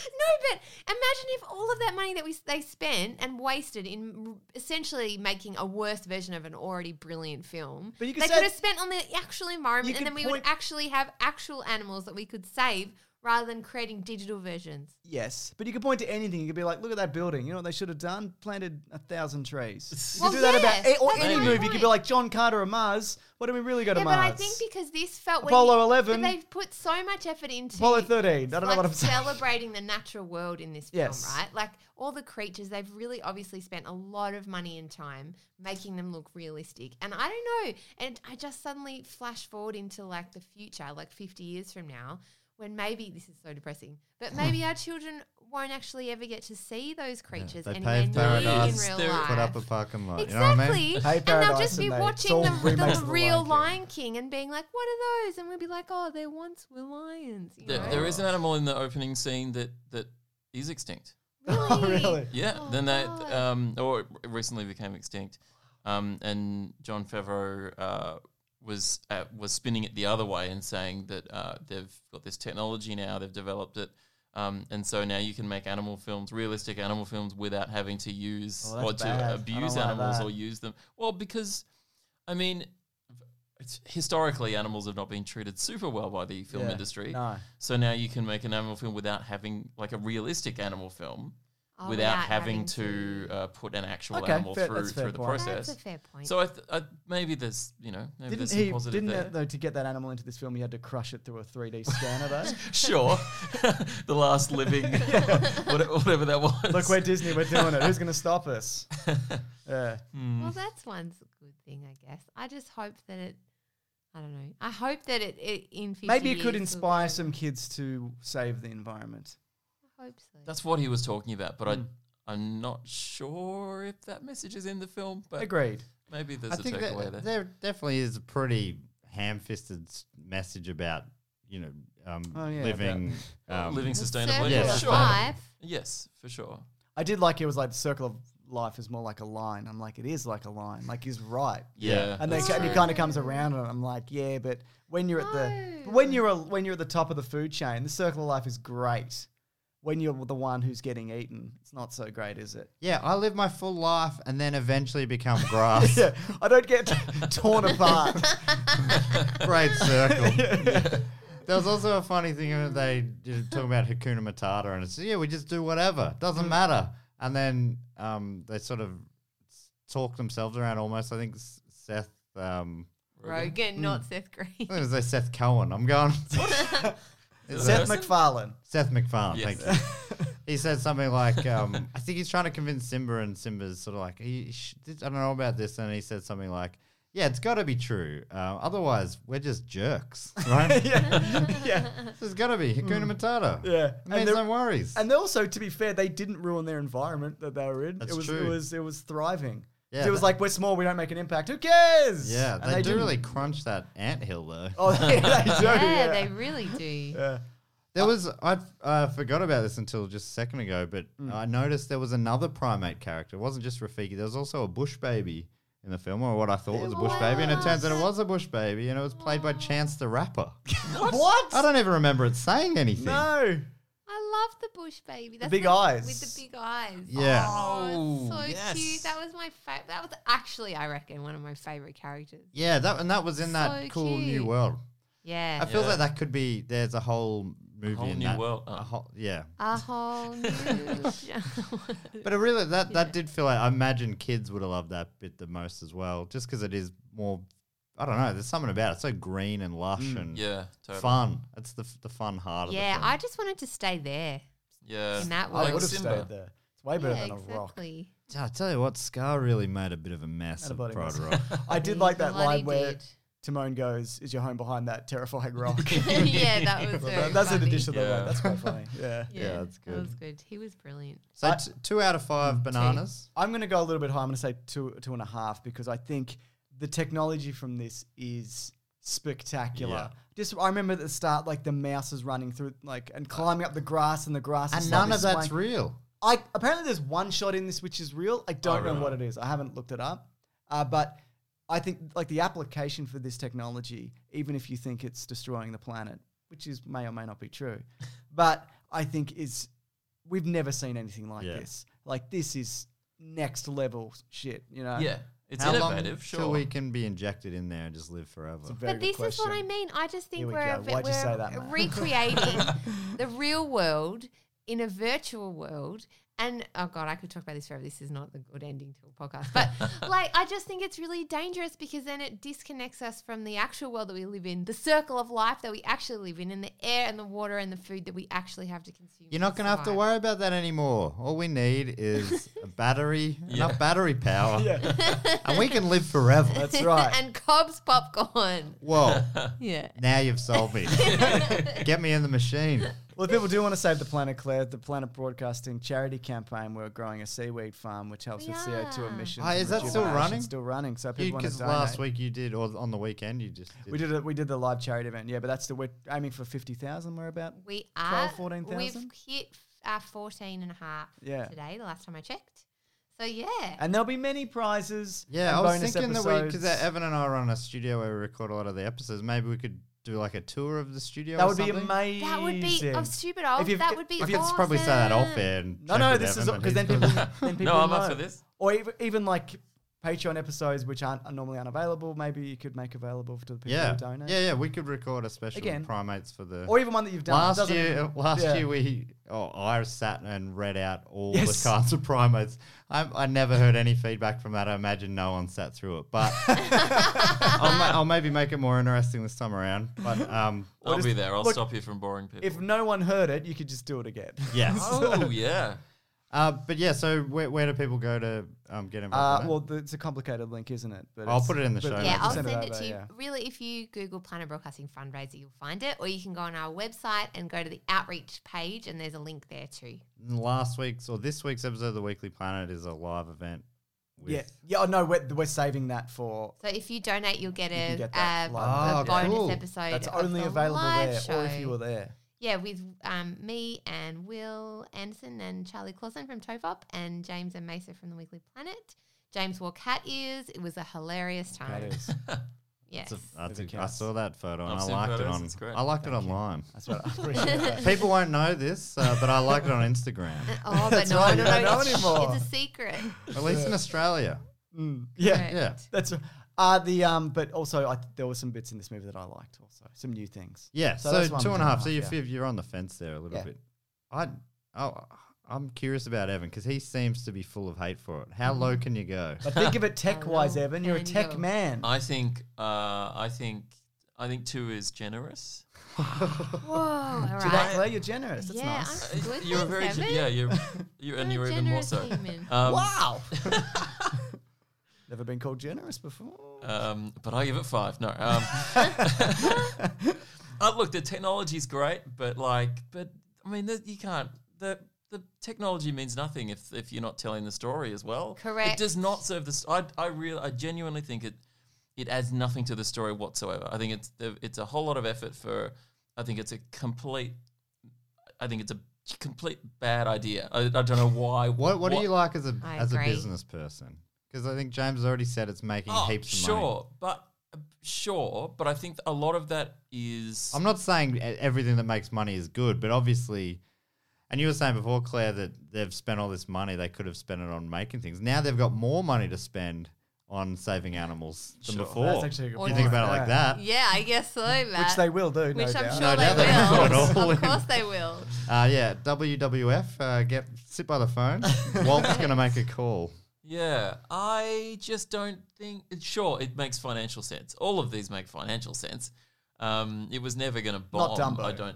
[SPEAKER 7] No, but imagine if all of that money that we they spent and wasted in r- essentially making a worse version of an already brilliant film.
[SPEAKER 4] But you could
[SPEAKER 7] they
[SPEAKER 4] say-
[SPEAKER 7] could have spent on the actual environment,
[SPEAKER 4] could
[SPEAKER 7] and then we
[SPEAKER 4] point-
[SPEAKER 7] would actually have actual animals that we could save rather than creating digital versions.
[SPEAKER 4] Yes, but you could point to anything. You could be like, "Look at that building." You know what they should have done? Planted a thousand trees. You
[SPEAKER 7] Well,
[SPEAKER 4] could do that about
[SPEAKER 7] yes,
[SPEAKER 4] a- or
[SPEAKER 7] that's
[SPEAKER 4] any
[SPEAKER 7] my
[SPEAKER 4] movie. You could be
[SPEAKER 7] point.
[SPEAKER 4] like John Carter of Mars. What do we really go to
[SPEAKER 7] yeah,
[SPEAKER 4] Mars?
[SPEAKER 7] but I think because this felt when
[SPEAKER 4] Apollo
[SPEAKER 7] you-
[SPEAKER 4] 11.
[SPEAKER 7] but they've put so much effort into
[SPEAKER 4] Apollo 13. I don't know
[SPEAKER 7] like
[SPEAKER 4] what I'm saying.
[SPEAKER 7] celebrating the natural world in this
[SPEAKER 4] Yes.
[SPEAKER 7] film, right? Like all the creatures, they've really obviously spent a lot of money and time making them look realistic. And I don't know, and I just suddenly flash forward into like the future, like 50 years from now, when maybe this is so depressing, but maybe our children won't actually ever get to see those creatures
[SPEAKER 1] they
[SPEAKER 7] anywhere
[SPEAKER 1] paved
[SPEAKER 7] near in
[SPEAKER 1] paradise,
[SPEAKER 7] real
[SPEAKER 6] They're-
[SPEAKER 7] life.
[SPEAKER 1] Put up a parking lot. You
[SPEAKER 7] Exactly.
[SPEAKER 1] know what I mean?
[SPEAKER 4] Hey,
[SPEAKER 7] and they'll
[SPEAKER 4] Paradise
[SPEAKER 7] just be
[SPEAKER 4] and they- it's
[SPEAKER 7] watching
[SPEAKER 4] all
[SPEAKER 7] the, the,
[SPEAKER 4] remakes of The
[SPEAKER 7] real
[SPEAKER 4] Lion King.
[SPEAKER 7] Lion King and being like, what are those? And we'll be like, oh, they once were lions. You
[SPEAKER 6] There,
[SPEAKER 7] know?
[SPEAKER 6] there is an animal in the opening scene that that is extinct.
[SPEAKER 4] Oh, really?
[SPEAKER 6] Yeah.
[SPEAKER 7] Oh,
[SPEAKER 6] then they
[SPEAKER 7] God.
[SPEAKER 6] um or it recently became extinct. Um and John Favreau uh was uh, was spinning it the other way and saying that uh, they've got this technology now, they've developed it. Um, and so now you can make animal films, realistic animal films, without having to use
[SPEAKER 4] Oh, that's
[SPEAKER 6] or to
[SPEAKER 4] bad. I don't
[SPEAKER 6] abuse
[SPEAKER 4] like
[SPEAKER 6] animals
[SPEAKER 4] that.
[SPEAKER 6] or use them. Well, because I mean, it's, historically animals have not been treated super well by the film
[SPEAKER 4] Yeah.
[SPEAKER 6] industry.
[SPEAKER 4] No.
[SPEAKER 6] So now you can make an animal film without having like a realistic animal film,
[SPEAKER 7] Oh,
[SPEAKER 6] without, having, to uh, put an actual
[SPEAKER 4] Okay,
[SPEAKER 6] animal
[SPEAKER 4] fair-
[SPEAKER 6] through
[SPEAKER 4] that's fair
[SPEAKER 6] through the
[SPEAKER 4] point.
[SPEAKER 6] process.
[SPEAKER 7] That's a fair point.
[SPEAKER 6] So I, th- I maybe there's you know maybe
[SPEAKER 4] Didn't
[SPEAKER 6] there's some
[SPEAKER 4] he?
[SPEAKER 6] positive
[SPEAKER 4] Didn't
[SPEAKER 6] there.
[SPEAKER 4] it, though to get that animal into this film, you had to crush it through a 3D scanner. Though.
[SPEAKER 6] sure, the last living whatever, whatever that was.
[SPEAKER 4] Look, we're Disney. We're doing it. Who's going to stop us? Yeah.
[SPEAKER 7] well, that's one's good thing, I guess. I just hope that it. I don't know. I hope that it, it in 50
[SPEAKER 4] Maybe it could
[SPEAKER 7] years will
[SPEAKER 4] inspire
[SPEAKER 7] be-
[SPEAKER 4] some kids to save the environment.
[SPEAKER 7] I hope so.
[SPEAKER 6] That's what he was talking about, but
[SPEAKER 4] Hmm.
[SPEAKER 6] I I'm not sure if that message is in the film. But
[SPEAKER 4] Agreed.
[SPEAKER 6] maybe there's
[SPEAKER 1] I
[SPEAKER 6] a
[SPEAKER 1] think
[SPEAKER 6] takeaway there.
[SPEAKER 1] that, there definitely is a pretty ham-fisted s- message about you know um,
[SPEAKER 4] Oh, yeah,
[SPEAKER 1] living um,
[SPEAKER 6] Living
[SPEAKER 7] The
[SPEAKER 6] sustainably,
[SPEAKER 1] Yeah,
[SPEAKER 7] circle of
[SPEAKER 6] sure.
[SPEAKER 7] life.
[SPEAKER 6] Yes, for sure.
[SPEAKER 4] I did like it was like the circle of life is more like a line. I'm like, it is like a line. Like he's right.
[SPEAKER 6] Yeah,
[SPEAKER 4] And then
[SPEAKER 6] that's
[SPEAKER 4] it
[SPEAKER 6] true.
[SPEAKER 4] kind of comes around, and I'm like, yeah, but when you're at the when you're a, when you're at the top of the food chain, the circle of life is great. When you're the one who's getting eaten, it's not so great, is it?
[SPEAKER 1] Yeah, I live my full life and then eventually become grass.
[SPEAKER 4] Yeah, I don't get torn apart.
[SPEAKER 1] Great circle. There was also a funny thing when they did talk about Hakuna Matata, and it's yeah, we just do whatever, doesn't matter. And then um, they sort of s- talk themselves around almost. I think S- Seth um,
[SPEAKER 4] Mm.
[SPEAKER 6] Rogan.
[SPEAKER 7] Rogan, not Seth Green.
[SPEAKER 1] I was gonna say Seth Cohen. I'm going. Is that-
[SPEAKER 4] Seth MacFarlane.
[SPEAKER 1] Seth MacFarlane.
[SPEAKER 6] Yes.
[SPEAKER 1] Thank you. he said something like, um, I think he's trying to convince Simba, and Simba's sort of like, he sh- I don't know about this. And he said something like, Yeah, it's got to be true. Uh, otherwise, we're just jerks, right?
[SPEAKER 4] yeah. yeah.
[SPEAKER 1] There's got to be Hakuna Matata.
[SPEAKER 4] Mm. Yeah.
[SPEAKER 1] It
[SPEAKER 4] And
[SPEAKER 1] means
[SPEAKER 4] they're-
[SPEAKER 1] no worries.
[SPEAKER 4] And they also, to be fair, they didn't ruin their environment that they were in.
[SPEAKER 1] That's
[SPEAKER 4] it was it
[SPEAKER 1] true.
[SPEAKER 4] was it was thriving.
[SPEAKER 1] Yeah,
[SPEAKER 4] it was
[SPEAKER 1] that-
[SPEAKER 4] like we're small, we don't make an impact. Who cares?
[SPEAKER 1] yeah,
[SPEAKER 4] And
[SPEAKER 1] they, do
[SPEAKER 4] didn't.
[SPEAKER 1] really crunch that anthill, though.
[SPEAKER 4] Oh, they, they do.
[SPEAKER 7] yeah,
[SPEAKER 4] Yeah,
[SPEAKER 7] they really do.
[SPEAKER 4] Yeah.
[SPEAKER 1] There was I uh, forgot about this until just a second ago, but
[SPEAKER 4] Mm.
[SPEAKER 1] I noticed there was another primate character. It wasn't just Rafiki. There was also a bush baby in the film, or what I thought was a bush baby, and it turns out it was a bush baby, and it was played by Chance the Rapper.
[SPEAKER 4] What?
[SPEAKER 1] I don't even remember it saying anything.
[SPEAKER 4] No.
[SPEAKER 7] I love the bush baby. That's
[SPEAKER 4] big
[SPEAKER 7] the-
[SPEAKER 4] eyes.
[SPEAKER 7] With the big eyes.
[SPEAKER 1] Yeah.
[SPEAKER 7] Oh,
[SPEAKER 6] Oh,
[SPEAKER 7] it's so
[SPEAKER 6] yes.
[SPEAKER 7] cute. That was my favorite. That was actually, I reckon, one of my favorite characters.
[SPEAKER 1] Yeah, that and that was in that
[SPEAKER 7] So
[SPEAKER 1] cool new
[SPEAKER 7] cute.
[SPEAKER 1] world. I
[SPEAKER 7] Yeah.
[SPEAKER 1] feel
[SPEAKER 6] Yeah.
[SPEAKER 1] like that could be. There's a whole movie
[SPEAKER 6] whole
[SPEAKER 1] in
[SPEAKER 6] new
[SPEAKER 1] that.
[SPEAKER 6] world.
[SPEAKER 1] A
[SPEAKER 6] Oh.
[SPEAKER 1] whole, yeah,
[SPEAKER 7] A whole new genre.
[SPEAKER 1] But it really that that did feel like I imagine kids would have loved that bit the most as well, just because it is more. I don't know. There's something about it. It's so green and lush
[SPEAKER 4] Mm,
[SPEAKER 1] and
[SPEAKER 6] Yeah, totally.
[SPEAKER 1] fun. It's the the fun heart.
[SPEAKER 7] Yeah,
[SPEAKER 1] of the film.
[SPEAKER 7] I just wanted to stay there.
[SPEAKER 6] Yeah,
[SPEAKER 7] In that
[SPEAKER 4] I
[SPEAKER 7] Like
[SPEAKER 4] would have
[SPEAKER 6] Simba.
[SPEAKER 4] stayed there. It's way better
[SPEAKER 7] yeah,
[SPEAKER 4] than a rock.
[SPEAKER 7] exactly.
[SPEAKER 1] I tell you what, Scar really made a bit of a mess
[SPEAKER 4] And a
[SPEAKER 1] of
[SPEAKER 4] bloody
[SPEAKER 1] Pride
[SPEAKER 4] mess.
[SPEAKER 1] Rock.
[SPEAKER 4] I did like that
[SPEAKER 7] bloody
[SPEAKER 4] line where
[SPEAKER 7] did.
[SPEAKER 4] Timon goes, "Is your home behind that terrifying rock?"
[SPEAKER 7] yeah, that was very
[SPEAKER 4] That's an
[SPEAKER 7] funny.
[SPEAKER 4] additional
[SPEAKER 6] Yeah.
[SPEAKER 4] line. That's quite funny. Yeah.
[SPEAKER 7] Yeah,
[SPEAKER 1] that's
[SPEAKER 7] That
[SPEAKER 1] good.
[SPEAKER 7] was good. He was brilliant.
[SPEAKER 1] So t- two out of
[SPEAKER 7] Mm,
[SPEAKER 1] five bananas.
[SPEAKER 4] I'm going to go a little bit higher. I'm going to say two, two and a half because I think the technology from this is spectacular. Just I remember at the start, like the mouse is running through, like and climbing up the grass, and the grass is
[SPEAKER 1] and none
[SPEAKER 4] like
[SPEAKER 1] of that's
[SPEAKER 4] swaying.
[SPEAKER 1] real.
[SPEAKER 4] I apparently there's one shot in this which is real. I
[SPEAKER 1] Oh,
[SPEAKER 4] don't know
[SPEAKER 6] really?
[SPEAKER 4] what it is. I haven't looked it up, uh, but I think like the application for this technology, even if you think it's destroying the planet, which is may or may not be true, but I think is we've never seen anything like
[SPEAKER 1] Yeah.
[SPEAKER 4] this. Like this is next level shit. You know.
[SPEAKER 6] yeah. It's
[SPEAKER 1] How long
[SPEAKER 6] innovative, sure.
[SPEAKER 1] till we can be injected in there and just live forever?
[SPEAKER 4] It's a very
[SPEAKER 7] but
[SPEAKER 4] good
[SPEAKER 7] this is what I
[SPEAKER 4] question.
[SPEAKER 7] mean. I just think
[SPEAKER 4] Here we
[SPEAKER 7] we are
[SPEAKER 4] go. Why'd
[SPEAKER 7] we're
[SPEAKER 4] you say that, Matt?
[SPEAKER 7] recreating the real world in a virtual world. And oh god, I could talk about this forever. This is not the good ending to a podcast. But like, I just think it's really dangerous because then it disconnects us from the actual world that we live in, the circle of life that we actually live in, and the air and the water and the food that we actually have to consume.
[SPEAKER 1] You're not going to have to
[SPEAKER 7] survive.
[SPEAKER 1] worry about that anymore. All we need is a battery, enough battery power, and we can live forever.
[SPEAKER 4] That's right.
[SPEAKER 7] and Cobb's popcorn.
[SPEAKER 1] Whoa,
[SPEAKER 7] Yeah.
[SPEAKER 1] now you've sold me. Get me in the machine.
[SPEAKER 4] Well, if people do want to save the planet, Claire. The Planet Broadcasting charity campaign. We're growing a seaweed farm, which helps with CO2
[SPEAKER 7] Oh, Yeah.
[SPEAKER 4] emissions.
[SPEAKER 1] Ah,
[SPEAKER 4] and
[SPEAKER 1] is that still
[SPEAKER 4] rejuvenation.
[SPEAKER 1] running?
[SPEAKER 4] Still running. So people want to
[SPEAKER 1] Because
[SPEAKER 4] donate.
[SPEAKER 1] last week you did, or on the weekend you just did.
[SPEAKER 4] We did it. We did the live charity event. Yeah, but that's the we're aiming for fifty thousand. We're about.
[SPEAKER 7] We
[SPEAKER 4] 12,
[SPEAKER 7] are.
[SPEAKER 4] 14,000?
[SPEAKER 7] We've hit uh, 14 and a half
[SPEAKER 4] Yeah.
[SPEAKER 7] today, the last time I checked. So, yeah.
[SPEAKER 4] And there'll be many prizes.
[SPEAKER 1] Yeah, I
[SPEAKER 4] and
[SPEAKER 1] was
[SPEAKER 4] bonus
[SPEAKER 1] thinking that we, because
[SPEAKER 4] episodes.
[SPEAKER 1] Evan and I are on a studio where we record a lot of the episodes. Maybe we could do like a tour of the studio.
[SPEAKER 4] that
[SPEAKER 1] or
[SPEAKER 4] would be
[SPEAKER 1] something.
[SPEAKER 4] amazing.
[SPEAKER 7] that would be oh, stupid. Old.
[SPEAKER 4] If you've
[SPEAKER 7] That
[SPEAKER 4] got-
[SPEAKER 7] would be
[SPEAKER 1] I could
[SPEAKER 7] awesome.
[SPEAKER 1] probably say that off air. And
[SPEAKER 4] No,
[SPEAKER 1] check
[SPEAKER 4] no,
[SPEAKER 1] with
[SPEAKER 4] this is
[SPEAKER 1] Evan, but
[SPEAKER 4] because then
[SPEAKER 1] he's
[SPEAKER 4] people,
[SPEAKER 1] got-
[SPEAKER 4] then people
[SPEAKER 6] no, I'm up
[SPEAKER 4] know.
[SPEAKER 6] for this.
[SPEAKER 4] Or even, even like Patreon episodes which aren't normally unavailable. Maybe you could make available to the people
[SPEAKER 1] yeah,
[SPEAKER 4] who donate.
[SPEAKER 1] yeah, yeah. We could record a special
[SPEAKER 4] Again.
[SPEAKER 1] primates for the.
[SPEAKER 4] Or even one that you've done. It
[SPEAKER 1] last
[SPEAKER 4] doesn't-
[SPEAKER 1] year, uh, last
[SPEAKER 4] yeah.
[SPEAKER 1] year we, oh, I sat and read out all
[SPEAKER 4] Yes.
[SPEAKER 1] the kinds of primates. I, I never heard any feedback from that. I imagine no one sat through it, but I'll, ma- I'll maybe make it more interesting this time around. But um,
[SPEAKER 6] I'll be there. I'll
[SPEAKER 4] look,
[SPEAKER 6] stop you from boring people.
[SPEAKER 4] If no one heard it, you could just do it again.
[SPEAKER 1] yes,
[SPEAKER 6] oh yeah,
[SPEAKER 1] uh, but yeah. So where, where do people go to um, get involved?
[SPEAKER 4] Uh,
[SPEAKER 1] in that?
[SPEAKER 4] well, th- it's a complicated link, isn't it? But
[SPEAKER 1] I'll
[SPEAKER 4] it's-
[SPEAKER 1] put it in the
[SPEAKER 4] but-
[SPEAKER 1] show
[SPEAKER 7] Yeah,
[SPEAKER 1] notes.
[SPEAKER 7] I'll
[SPEAKER 1] Send
[SPEAKER 7] send
[SPEAKER 4] it
[SPEAKER 7] it,
[SPEAKER 4] over,
[SPEAKER 7] to you.
[SPEAKER 4] yeah.
[SPEAKER 7] Really, if you Google Planet Broadcasting Fundraiser, you'll find it. Or you can go on our website and go to the outreach page, and there's a link there too.
[SPEAKER 1] last week's or this week's episode of the Weekly Planet is a live event. With,
[SPEAKER 4] Yeah, yeah. Oh, no, we're, we're saving that for.
[SPEAKER 7] So if you donate, you'll get a,
[SPEAKER 4] can get that
[SPEAKER 7] a,
[SPEAKER 4] live.
[SPEAKER 7] a
[SPEAKER 1] Oh,
[SPEAKER 7] bonus
[SPEAKER 1] cool.
[SPEAKER 7] episode.
[SPEAKER 4] That's
[SPEAKER 7] of
[SPEAKER 4] only
[SPEAKER 7] the
[SPEAKER 4] available
[SPEAKER 7] live
[SPEAKER 4] there, or if
[SPEAKER 7] show.
[SPEAKER 4] you were there.
[SPEAKER 7] Yeah, with um, me and Will Anderson and Charlie Clausen from Tovop and James and Mesa from the Weekly Planet. James wore cat ears. It was a hilarious time.
[SPEAKER 4] That is.
[SPEAKER 7] Yes.
[SPEAKER 1] That's a- that's
[SPEAKER 4] If it
[SPEAKER 1] a- I
[SPEAKER 4] counts.
[SPEAKER 1] saw that photo and
[SPEAKER 6] I've
[SPEAKER 1] I
[SPEAKER 6] seen
[SPEAKER 1] liked it
[SPEAKER 6] photos,
[SPEAKER 1] on.
[SPEAKER 6] it's great.
[SPEAKER 1] I liked it online.
[SPEAKER 4] That's what I appreciate. that.
[SPEAKER 1] People won't know this, uh, but I liked it on Instagram.
[SPEAKER 7] oh, but no,
[SPEAKER 4] right,
[SPEAKER 7] no,
[SPEAKER 4] you
[SPEAKER 7] no,
[SPEAKER 4] don't know
[SPEAKER 7] it's,
[SPEAKER 4] anymore.
[SPEAKER 7] it's a secret.
[SPEAKER 1] At least in Australia.
[SPEAKER 4] Mm, yeah,
[SPEAKER 7] Correct.
[SPEAKER 1] Yeah.
[SPEAKER 4] that's r- uh, the um. But also, I, th- there were some bits in this movie that I liked. Also, some new things.
[SPEAKER 1] Yeah,
[SPEAKER 4] So
[SPEAKER 1] so,
[SPEAKER 4] that's one
[SPEAKER 1] two and a half. So you're,
[SPEAKER 4] yeah.
[SPEAKER 1] fif- you're on the fence there a little
[SPEAKER 4] Yeah.
[SPEAKER 1] bit. I oh, I'm curious about Evan because he seems to be full of hate for it. How low can you go?
[SPEAKER 4] Mm-hmm. But think of it tech wise,
[SPEAKER 7] know.
[SPEAKER 4] Evan. You're a
[SPEAKER 7] Can
[SPEAKER 4] tech
[SPEAKER 7] you?
[SPEAKER 4] man.
[SPEAKER 6] I think. Uh, I think. I think two is generous.
[SPEAKER 7] Whoa, all right.
[SPEAKER 4] Today, you're generous. That's
[SPEAKER 7] yeah,
[SPEAKER 4] nice.
[SPEAKER 7] I'm good.
[SPEAKER 6] You're a very
[SPEAKER 7] seven.
[SPEAKER 6] yeah. You're you're and
[SPEAKER 7] I'm a
[SPEAKER 6] you're even more
[SPEAKER 7] generous
[SPEAKER 6] so.
[SPEAKER 7] human.
[SPEAKER 6] Um,
[SPEAKER 4] Wow. Never been called generous before.
[SPEAKER 7] Uh,
[SPEAKER 6] Um, but I give it five. No. Um, uh, look, the technology's great, but like, but I mean, the, you can't. The the technology means nothing if if you're not telling the story as well. It
[SPEAKER 7] Correct.
[SPEAKER 6] does not serve the. s- I I real I genuinely think it it adds nothing to the story whatsoever. I think it's the, it's a whole lot of effort for. I think it's a complete. I think it's a complete bad idea. I, I don't know why.
[SPEAKER 1] What What do you like as a
[SPEAKER 7] I
[SPEAKER 1] as
[SPEAKER 7] agree.
[SPEAKER 1] a business person? Because I think James has already said it's making
[SPEAKER 6] Oh,
[SPEAKER 1] heaps of
[SPEAKER 6] sure,
[SPEAKER 1] money.
[SPEAKER 6] but sure, but I think a lot of that is
[SPEAKER 1] I'm not saying e- everything that makes money is good, but obviously, and you were saying before, Claire, that they've spent all this money. They could have spent it on making things. Now they've got more money to spend on saving animals than
[SPEAKER 6] Sure.
[SPEAKER 1] before.
[SPEAKER 4] That's actually a good
[SPEAKER 1] you
[SPEAKER 7] point.
[SPEAKER 1] think about it like that.
[SPEAKER 7] Yeah, I guess so, Matt.
[SPEAKER 4] Which they will do. no
[SPEAKER 7] Which I'm
[SPEAKER 4] doubt.
[SPEAKER 7] sure
[SPEAKER 1] No doubt
[SPEAKER 7] they
[SPEAKER 1] they can put it
[SPEAKER 7] will.
[SPEAKER 1] all
[SPEAKER 7] of
[SPEAKER 1] in.
[SPEAKER 7] course they will.
[SPEAKER 1] Uh, yeah, WWF, uh, get sit by the phone. Walt's going to make a call.
[SPEAKER 6] Yeah, I just don't think. it- Sure, it makes financial sense. All of these make financial sense. Um, it was never going to bomb.
[SPEAKER 4] Dumbo.
[SPEAKER 6] I don't.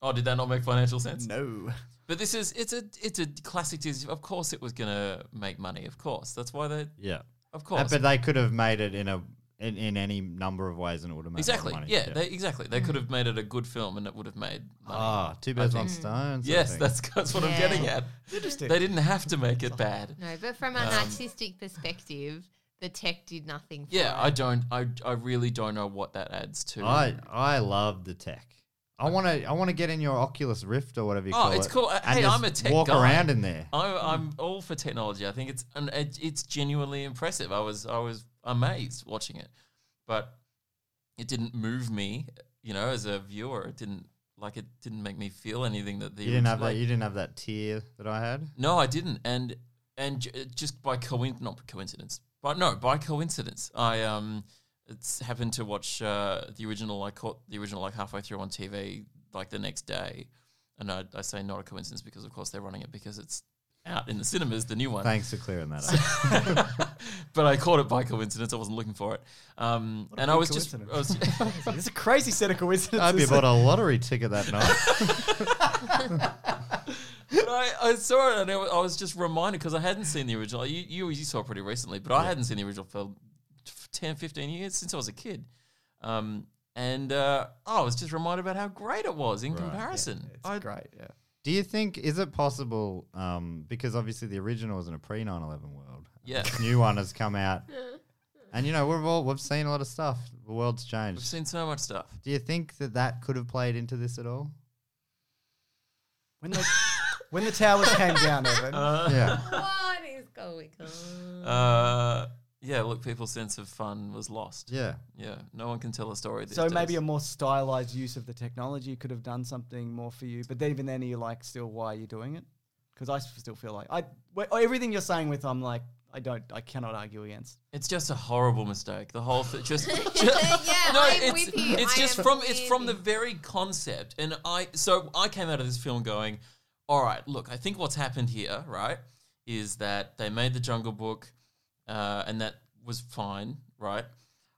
[SPEAKER 6] Oh, did that not make financial sense?
[SPEAKER 4] No.
[SPEAKER 6] But this is it's a it's a classic Disney. Of course, it was going to make money. Of course, that's why they.
[SPEAKER 1] Yeah.
[SPEAKER 6] Of
[SPEAKER 1] Uh,
[SPEAKER 6] course,
[SPEAKER 1] But they could have made it in a in, in any number of ways and it would have made a lot of
[SPEAKER 6] exactly.
[SPEAKER 1] money. Hmm.
[SPEAKER 6] Yeah, They, exactly. They could have made it a good film, and it would have made money.
[SPEAKER 1] Ah, two birds, one stone. sort of
[SPEAKER 6] yes,
[SPEAKER 1] thing.
[SPEAKER 6] that's that's what I'm
[SPEAKER 7] Yeah.
[SPEAKER 6] getting at.
[SPEAKER 4] Interesting.
[SPEAKER 6] They didn't have to make it bad.
[SPEAKER 7] No, but from an artistic perspective, the tech did nothing for
[SPEAKER 6] Yeah, I
[SPEAKER 7] it.
[SPEAKER 6] don't. I I really don't know what that adds to.
[SPEAKER 1] I I love the tech. I want to I want to get in your Oculus Rift or whatever you call it.
[SPEAKER 6] it's cool. Uh,
[SPEAKER 1] and
[SPEAKER 6] hey,
[SPEAKER 1] just
[SPEAKER 6] I'm a tech
[SPEAKER 1] walk
[SPEAKER 6] guy.
[SPEAKER 1] around in there.
[SPEAKER 6] I, I'm all for technology. I think it's and it, it's genuinely impressive. I was I was amazed watching it, but it didn't move me. You know, as a viewer, it didn't like it didn't make me feel anything that the
[SPEAKER 1] You didn't have
[SPEAKER 6] like,
[SPEAKER 1] that. You didn't have that tear that I had.
[SPEAKER 6] No, I didn't, and and j- it just by coinc not coincidence, but no, by coincidence, I um, it's happened to watch uh, the original. I caught the original like halfway through on TV, like the next day, and I, I say not a coincidence because of course they're running it because it's out in the cinemas, the new one.
[SPEAKER 1] Thanks for clearing that up.
[SPEAKER 6] but I caught it by coincidence. I wasn't looking for it, um, and I was just, I was,
[SPEAKER 4] It's a crazy set of coincidences.
[SPEAKER 1] I'd be bought a lottery ticket that night.
[SPEAKER 6] but I, I saw it and I wa- I was just reminded because I hadn't seen the original. You, you, you saw it pretty recently, but I hadn't seen the original for 10, 15 years since I was a kid. Um, and uh, I was just reminded about how great it was in comparison.
[SPEAKER 4] It's
[SPEAKER 6] I,
[SPEAKER 4] great. Yeah.
[SPEAKER 1] Do you think is it possible? Um, because obviously the original was in a pre 9-11 world.
[SPEAKER 6] Yeah.
[SPEAKER 1] This new one has come out, and you know we've all we've seen a lot of stuff. The world's changed.
[SPEAKER 6] I've seen so much stuff.
[SPEAKER 1] Do you think that that could have played into this at all?
[SPEAKER 4] When the, when the towers came down, Evan,
[SPEAKER 1] Uh, yeah.
[SPEAKER 7] What is going on?
[SPEAKER 6] Uh, yeah, look, people's sense of fun was lost.
[SPEAKER 1] Yeah.
[SPEAKER 6] Yeah, no one can tell a story. These
[SPEAKER 4] so maybe
[SPEAKER 6] days.
[SPEAKER 4] a more stylized use of the technology could have done something more for you. But then even then, are you like, still, why are you doing it? Because I s- still feel like I well, everything you're saying with I'm like I don't I cannot argue against.
[SPEAKER 6] It's just a horrible mistake. The whole thing, just, ju-
[SPEAKER 7] Yeah, I'm
[SPEAKER 6] it's,
[SPEAKER 7] with you.
[SPEAKER 6] it's
[SPEAKER 7] I
[SPEAKER 6] just
[SPEAKER 7] am
[SPEAKER 6] from it's from the
[SPEAKER 7] with
[SPEAKER 6] very concept, and I so I came out of this film going, all right, look, I think what's happened here, right, is that they made the Jungle Book, uh, and that was fine, right?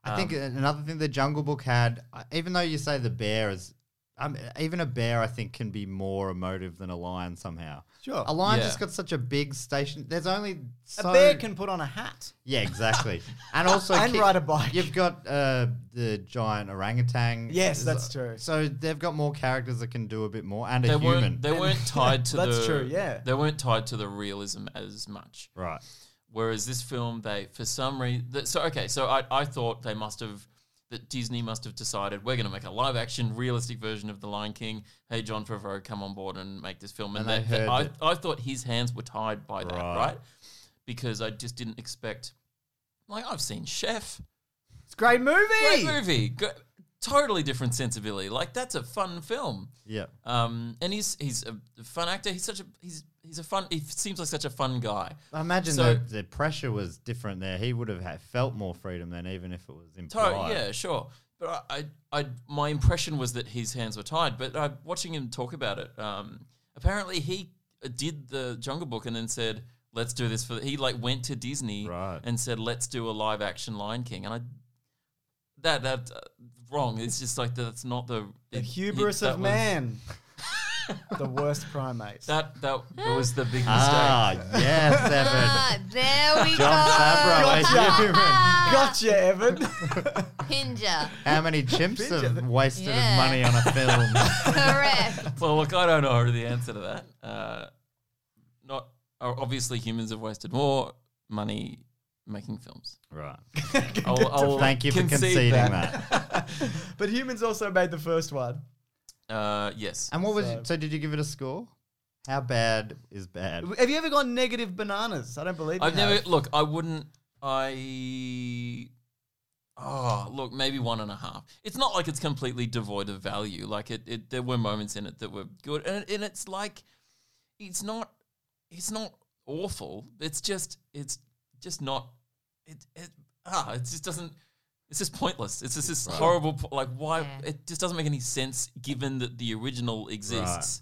[SPEAKER 1] I
[SPEAKER 4] Um,
[SPEAKER 1] think another thing the Jungle Book had, uh, even though you say the bear is, um, even a bear I think can be more emotive than a lion somehow.
[SPEAKER 4] Sure.
[SPEAKER 1] a lion
[SPEAKER 6] Yeah.
[SPEAKER 1] just got such a big station. There's only so
[SPEAKER 4] a bear can put on a hat.
[SPEAKER 1] yeah, exactly, and also
[SPEAKER 4] And
[SPEAKER 1] ki-
[SPEAKER 4] ride a bike.
[SPEAKER 1] You've got uh, the giant orangutan.
[SPEAKER 4] Yes,
[SPEAKER 1] Is-
[SPEAKER 4] that's true.
[SPEAKER 1] So they've got more characters that can do a bit more, and a
[SPEAKER 6] They
[SPEAKER 1] human.
[SPEAKER 6] weren't they weren't tied to
[SPEAKER 4] That's
[SPEAKER 6] the
[SPEAKER 4] true, yeah.
[SPEAKER 6] they weren't tied to the realism as much.
[SPEAKER 1] right.
[SPEAKER 6] Whereas this film, they for some reason, so okay, so I, I thought they must have that Disney must have decided we're going to make a live action, realistic version of The Lion King. Hey, John Favreau, come on board and make this film. And,
[SPEAKER 1] And
[SPEAKER 6] that,
[SPEAKER 1] they
[SPEAKER 6] that-
[SPEAKER 1] heard
[SPEAKER 6] I,
[SPEAKER 1] that-
[SPEAKER 6] I thought his hands were tied by that,
[SPEAKER 1] Right.
[SPEAKER 6] right? Because I just didn't expect. Like I've seen Chef,
[SPEAKER 4] It's a great movie.
[SPEAKER 6] great movie, go, totally different sensibility. Like that's a fun film.
[SPEAKER 1] Yeah.
[SPEAKER 6] Um, and he's he's a fun actor. He's such a he's he's a fun. He seems like such a fun guy.
[SPEAKER 1] I imagine
[SPEAKER 6] So-
[SPEAKER 1] the, the pressure was different there. He would have had, felt more freedom than even if it was implied.
[SPEAKER 6] Tied, yeah, sure. But I, I, I, my impression was that his hands were tied. But uh, watching him talk about it, um, apparently he did the Jungle Book and then said, "Let's do this for." He like went to Disney
[SPEAKER 1] Right.
[SPEAKER 6] and said, "Let's do a live action Lion King," and I. That that uh, wrong. It's just like that's not the
[SPEAKER 4] The
[SPEAKER 6] it- it-
[SPEAKER 4] hubris
[SPEAKER 6] that
[SPEAKER 4] of
[SPEAKER 6] was-
[SPEAKER 4] man. the worst primates.
[SPEAKER 6] That that was the big mistake.
[SPEAKER 1] Ah, yes, Evan.
[SPEAKER 7] Ah, there we
[SPEAKER 1] John
[SPEAKER 7] go.
[SPEAKER 1] Favreau eh?
[SPEAKER 7] Ah,
[SPEAKER 1] is human.
[SPEAKER 4] gotcha, Evan.
[SPEAKER 7] Pinger.
[SPEAKER 1] How many chimps have wasted of
[SPEAKER 7] Yeah.
[SPEAKER 1] money on a film?
[SPEAKER 7] Correct.
[SPEAKER 6] Well, look, I don't know the answer to that. Uh, not uh, obviously humans have wasted more money making films.
[SPEAKER 1] right.
[SPEAKER 6] I'll, I'll
[SPEAKER 1] Thank you for conceding
[SPEAKER 6] concede
[SPEAKER 1] that.
[SPEAKER 4] but humans also made the first one.
[SPEAKER 6] Uh, yes.
[SPEAKER 1] And what was
[SPEAKER 4] So-
[SPEAKER 1] it? So did you give it a score? How bad is bad?
[SPEAKER 4] Have you ever gone negative bananas? I don't believe you
[SPEAKER 6] I've
[SPEAKER 4] have.
[SPEAKER 6] never look. I wouldn't. I oh look, maybe one and a half. It's not like it's completely devoid of value. Like it, it there were moments in it that were good, and, and it's like it's not it's not awful. It's just it's just not it, it ah it just doesn't. It's just pointless. It's just this horrible, po- like why?
[SPEAKER 7] Yeah.
[SPEAKER 6] It just doesn't make any sense given that the original exists.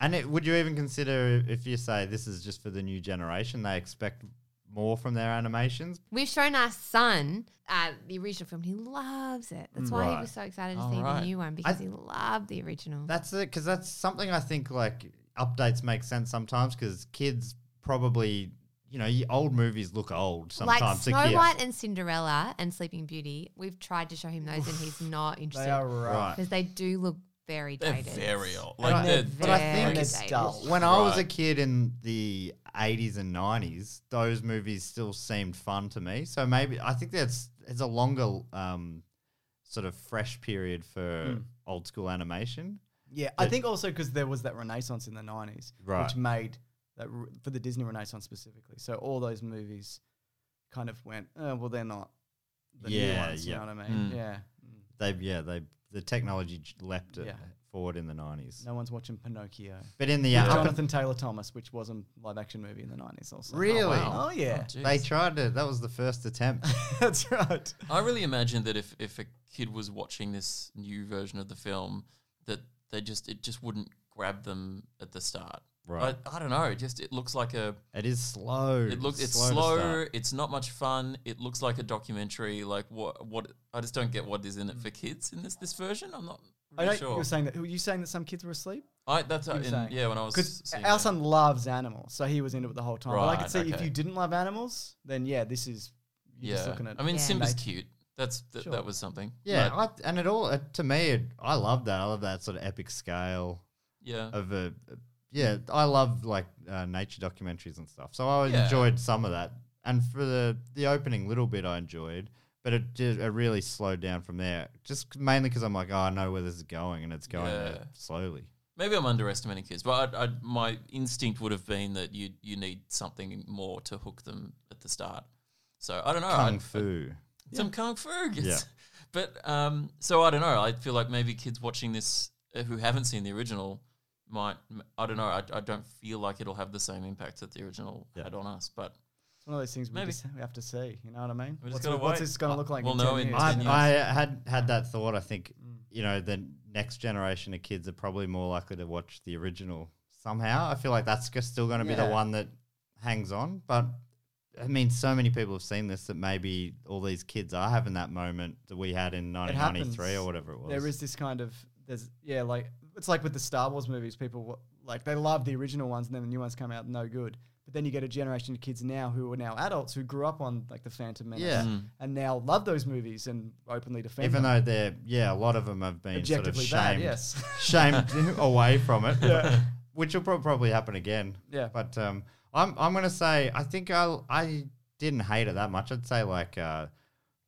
[SPEAKER 1] And it, would you even consider if you say this is just for the new generation, they expect more from their animations?
[SPEAKER 7] We've shown our son uh, the original film. He loves it. That's why
[SPEAKER 1] Right.
[SPEAKER 7] he was so excited to
[SPEAKER 6] All
[SPEAKER 7] see
[SPEAKER 6] right.
[SPEAKER 7] the new one because he loved the original.
[SPEAKER 1] That's it, because that's something I think like updates make sense sometimes because kids probably, you know, y- old movies look old sometimes.
[SPEAKER 7] like
[SPEAKER 1] to
[SPEAKER 7] Snow
[SPEAKER 1] kids.
[SPEAKER 7] White and Cinderella and Sleeping Beauty, we've tried to show him those and he's not
[SPEAKER 4] They are
[SPEAKER 7] interested
[SPEAKER 1] Right.
[SPEAKER 4] right.
[SPEAKER 7] because they do look very
[SPEAKER 6] They're
[SPEAKER 7] dated.
[SPEAKER 6] very old.
[SPEAKER 1] And
[SPEAKER 6] Like
[SPEAKER 1] I-
[SPEAKER 6] they're,
[SPEAKER 1] but I think
[SPEAKER 7] very
[SPEAKER 1] it's
[SPEAKER 7] dated.
[SPEAKER 4] dull.
[SPEAKER 1] When I was a
[SPEAKER 6] Right.
[SPEAKER 1] kid in the 80s and 90s, those movies still seemed fun to me. So maybe I think that's it's a longer um, sort of fresh period for
[SPEAKER 6] Hmm.
[SPEAKER 1] old school animation.
[SPEAKER 4] Yeah, I think also because there was that renaissance in the 90s,
[SPEAKER 1] Right.
[SPEAKER 4] which made that re- for the Disney renaissance specifically. So all those movies kind of went, oh, well, they're not the new
[SPEAKER 1] Yeah,
[SPEAKER 4] ones.
[SPEAKER 1] yeah.
[SPEAKER 4] You know what I
[SPEAKER 6] Hmm.
[SPEAKER 4] mean? Yeah.
[SPEAKER 1] They yeah, they the technology j- leapt it
[SPEAKER 4] Yeah.
[SPEAKER 1] forward in the 90s.
[SPEAKER 4] No one's watching Pinocchio.
[SPEAKER 1] But in the uh, up
[SPEAKER 4] Jonathan Taylor Thomas, which was a live action movie in the 90s also.
[SPEAKER 1] Really?
[SPEAKER 4] Oh, wow. Oh, yeah.
[SPEAKER 6] Jeez.
[SPEAKER 1] they tried to that was the first attempt.
[SPEAKER 4] That's right.
[SPEAKER 6] I really imagine that if, if a kid was watching this new version of the film, that they just it just wouldn't grab them at the start.
[SPEAKER 1] Right.
[SPEAKER 6] I, I don't know. It just it looks like a
[SPEAKER 1] it is slow.
[SPEAKER 6] it looks it's
[SPEAKER 1] to
[SPEAKER 6] slow.
[SPEAKER 1] start.
[SPEAKER 6] It's not much fun. It looks like a documentary. Like what what I just don't get what is in it for kids in this this version. I'm not
[SPEAKER 4] I
[SPEAKER 6] really
[SPEAKER 4] don't,
[SPEAKER 6] sure.
[SPEAKER 4] you were saying that. Were you saying that some kids were asleep?
[SPEAKER 6] I that's uh,
[SPEAKER 4] you were
[SPEAKER 6] in,
[SPEAKER 4] saying.
[SPEAKER 6] yeah when I was
[SPEAKER 4] Because
[SPEAKER 6] seeing
[SPEAKER 4] our
[SPEAKER 6] it.
[SPEAKER 4] son loves animals, so he was into it the whole time. but I
[SPEAKER 6] Right,
[SPEAKER 4] could see if
[SPEAKER 6] okay.
[SPEAKER 4] you didn't love animals, then yeah, this is you're just
[SPEAKER 6] yeah.
[SPEAKER 4] looking at.
[SPEAKER 6] I mean
[SPEAKER 7] Yeah.
[SPEAKER 6] Simba's
[SPEAKER 4] Like-
[SPEAKER 6] cute. That's th-
[SPEAKER 4] Sure.
[SPEAKER 6] that was something.
[SPEAKER 1] Yeah,
[SPEAKER 6] But,
[SPEAKER 1] I, and it all it, to me it, I love that. I love that sort of epic scale.
[SPEAKER 6] yeah.
[SPEAKER 1] of a yeah i love like uh, nature documentaries and stuff so i always
[SPEAKER 6] Mm. Yeah.
[SPEAKER 1] enjoyed some of that and for the the opening little bit i enjoyed but it did, it really slowed down from there just mainly because i'm like oh i know where this is going and it's going there
[SPEAKER 6] Yeah.
[SPEAKER 1] slowly
[SPEAKER 6] Maybe I'm underestimating kids, but I, I, my instinct would have been that you you need something more to hook them at the start. So I don't know.
[SPEAKER 1] kung
[SPEAKER 6] I'd-
[SPEAKER 1] fu
[SPEAKER 6] Some kung fu. yes.
[SPEAKER 1] Yeah.
[SPEAKER 6] But um, so I don't know. I feel like maybe kids watching this uh, who haven't seen the original might. I don't know. I, I don't feel like it'll have the same impact that the original
[SPEAKER 1] Yeah.
[SPEAKER 6] had on us. But
[SPEAKER 4] It's one of those things we
[SPEAKER 6] Maybe.
[SPEAKER 4] just we have to see. You know what I mean?
[SPEAKER 6] We just
[SPEAKER 4] what's
[SPEAKER 6] gotta
[SPEAKER 4] what's
[SPEAKER 6] wait.
[SPEAKER 4] this going to look like?
[SPEAKER 6] We'll
[SPEAKER 4] in
[SPEAKER 6] know
[SPEAKER 4] 10
[SPEAKER 6] in
[SPEAKER 4] years?
[SPEAKER 1] I,
[SPEAKER 6] ten years.
[SPEAKER 1] I had had that thought i think you know the next generation of kids are probably more likely to watch the original somehow i feel like that's just still going to be
[SPEAKER 4] Yeah.
[SPEAKER 1] the one that hangs on but I mean, so many people have seen this that maybe all these kids are having that moment that we had in
[SPEAKER 4] It happens.
[SPEAKER 1] 1993 or whatever it was.
[SPEAKER 4] There is this kind of there's yeah like it's like with the Star Wars movies. People wa- like they love the original ones, and then the new ones come out no good. But then you get a generation of kids now who are now adults who grew up on like the Phantom Menace,
[SPEAKER 1] Yeah.
[SPEAKER 6] Mm.
[SPEAKER 4] and now love those movies and openly defend
[SPEAKER 1] even
[SPEAKER 4] them.
[SPEAKER 1] though they're yeah, a lot of them have been sort of
[SPEAKER 4] objectively
[SPEAKER 1] shamed,
[SPEAKER 4] bad. Yes.
[SPEAKER 1] shamed away from it, which will prob- probably happen again.
[SPEAKER 4] Yeah.
[SPEAKER 1] but um, I'm I'm gonna say I think I I didn't hate it that much. I'd say like uh,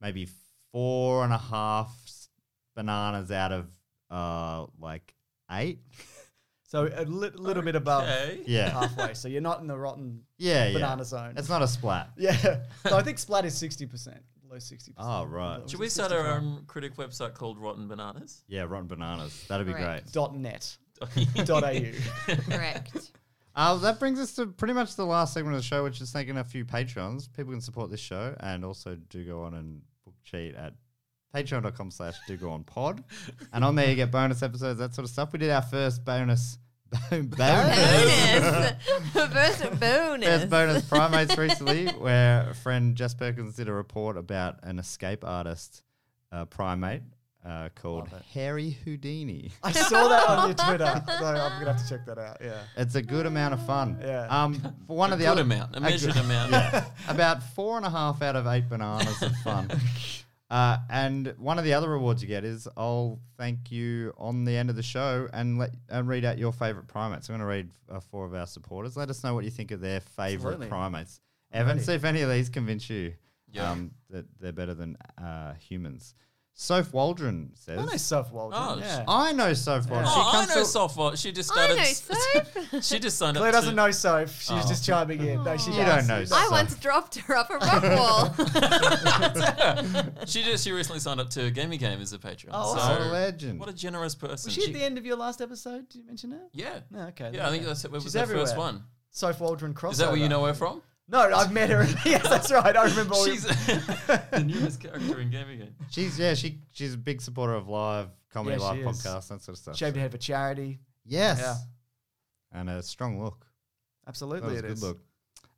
[SPEAKER 1] maybe four and a half s- bananas out of uh like eight.
[SPEAKER 4] So a li- little bit above
[SPEAKER 6] Okay.
[SPEAKER 1] Yeah,
[SPEAKER 4] halfway. So you're not in the rotten
[SPEAKER 1] yeah, yeah.
[SPEAKER 4] banana zone.
[SPEAKER 1] It's not a splat.
[SPEAKER 4] yeah. So I think splat is sixty percent, low sixty percent.
[SPEAKER 1] Oh right.
[SPEAKER 6] should we start our own critic website called Rotten Bananas?
[SPEAKER 1] Yeah, rotten bananas. That'd be great.
[SPEAKER 7] Correct.
[SPEAKER 4] dot net dot au.
[SPEAKER 7] Correct.
[SPEAKER 1] Uh, that brings us to pretty much the last segment of the show, which is thanking a few patrons. People can support this show and also do go on and book cheat at patreon.com slash do go on pod. and on there you get bonus episodes, that sort of stuff. We did our first bonus Bonus.
[SPEAKER 7] bonus. Bonus.
[SPEAKER 1] There's
[SPEAKER 7] bonus.
[SPEAKER 1] bonus primates recently where a friend Jess Perkins did a report about an escape artist uh, primate uh, called Harry Houdini.
[SPEAKER 4] I saw that on your Twitter, so I'm gonna have to check that out. Yeah.
[SPEAKER 1] It's a good amount of fun.
[SPEAKER 4] Yeah.
[SPEAKER 1] Um, for one
[SPEAKER 6] a
[SPEAKER 1] of the
[SPEAKER 6] good
[SPEAKER 1] other
[SPEAKER 6] amount, a
[SPEAKER 1] good-
[SPEAKER 6] measured amount.
[SPEAKER 1] about four and a half out of eight bananas of fun. Uh, and one of the other rewards you get is I'll thank you on the end of the show and let and read out your favorite primates. I'm going to read uh, four of our supporters. Let us know what you think of their favorite
[SPEAKER 4] Absolutely.
[SPEAKER 1] primates. Evan, see if any of these convince you
[SPEAKER 6] Yeah.
[SPEAKER 1] um, that they're better than uh, humans. Soph Waldron says,
[SPEAKER 4] I know Soph Waldron.
[SPEAKER 6] Oh,
[SPEAKER 4] yeah.
[SPEAKER 1] I know Soph Waldron.
[SPEAKER 6] Oh,
[SPEAKER 1] She
[SPEAKER 6] I
[SPEAKER 1] comes
[SPEAKER 6] know
[SPEAKER 1] to-
[SPEAKER 6] softball. She just
[SPEAKER 7] I
[SPEAKER 6] started.
[SPEAKER 7] know, so.
[SPEAKER 6] she just signed
[SPEAKER 4] Claire
[SPEAKER 6] up.
[SPEAKER 4] doesn't
[SPEAKER 6] to-
[SPEAKER 4] know Soph. She's
[SPEAKER 6] Oh.
[SPEAKER 4] just chiming in. No, she
[SPEAKER 1] You don't
[SPEAKER 4] does.
[SPEAKER 1] know
[SPEAKER 4] She does.
[SPEAKER 7] I once dropped her off a rock wall.
[SPEAKER 6] She just. She recently signed up to Gaming Game as a patron.
[SPEAKER 4] Oh,
[SPEAKER 1] what a legend.
[SPEAKER 6] What a generous person.
[SPEAKER 4] Was she
[SPEAKER 6] She-
[SPEAKER 4] at the end of your last episode? Did you mention her?
[SPEAKER 6] yeah.
[SPEAKER 4] No, okay.
[SPEAKER 6] Yeah, I think that's it. was the first one.
[SPEAKER 4] Soph Waldron crossover.
[SPEAKER 6] Is that where you know her from?
[SPEAKER 4] No, I've met her. yes, that's right. I remember. all-
[SPEAKER 6] She's the newest character in Gaming Game.
[SPEAKER 1] She's yeah, she she's a big supporter of live comedy,
[SPEAKER 4] Yeah,
[SPEAKER 1] live
[SPEAKER 4] she is.
[SPEAKER 1] podcasts, that sort of stuff.
[SPEAKER 4] shaved her head for charity.
[SPEAKER 1] Yes.
[SPEAKER 4] Yeah.
[SPEAKER 1] And a strong look. That
[SPEAKER 4] Absolutely,
[SPEAKER 1] was a
[SPEAKER 4] it
[SPEAKER 1] good
[SPEAKER 4] is.
[SPEAKER 1] look.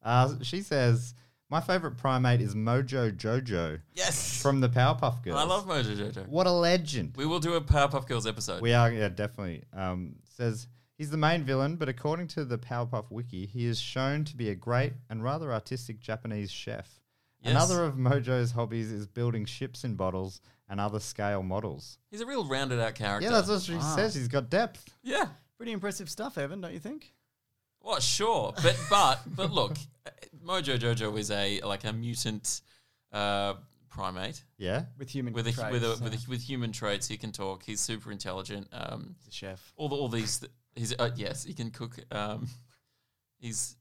[SPEAKER 1] Uh, she says, My favorite primate is Mojo Jojo
[SPEAKER 6] Yes.
[SPEAKER 1] from the Powerpuff Girls.
[SPEAKER 6] I love Mojo Jojo.
[SPEAKER 1] What a legend.
[SPEAKER 6] We will do a Powerpuff Girls episode.
[SPEAKER 1] We are, yeah, definitely. Um, says, He's the main villain, but according to the Powerpuff Wiki, he is shown to be a great and rather artistic Japanese chef.
[SPEAKER 6] Yes.
[SPEAKER 1] Another of Mojo's hobbies is building ships in bottles and other scale models.
[SPEAKER 6] He's a real rounded out character.
[SPEAKER 1] Yeah, that's what she says. He's got depth.
[SPEAKER 6] yeah.
[SPEAKER 4] Pretty impressive stuff, Evan, don't you think?
[SPEAKER 6] Well, sure, but but but look, Mojo Jojo is a like a mutant uh, primate
[SPEAKER 1] Yeah.
[SPEAKER 4] With human
[SPEAKER 6] with a
[SPEAKER 4] traits,
[SPEAKER 6] with a,
[SPEAKER 4] yeah.
[SPEAKER 6] with a, with human traits. He can talk. He's super intelligent. Um,
[SPEAKER 4] He's a chef.
[SPEAKER 6] all the, all these. Th- he's uh, yes, he can cook. Um, he's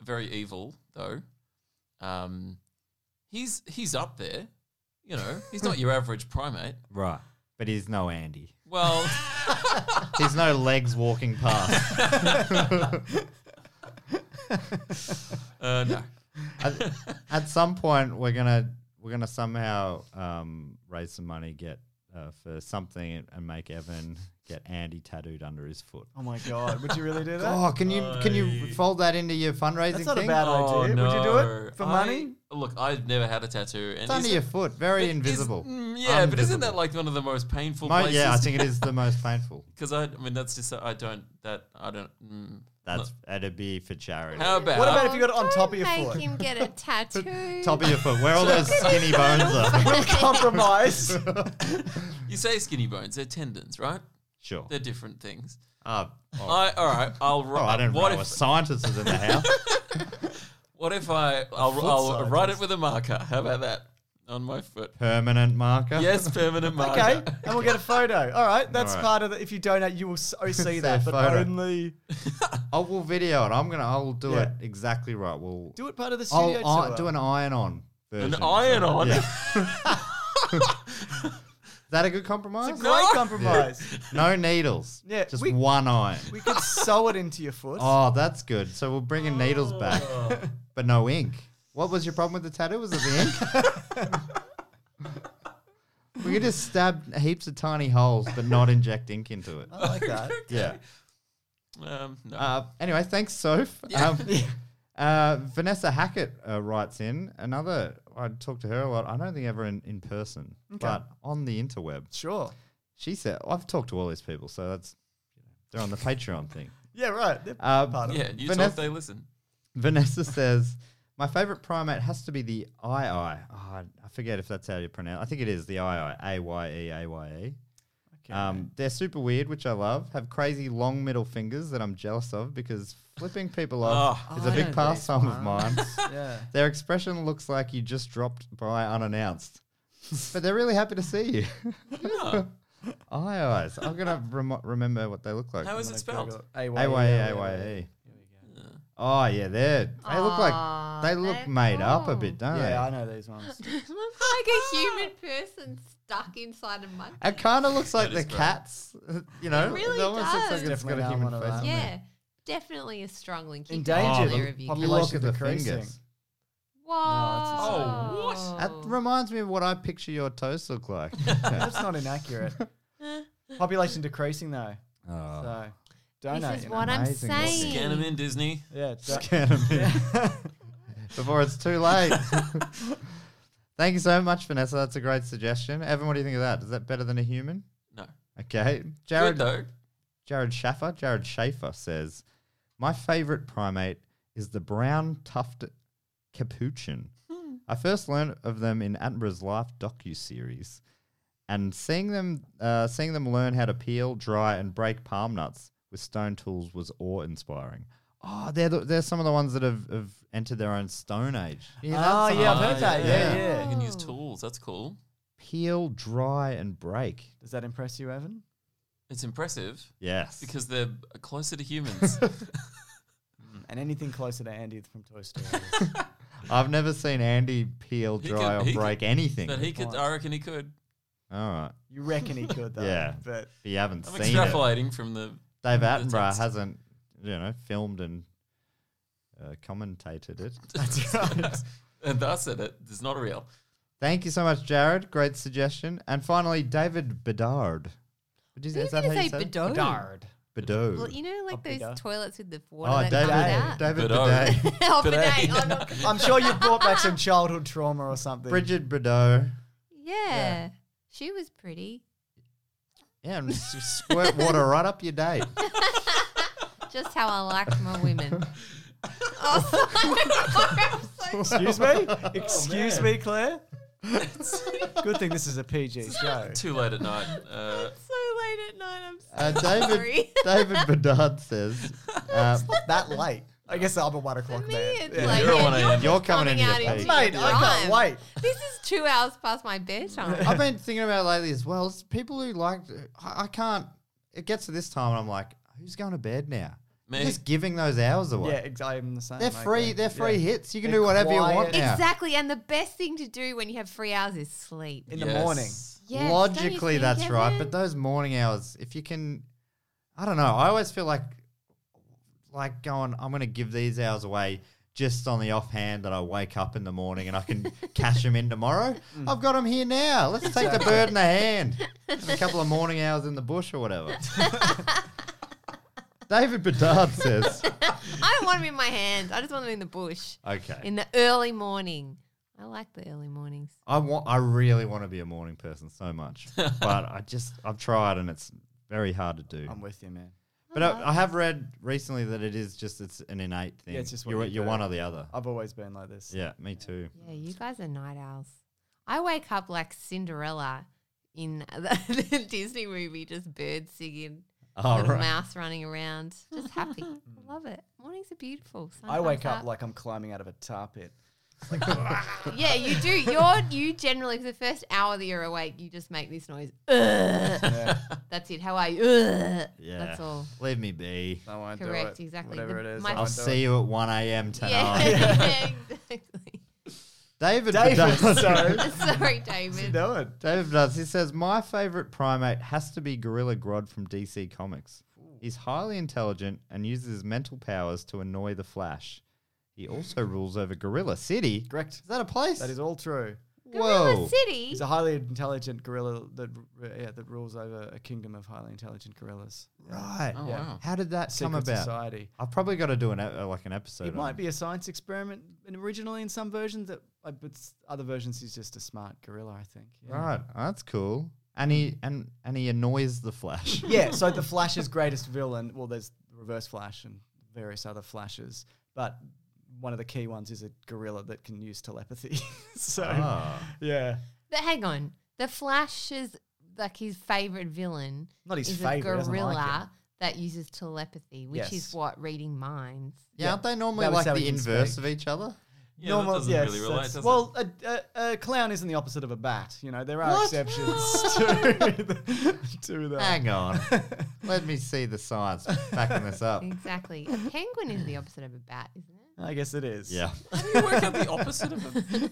[SPEAKER 6] very evil though. Um, he's he's up there. You know, he's not your average primate.
[SPEAKER 1] Right. But he's no Andy.
[SPEAKER 6] Well,
[SPEAKER 1] He's no legs walking past.
[SPEAKER 6] uh, no.
[SPEAKER 1] at, at some point, we're gonna we're gonna somehow um, raise some money, get uh, for something, and- and make Evan get Andy tattooed under his foot.
[SPEAKER 4] Oh my god! Would you really do that?
[SPEAKER 1] Oh, can you can you fold that into your fundraising
[SPEAKER 4] That's not a
[SPEAKER 1] thing?
[SPEAKER 4] bad idea. Would you do
[SPEAKER 6] Oh, no.
[SPEAKER 4] it for
[SPEAKER 6] I-
[SPEAKER 4] money?
[SPEAKER 6] Look, I've never had a tattoo. And
[SPEAKER 1] It's under
[SPEAKER 6] isn't-
[SPEAKER 1] your foot, very
[SPEAKER 6] But is-
[SPEAKER 1] invisible.
[SPEAKER 6] mm, yeah, but isn't that
[SPEAKER 1] Unvisible.
[SPEAKER 6] like one of the most painful
[SPEAKER 1] Mo-
[SPEAKER 6] places?
[SPEAKER 1] yeah, I think it is the most painful.
[SPEAKER 6] because I, I mean that's just I don't that I don't. Mm.
[SPEAKER 1] That's that'd be for charity.
[SPEAKER 6] How about
[SPEAKER 4] What about if you got it on
[SPEAKER 7] Don't
[SPEAKER 4] top of your
[SPEAKER 7] make
[SPEAKER 4] foot?
[SPEAKER 7] him get a tattoo.
[SPEAKER 1] Top of your foot, where all those skinny bones are.
[SPEAKER 4] Compromise.
[SPEAKER 6] you say skinny bones? They're tendons, right?
[SPEAKER 1] Sure.
[SPEAKER 6] They're different things.
[SPEAKER 1] Oh, oh,
[SPEAKER 6] I all right. I'll
[SPEAKER 1] oh,
[SPEAKER 6] write.
[SPEAKER 1] I don't
[SPEAKER 6] what
[SPEAKER 1] know. A
[SPEAKER 6] if
[SPEAKER 1] scientist is in the house.
[SPEAKER 6] what if I I'll, I'll write it with a marker? How about that on my foot?
[SPEAKER 1] Permanent marker.
[SPEAKER 6] Yes, permanent marker.
[SPEAKER 4] okay, and we'll get a photo. All right, that's
[SPEAKER 1] All right.
[SPEAKER 4] part of the. If you donate, you will so see
[SPEAKER 1] It's
[SPEAKER 4] that,
[SPEAKER 1] their
[SPEAKER 4] but
[SPEAKER 1] photo.
[SPEAKER 4] only
[SPEAKER 1] I will video it. I'm gonna. I will do
[SPEAKER 4] Yeah.
[SPEAKER 1] it exactly right. We'll.
[SPEAKER 4] do it part of the studio
[SPEAKER 1] I'll, i
[SPEAKER 4] tour.
[SPEAKER 1] do an iron on version.
[SPEAKER 6] An iron on.
[SPEAKER 1] Yeah. Is that a good compromise?
[SPEAKER 4] Great compromise.
[SPEAKER 1] No needles.
[SPEAKER 4] Yeah,
[SPEAKER 1] Just
[SPEAKER 4] we-
[SPEAKER 1] one iron.
[SPEAKER 4] we could sew it into your foot.
[SPEAKER 1] Oh, that's good. So we're bringing needles back, but no ink. What was your problem with the tattoo? Was it the ink? we could just stab heaps of tiny holes, but not inject ink into it.
[SPEAKER 4] I like that.
[SPEAKER 1] Yeah.
[SPEAKER 6] Um, no.
[SPEAKER 1] Uh, anyway, thanks, Soph. Um, uh, Vanessa Hackett uh, writes in another. I talked to her a lot. I don't think ever in, in person, but on the interweb.
[SPEAKER 4] Sure.
[SPEAKER 1] She said, I've talked to all these people, so that's they're on the Patreon thing.
[SPEAKER 4] Yeah, right. They're
[SPEAKER 1] Uh,
[SPEAKER 4] part of it.
[SPEAKER 6] yeah, you
[SPEAKER 1] Vanessa-
[SPEAKER 6] talk, they listen.
[SPEAKER 1] Vanessa says, My favorite primate has to be the I I. Oh, I forget if that's how you pronounce I think it is the I I. A Y E A Y E. Um, they're super weird, which I love. Have crazy long middle fingers that I'm jealous of because flipping people off
[SPEAKER 6] Oh.
[SPEAKER 1] is a
[SPEAKER 4] I
[SPEAKER 1] big
[SPEAKER 4] know these
[SPEAKER 1] pastime of mine.
[SPEAKER 4] Yeah.
[SPEAKER 1] Their expression looks like you just dropped by unannounced, but they're really happy to see you. Aye, eyes. I'm gonna rem- remember what they look like.
[SPEAKER 6] How is it spelled?
[SPEAKER 4] AYE.
[SPEAKER 1] A Y E A Y E. Oh yeah, they're they look like they
[SPEAKER 7] Aw,
[SPEAKER 1] look
[SPEAKER 7] they're
[SPEAKER 1] made up a
[SPEAKER 7] cool.
[SPEAKER 1] bit, don't
[SPEAKER 4] Yeah, I
[SPEAKER 1] they?
[SPEAKER 4] know these ones.
[SPEAKER 7] Looks like a human person stuck inside a monkey.
[SPEAKER 1] It kind of looks like the
[SPEAKER 6] is great.
[SPEAKER 1] cats, you know.
[SPEAKER 7] really
[SPEAKER 1] almost looks
[SPEAKER 7] does.
[SPEAKER 1] like it's got
[SPEAKER 4] Definitely
[SPEAKER 1] a
[SPEAKER 4] another
[SPEAKER 1] human
[SPEAKER 4] one of
[SPEAKER 1] face.
[SPEAKER 4] that.
[SPEAKER 1] on
[SPEAKER 7] yeah,
[SPEAKER 1] there.
[SPEAKER 7] definitely a strongly
[SPEAKER 4] Endangered.
[SPEAKER 7] condition.
[SPEAKER 4] Oh,
[SPEAKER 7] review.
[SPEAKER 1] You
[SPEAKER 4] Population
[SPEAKER 1] look at the
[SPEAKER 4] decreasing.
[SPEAKER 1] fingers.
[SPEAKER 7] Whoa!
[SPEAKER 6] No, it's
[SPEAKER 7] oh,
[SPEAKER 1] That reminds me of what I picture your toes look like.
[SPEAKER 4] That's not inaccurate. Population decreasing though.
[SPEAKER 1] Oh.
[SPEAKER 4] So Donate.
[SPEAKER 7] this is
[SPEAKER 4] in
[SPEAKER 7] what I'm
[SPEAKER 1] amazing little
[SPEAKER 7] saying.
[SPEAKER 6] Scan them in Disney.
[SPEAKER 4] Yeah, do-
[SPEAKER 1] Scan 'em before it's too late. Thank you so much, Vanessa. That's a great suggestion. Evan, what do you think of that? Is that better than a human?
[SPEAKER 6] No.
[SPEAKER 1] Okay.
[SPEAKER 6] Good
[SPEAKER 1] Jared
[SPEAKER 6] though.
[SPEAKER 1] Jared Schaffer, Jared Schaefer says, My favorite primate is the brown tufted capuchin.
[SPEAKER 4] Hmm.
[SPEAKER 1] I first learned of them in Attenborough's Life docu-series, and seeing them, uh, seeing them learn how to peel, dry, and break palm nuts with stone tools was awe-inspiring. Oh, they're the, they're some of the ones that have, have entered their own stone age. You hear that?
[SPEAKER 4] Oh,
[SPEAKER 1] Some
[SPEAKER 4] yeah,
[SPEAKER 1] of
[SPEAKER 4] I've
[SPEAKER 1] them
[SPEAKER 4] heard that. Yeah, yeah.
[SPEAKER 6] You can use tools. That's cool.
[SPEAKER 1] Peel, dry, and break.
[SPEAKER 4] Does that impress you, Evan?
[SPEAKER 6] It's impressive
[SPEAKER 1] Yes.
[SPEAKER 6] because they're closer to humans.
[SPEAKER 4] And anything closer to Andy from Toy Story.
[SPEAKER 1] I've never seen Andy peel,
[SPEAKER 6] He
[SPEAKER 1] dry,
[SPEAKER 6] could- he
[SPEAKER 1] or
[SPEAKER 6] could-
[SPEAKER 1] break anything.
[SPEAKER 6] but he could. I reckon he could.
[SPEAKER 1] All right.
[SPEAKER 4] you reckon he could, though.
[SPEAKER 1] Yeah.
[SPEAKER 4] But
[SPEAKER 1] If you haven't
[SPEAKER 6] I'm
[SPEAKER 1] seen it.
[SPEAKER 6] extrapolating from the.
[SPEAKER 1] Dave
[SPEAKER 6] the
[SPEAKER 1] Attenborough
[SPEAKER 6] text.
[SPEAKER 1] hasn't, you know, filmed and uh, commentated it.
[SPEAKER 6] and I said it. It's not real.
[SPEAKER 1] Thank you so much, Jared. Great suggestion. And finally, David Bedard. Would you,
[SPEAKER 7] Who
[SPEAKER 1] is that how
[SPEAKER 7] gonna
[SPEAKER 1] you say it?
[SPEAKER 7] Bedard?
[SPEAKER 1] Bedard.
[SPEAKER 7] Well, you know, like those
[SPEAKER 4] Bidet.
[SPEAKER 7] toilets with the water
[SPEAKER 1] Oh,
[SPEAKER 7] that
[SPEAKER 1] David,
[SPEAKER 7] comes out.
[SPEAKER 1] David
[SPEAKER 6] Bedard.
[SPEAKER 1] Bidet.
[SPEAKER 7] oh, bidet.
[SPEAKER 6] Bidet.
[SPEAKER 7] Oh, not- yeah.
[SPEAKER 4] I'm sure you brought back some childhood trauma or something.
[SPEAKER 1] Bridget Bardot.
[SPEAKER 7] she was pretty.
[SPEAKER 1] Yeah, and s- squirt water right up your date.
[SPEAKER 7] Just how I like my women. oh, sorry. I'm so
[SPEAKER 4] Excuse
[SPEAKER 1] oh,
[SPEAKER 4] me? Excuse me, Claire? Good thing this is a PG show.
[SPEAKER 6] Too late at night. Uh,
[SPEAKER 7] so late at night. I'm so
[SPEAKER 1] Uh, David,
[SPEAKER 7] sorry.
[SPEAKER 1] David Bedard says, uh,
[SPEAKER 4] That late. I guess I'm a one o'clock
[SPEAKER 7] Me,
[SPEAKER 4] man.
[SPEAKER 7] it's like,
[SPEAKER 6] You're
[SPEAKER 7] yeah,
[SPEAKER 6] one AM.
[SPEAKER 7] just
[SPEAKER 1] You're coming in
[SPEAKER 7] out
[SPEAKER 1] your
[SPEAKER 7] into
[SPEAKER 1] peak.
[SPEAKER 4] Mate, I can't
[SPEAKER 7] prime.
[SPEAKER 4] wait.
[SPEAKER 7] This is two hours past my bedtime.
[SPEAKER 1] I've been thinking about it lately as well. It's people who like, I, I can't, it gets to this time and I'm like, who's going to bed now?
[SPEAKER 6] Me.
[SPEAKER 1] You're Just giving those hours away.
[SPEAKER 4] Yeah, ex- I'm the same.
[SPEAKER 1] They're
[SPEAKER 4] like
[SPEAKER 1] free.
[SPEAKER 4] that.
[SPEAKER 1] They're free
[SPEAKER 4] Yeah.
[SPEAKER 1] hits. You can
[SPEAKER 4] They're
[SPEAKER 1] do whatever you
[SPEAKER 4] quiet.
[SPEAKER 1] want now.
[SPEAKER 7] Exactly. And the best thing to do when you have free hours is sleep.
[SPEAKER 4] In the morning.
[SPEAKER 6] yes.
[SPEAKER 7] Yes, don't you
[SPEAKER 1] Logically,
[SPEAKER 7] think,
[SPEAKER 1] that's right.
[SPEAKER 7] Evan?
[SPEAKER 1] But those morning hours, if you can, I don't know. I always feel like, like going. I'm going to give these hours away just on the offhand that I wake up in the morning and I can cash them in tomorrow. I've got them here now. Let's take the bird in the hand. Have a couple of morning hours in the bush or whatever. David Bedard says,
[SPEAKER 7] I don't want them in my hands. I just want them in the bush
[SPEAKER 1] "Okay,
[SPEAKER 7] in the early morning. I like the early mornings.
[SPEAKER 1] I want. I really want to be a morning person so much, but I just I've tried and it's very hard to do.
[SPEAKER 4] I'm with you, man.
[SPEAKER 1] but
[SPEAKER 7] Uh-huh.
[SPEAKER 1] I, I have read recently that it is just it's an innate thing.
[SPEAKER 4] Yeah, it's just what
[SPEAKER 1] you're,
[SPEAKER 4] you
[SPEAKER 1] you're
[SPEAKER 4] do.
[SPEAKER 1] one or the other.
[SPEAKER 4] I've always been like this.
[SPEAKER 1] yeah, me too.
[SPEAKER 7] Yeah, you guys are night owls. I wake up like Cinderella in the, the Disney movie, just birds singing,
[SPEAKER 1] All
[SPEAKER 7] little
[SPEAKER 1] right.
[SPEAKER 7] mouse running around, just happy. I love it. Mornings are beautiful. sun
[SPEAKER 4] I wake
[SPEAKER 7] comes
[SPEAKER 4] up like I'm climbing out of a tar pit.
[SPEAKER 7] yeah, you do. You're you generally for the first hour that you're awake, you just make this noise. Ugh. That's it. How are you? Ugh.
[SPEAKER 1] Yeah,
[SPEAKER 7] That's all.
[SPEAKER 1] Leave me be.
[SPEAKER 4] I won't do
[SPEAKER 7] Correct,
[SPEAKER 4] it.
[SPEAKER 7] exactly.
[SPEAKER 4] Whatever
[SPEAKER 7] The-
[SPEAKER 4] it is,
[SPEAKER 7] my-
[SPEAKER 4] I
[SPEAKER 1] I'll
[SPEAKER 4] won't do it.
[SPEAKER 1] see you at one a.m.
[SPEAKER 7] Yeah,
[SPEAKER 1] tonight.
[SPEAKER 7] yeah, exactly.
[SPEAKER 1] David
[SPEAKER 4] David,
[SPEAKER 1] Bedard-
[SPEAKER 4] so
[SPEAKER 7] Sorry, David.
[SPEAKER 4] do it.
[SPEAKER 1] David does. He says, My favorite primate has to be Gorilla Grodd from DC Comics. He's highly intelligent and uses his mental powers to annoy the Flash. He also rules over Gorilla City.
[SPEAKER 4] Correct.
[SPEAKER 1] Is that a place?
[SPEAKER 4] That is all true.
[SPEAKER 1] Whoa.
[SPEAKER 7] City.
[SPEAKER 4] He's a highly intelligent gorilla that r- yeah, that rules over a kingdom of highly intelligent gorillas.
[SPEAKER 1] Right.
[SPEAKER 6] Oh,
[SPEAKER 4] Yeah.
[SPEAKER 6] wow.
[SPEAKER 1] How did that
[SPEAKER 4] Secret
[SPEAKER 1] come about?
[SPEAKER 4] society.
[SPEAKER 1] I've probably got to do an ep- uh, like an episode.
[SPEAKER 4] it
[SPEAKER 1] on
[SPEAKER 4] might be a science experiment and originally in some versions, that, uh, but s- other versions he's just a smart gorilla, I think. Yeah.
[SPEAKER 1] Right. Oh, that's cool. And he and and he annoys the Flash.
[SPEAKER 4] yeah, so the Flash's greatest villain, well, there's Reverse Flash and various other Flashes, but one of the key ones is a gorilla that can use telepathy. so,
[SPEAKER 1] Ah.
[SPEAKER 4] yeah.
[SPEAKER 7] But hang on, the Flash is like his favorite villain.
[SPEAKER 4] Not his
[SPEAKER 7] is
[SPEAKER 4] favourite,
[SPEAKER 7] A
[SPEAKER 4] doesn't like
[SPEAKER 7] gorilla
[SPEAKER 4] it.
[SPEAKER 7] that uses telepathy, which
[SPEAKER 4] Yes.
[SPEAKER 7] is what reading minds.
[SPEAKER 1] Yeah, aren't they normally
[SPEAKER 4] That was
[SPEAKER 1] like
[SPEAKER 4] how he
[SPEAKER 1] the
[SPEAKER 4] can
[SPEAKER 1] inverse
[SPEAKER 4] speak.
[SPEAKER 1] of each other?
[SPEAKER 6] Yeah, that doesn't really relate,
[SPEAKER 4] that's-
[SPEAKER 6] does it?
[SPEAKER 4] well, a, a, a clown isn't the opposite of a bat. You know, there are exceptions to, to that.
[SPEAKER 1] Hang on. Let me see the science backing this up.
[SPEAKER 7] Exactly. A penguin is the opposite of a bat, isn't it?
[SPEAKER 4] I guess it is.
[SPEAKER 1] Yeah.
[SPEAKER 6] you work out the opposite of a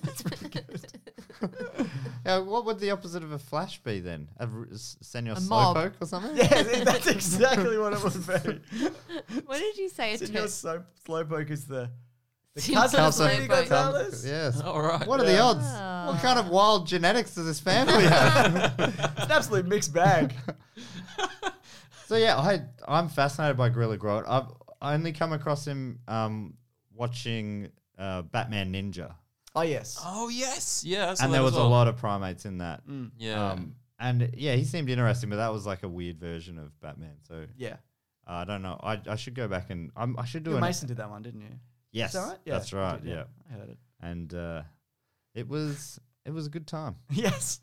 [SPEAKER 1] Uh, what would the opposite of a flash be then? A r- s- send your
[SPEAKER 7] A mob.
[SPEAKER 1] slowpoke or something?
[SPEAKER 4] Yes, that's exactly what it would be.
[SPEAKER 7] What did you say? A
[SPEAKER 4] Isn't your
[SPEAKER 7] tur-
[SPEAKER 4] so, slowpoke is the, the
[SPEAKER 7] Tim
[SPEAKER 4] cousin of
[SPEAKER 7] Cousin.
[SPEAKER 4] Speedy
[SPEAKER 7] Slowpoke.
[SPEAKER 4] Gonzalez?
[SPEAKER 1] Yes.
[SPEAKER 6] All right.
[SPEAKER 1] What are the
[SPEAKER 4] Yeah.
[SPEAKER 1] odds?
[SPEAKER 4] Ah.
[SPEAKER 1] What kind of wild genetics does this family have?
[SPEAKER 4] It's an absolute mixed bag.
[SPEAKER 1] So yeah, I I'm fascinated by Gorilla Grodd. I've only come across him um, watching uh, Batman Ninja,
[SPEAKER 4] Oh yes.
[SPEAKER 6] Oh yes, yeah. I saw
[SPEAKER 1] and
[SPEAKER 6] that
[SPEAKER 1] there
[SPEAKER 6] as
[SPEAKER 1] was a
[SPEAKER 6] well.
[SPEAKER 1] lot of primates in
[SPEAKER 4] Mm.
[SPEAKER 1] that.
[SPEAKER 6] Yeah.
[SPEAKER 1] Um, and yeah, he seemed interesting, but that was like a weird version of Batman. So
[SPEAKER 4] Yeah.
[SPEAKER 1] uh, I don't know. I, I should go back and I'm, I should do
[SPEAKER 4] Your
[SPEAKER 1] an
[SPEAKER 4] Mason did that one, didn't you?
[SPEAKER 1] yes,
[SPEAKER 4] Is that right?
[SPEAKER 1] that's
[SPEAKER 4] I
[SPEAKER 1] right.
[SPEAKER 4] did,
[SPEAKER 1] Yeah,
[SPEAKER 4] I heard it.
[SPEAKER 1] and uh, it was it was a good time.
[SPEAKER 4] Yes.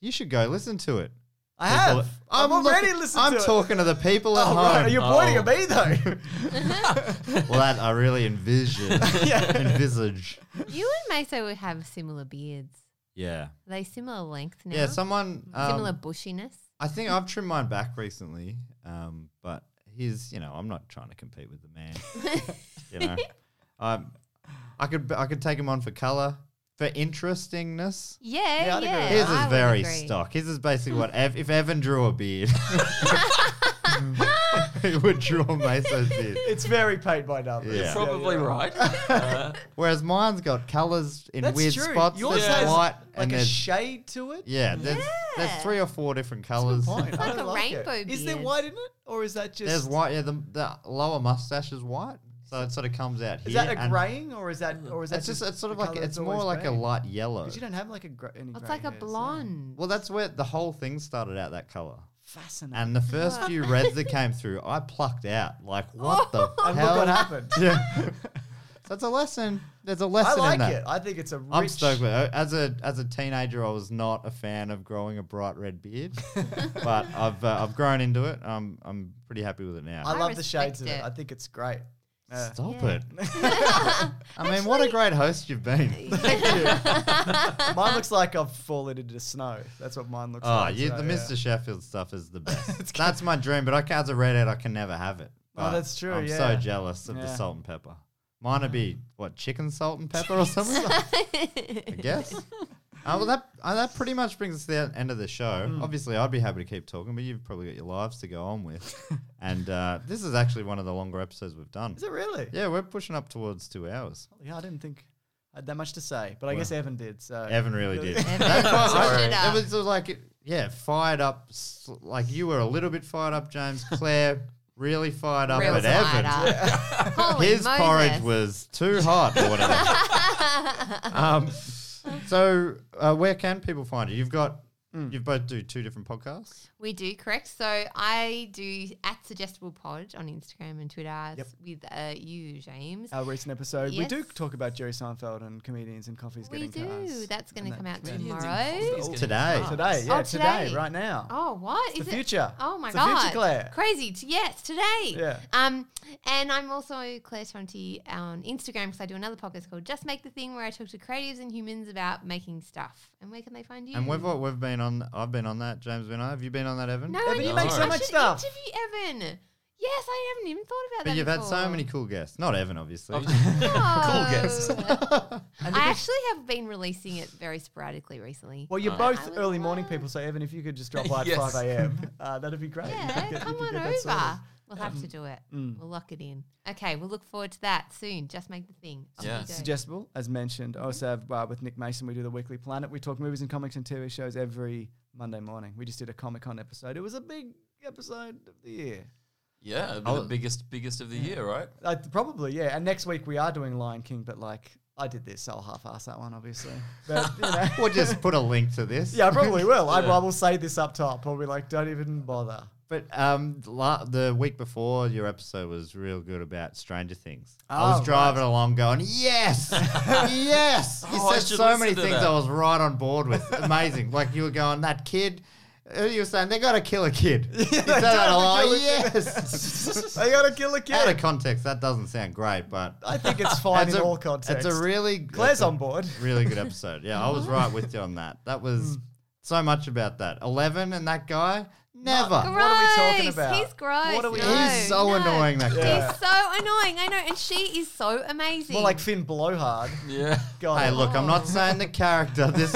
[SPEAKER 1] You should go listen to it.
[SPEAKER 4] I
[SPEAKER 1] People-
[SPEAKER 4] have. I'm,
[SPEAKER 1] looking-
[SPEAKER 4] already listening
[SPEAKER 1] I'm
[SPEAKER 4] to
[SPEAKER 1] talking to the people
[SPEAKER 4] it.
[SPEAKER 1] at
[SPEAKER 4] Oh,
[SPEAKER 1] home.
[SPEAKER 4] right. You're pointing
[SPEAKER 6] Oh.
[SPEAKER 4] at me, though.
[SPEAKER 1] Well, that I really envision. Envisage.
[SPEAKER 7] You and Meso would have similar beards.
[SPEAKER 1] Yeah.
[SPEAKER 7] Are they similar length now?
[SPEAKER 1] Yeah, someone. Um,
[SPEAKER 7] similar bushiness.
[SPEAKER 1] I think I've trimmed mine back recently, um, but he's, you know, I'm not trying to compete with the man. you know, um, I could I could take him on for color, for interestingness.
[SPEAKER 7] Yeah,
[SPEAKER 4] Yeah,
[SPEAKER 7] yeah.
[SPEAKER 4] I'd agree with
[SPEAKER 1] His is
[SPEAKER 7] I would
[SPEAKER 1] very
[SPEAKER 7] agree.
[SPEAKER 1] stock. His is basically what Ev, if Evan drew a beard, he would draw Meso's beard.
[SPEAKER 4] it's very paid by numbers.
[SPEAKER 1] Yeah.
[SPEAKER 6] You're probably
[SPEAKER 4] yeah.
[SPEAKER 6] right. Uh,
[SPEAKER 1] Whereas mine's got colors in
[SPEAKER 4] That's
[SPEAKER 1] weird
[SPEAKER 4] true.
[SPEAKER 1] spots.
[SPEAKER 4] Yours
[SPEAKER 1] There's
[SPEAKER 4] has
[SPEAKER 1] white
[SPEAKER 4] like
[SPEAKER 1] and
[SPEAKER 4] a
[SPEAKER 1] there's
[SPEAKER 4] shade to it.
[SPEAKER 1] Yeah, there's there's
[SPEAKER 7] Yeah.
[SPEAKER 1] three or four different colors.
[SPEAKER 4] Point. I
[SPEAKER 7] like
[SPEAKER 4] don't
[SPEAKER 7] a
[SPEAKER 4] it.
[SPEAKER 7] rainbow
[SPEAKER 4] Is there
[SPEAKER 7] beard.
[SPEAKER 4] white in it, or is that just?
[SPEAKER 1] There's white. Yeah, the, the lower mustache is white, so it sort of comes out here.
[SPEAKER 4] Is that a
[SPEAKER 1] and
[SPEAKER 4] graying, or is that, or is that
[SPEAKER 1] It's just it's sort of
[SPEAKER 4] the
[SPEAKER 1] like
[SPEAKER 4] colour
[SPEAKER 1] it's
[SPEAKER 4] that's
[SPEAKER 1] more
[SPEAKER 4] always
[SPEAKER 1] like a
[SPEAKER 4] grey?
[SPEAKER 1] light yellow.
[SPEAKER 4] Because you don't have like a gr- any.
[SPEAKER 7] It's
[SPEAKER 4] grey
[SPEAKER 7] like a
[SPEAKER 4] hairs, yeah.
[SPEAKER 7] blonde.
[SPEAKER 1] Well, that's where the whole thing started out that color.
[SPEAKER 4] Fascinating.
[SPEAKER 1] And the first few reds that came through, I plucked out. Like what the
[SPEAKER 4] And
[SPEAKER 1] hell?
[SPEAKER 4] look what happened.
[SPEAKER 1] Yeah. That's a lesson. There's a
[SPEAKER 4] I
[SPEAKER 1] lesson in
[SPEAKER 4] like
[SPEAKER 1] that.
[SPEAKER 4] it. I think it's a rich.
[SPEAKER 1] I'm stoked with it. As a as a teenager, I was not a fan of growing a bright red beard, but I've uh, I've grown into it. I'm I'm pretty happy with it now.
[SPEAKER 4] I
[SPEAKER 7] I
[SPEAKER 4] love the shades of
[SPEAKER 7] respect
[SPEAKER 4] it.
[SPEAKER 7] it.
[SPEAKER 4] I think it's great. Yeah.
[SPEAKER 1] Stop
[SPEAKER 7] Yeah.
[SPEAKER 1] it. I mean, what a great host you've been.
[SPEAKER 4] mine looks like I've fallen into the snow. That's what mine looks
[SPEAKER 1] Oh,
[SPEAKER 4] like.
[SPEAKER 1] you,
[SPEAKER 4] so,
[SPEAKER 1] the
[SPEAKER 4] yeah.
[SPEAKER 1] Mr. Sheffield stuff is the best. That's my dream, but I can, as a redhead, I can never have it.
[SPEAKER 4] Oh,
[SPEAKER 1] But
[SPEAKER 4] that's true,
[SPEAKER 1] I'm
[SPEAKER 4] yeah.
[SPEAKER 1] so jealous of the
[SPEAKER 4] Yeah.
[SPEAKER 1] salt and pepper. Mine would be what chicken salt and pepper or something. I guess. Uh, well, that uh, that pretty much brings us to the e, end of the show.
[SPEAKER 4] Hmm.
[SPEAKER 1] Obviously, I'd be happy to keep talking, but you've probably got your lives to go on with. and uh, this is actually one of the longer episodes we've done.
[SPEAKER 4] Is it really?
[SPEAKER 1] Yeah, we're pushing up towards two hours.
[SPEAKER 4] Yeah, I didn't think I had that much to say, but I guess Evan did. So
[SPEAKER 1] Evan really did.
[SPEAKER 7] Evan
[SPEAKER 1] That's why I-
[SPEAKER 7] fired
[SPEAKER 1] it,
[SPEAKER 7] it uh, up.
[SPEAKER 1] was sort of like, yeah, fired up. s- Like you were a little bit fired up, James. Claire really fired up
[SPEAKER 7] Real
[SPEAKER 1] at
[SPEAKER 7] spider.
[SPEAKER 1] Evan.
[SPEAKER 7] Holy
[SPEAKER 1] His
[SPEAKER 7] Moses.
[SPEAKER 1] porridge was too hot or whatever. um, so uh, where can people find you? You've got, you both do two different podcasts.
[SPEAKER 7] We do, correct. So I do at Suggestible Pod on Instagram and Twitter with uh, you, James.
[SPEAKER 4] our recent episode, we do
[SPEAKER 7] Yes.
[SPEAKER 4] talk about Jerry Seinfeld and comedians and coffees
[SPEAKER 7] we
[SPEAKER 4] getting
[SPEAKER 7] do.
[SPEAKER 4] cars.
[SPEAKER 7] That's going
[SPEAKER 4] and
[SPEAKER 7] to
[SPEAKER 4] that
[SPEAKER 7] come out
[SPEAKER 4] comedians
[SPEAKER 6] in
[SPEAKER 7] tomorrow.
[SPEAKER 6] Coffees Getting
[SPEAKER 1] Today.
[SPEAKER 6] Cars.
[SPEAKER 4] Today, yeah,
[SPEAKER 7] Oh,
[SPEAKER 4] today.
[SPEAKER 7] today.
[SPEAKER 4] right now.
[SPEAKER 7] Oh, what
[SPEAKER 4] It's
[SPEAKER 7] is
[SPEAKER 4] the
[SPEAKER 7] it-
[SPEAKER 4] future.
[SPEAKER 7] Oh my
[SPEAKER 4] It's the
[SPEAKER 7] god,
[SPEAKER 4] future, Claire.
[SPEAKER 7] Crazy. T- yes, today.
[SPEAKER 4] Yeah.
[SPEAKER 7] Um, and I'm also Claire Tronti on Instagram because I do another podcast called Just Make the Thing, where I talk to creatives and humans about making stuff. And where can they find you?
[SPEAKER 1] And we've all- we've been on. I've been on that. James been on. Have you been on that, Evan?
[SPEAKER 7] no,
[SPEAKER 4] Evan,
[SPEAKER 7] I
[SPEAKER 4] you
[SPEAKER 7] didn't-
[SPEAKER 4] make so
[SPEAKER 7] I
[SPEAKER 4] much
[SPEAKER 7] should
[SPEAKER 4] stuff.
[SPEAKER 7] Interview Evan. Yes, I haven't even thought about that.
[SPEAKER 1] But you've had so
[SPEAKER 7] before.
[SPEAKER 1] many cool guests. Not Evan, obviously.
[SPEAKER 7] No. I actually have been releasing it very sporadically recently.
[SPEAKER 4] Well, you're
[SPEAKER 6] Alright.
[SPEAKER 4] both
[SPEAKER 7] I would
[SPEAKER 4] early morning
[SPEAKER 7] love-
[SPEAKER 4] people, so Evan, if you could just drop by at
[SPEAKER 6] Yes.
[SPEAKER 4] 5 a.m., uh, that'd be great. You could
[SPEAKER 7] yeah,
[SPEAKER 4] get- Mm. you
[SPEAKER 7] come
[SPEAKER 4] could
[SPEAKER 7] on
[SPEAKER 4] get
[SPEAKER 7] over.
[SPEAKER 4] that sorted.
[SPEAKER 7] We'll have to do it. We'll lock it in. Okay, we'll look forward to that soon. Just make the thing. Off we
[SPEAKER 6] Yeah.
[SPEAKER 7] go.
[SPEAKER 4] Suggestible, as mentioned. I also have uh, with Nick Mason, we do the Weekly Planet. We talk movies and comics and TV shows every Monday morning. We just did a Comic Con episode. It was a big episode of the year.
[SPEAKER 6] yeah, it'd be the biggest, biggest of the year, right?
[SPEAKER 4] Uh, probably, yeah. And next week we are doing Lion King, but like, I did this, so I'll half ass that one, obviously. But, you know.
[SPEAKER 1] We'll just put a link to this.
[SPEAKER 4] yeah, I probably will. I, I will say this up top. I'll be like, don't even bother.
[SPEAKER 1] But um, la- the week before your episode was real good about Stranger Things. I
[SPEAKER 4] Oh,
[SPEAKER 1] was driving along going, yes, yes. You
[SPEAKER 6] Oh, I
[SPEAKER 1] said
[SPEAKER 6] should
[SPEAKER 1] so many
[SPEAKER 6] listen to
[SPEAKER 1] things
[SPEAKER 6] that.
[SPEAKER 1] I was right on board with. Amazing. like you were going, that kid. uh, You were saying they got to kill a kid. you said that a lot. Yes.
[SPEAKER 4] I gotta kill a
[SPEAKER 1] Out
[SPEAKER 4] kid.
[SPEAKER 1] of context, that doesn't sound great, but
[SPEAKER 4] I think it's fine
[SPEAKER 1] it's
[SPEAKER 4] in
[SPEAKER 1] a,
[SPEAKER 4] all contexts.
[SPEAKER 1] It's a really
[SPEAKER 4] Claire's
[SPEAKER 1] it's a
[SPEAKER 4] on board.
[SPEAKER 1] Really good episode. Yeah, I was right with you on that. That was so much about that. Eleven and that guy. Never.
[SPEAKER 7] Gross.
[SPEAKER 4] What are we talking about?
[SPEAKER 7] He's gross.
[SPEAKER 4] What are we-
[SPEAKER 7] No,
[SPEAKER 1] He's so
[SPEAKER 7] no.
[SPEAKER 1] annoying, that guy.
[SPEAKER 7] He's so annoying. I know, and she is so amazing.
[SPEAKER 4] More like Finn Blowhard.
[SPEAKER 6] Yeah.
[SPEAKER 4] God.
[SPEAKER 1] Hey, look, I'm not saying the character, this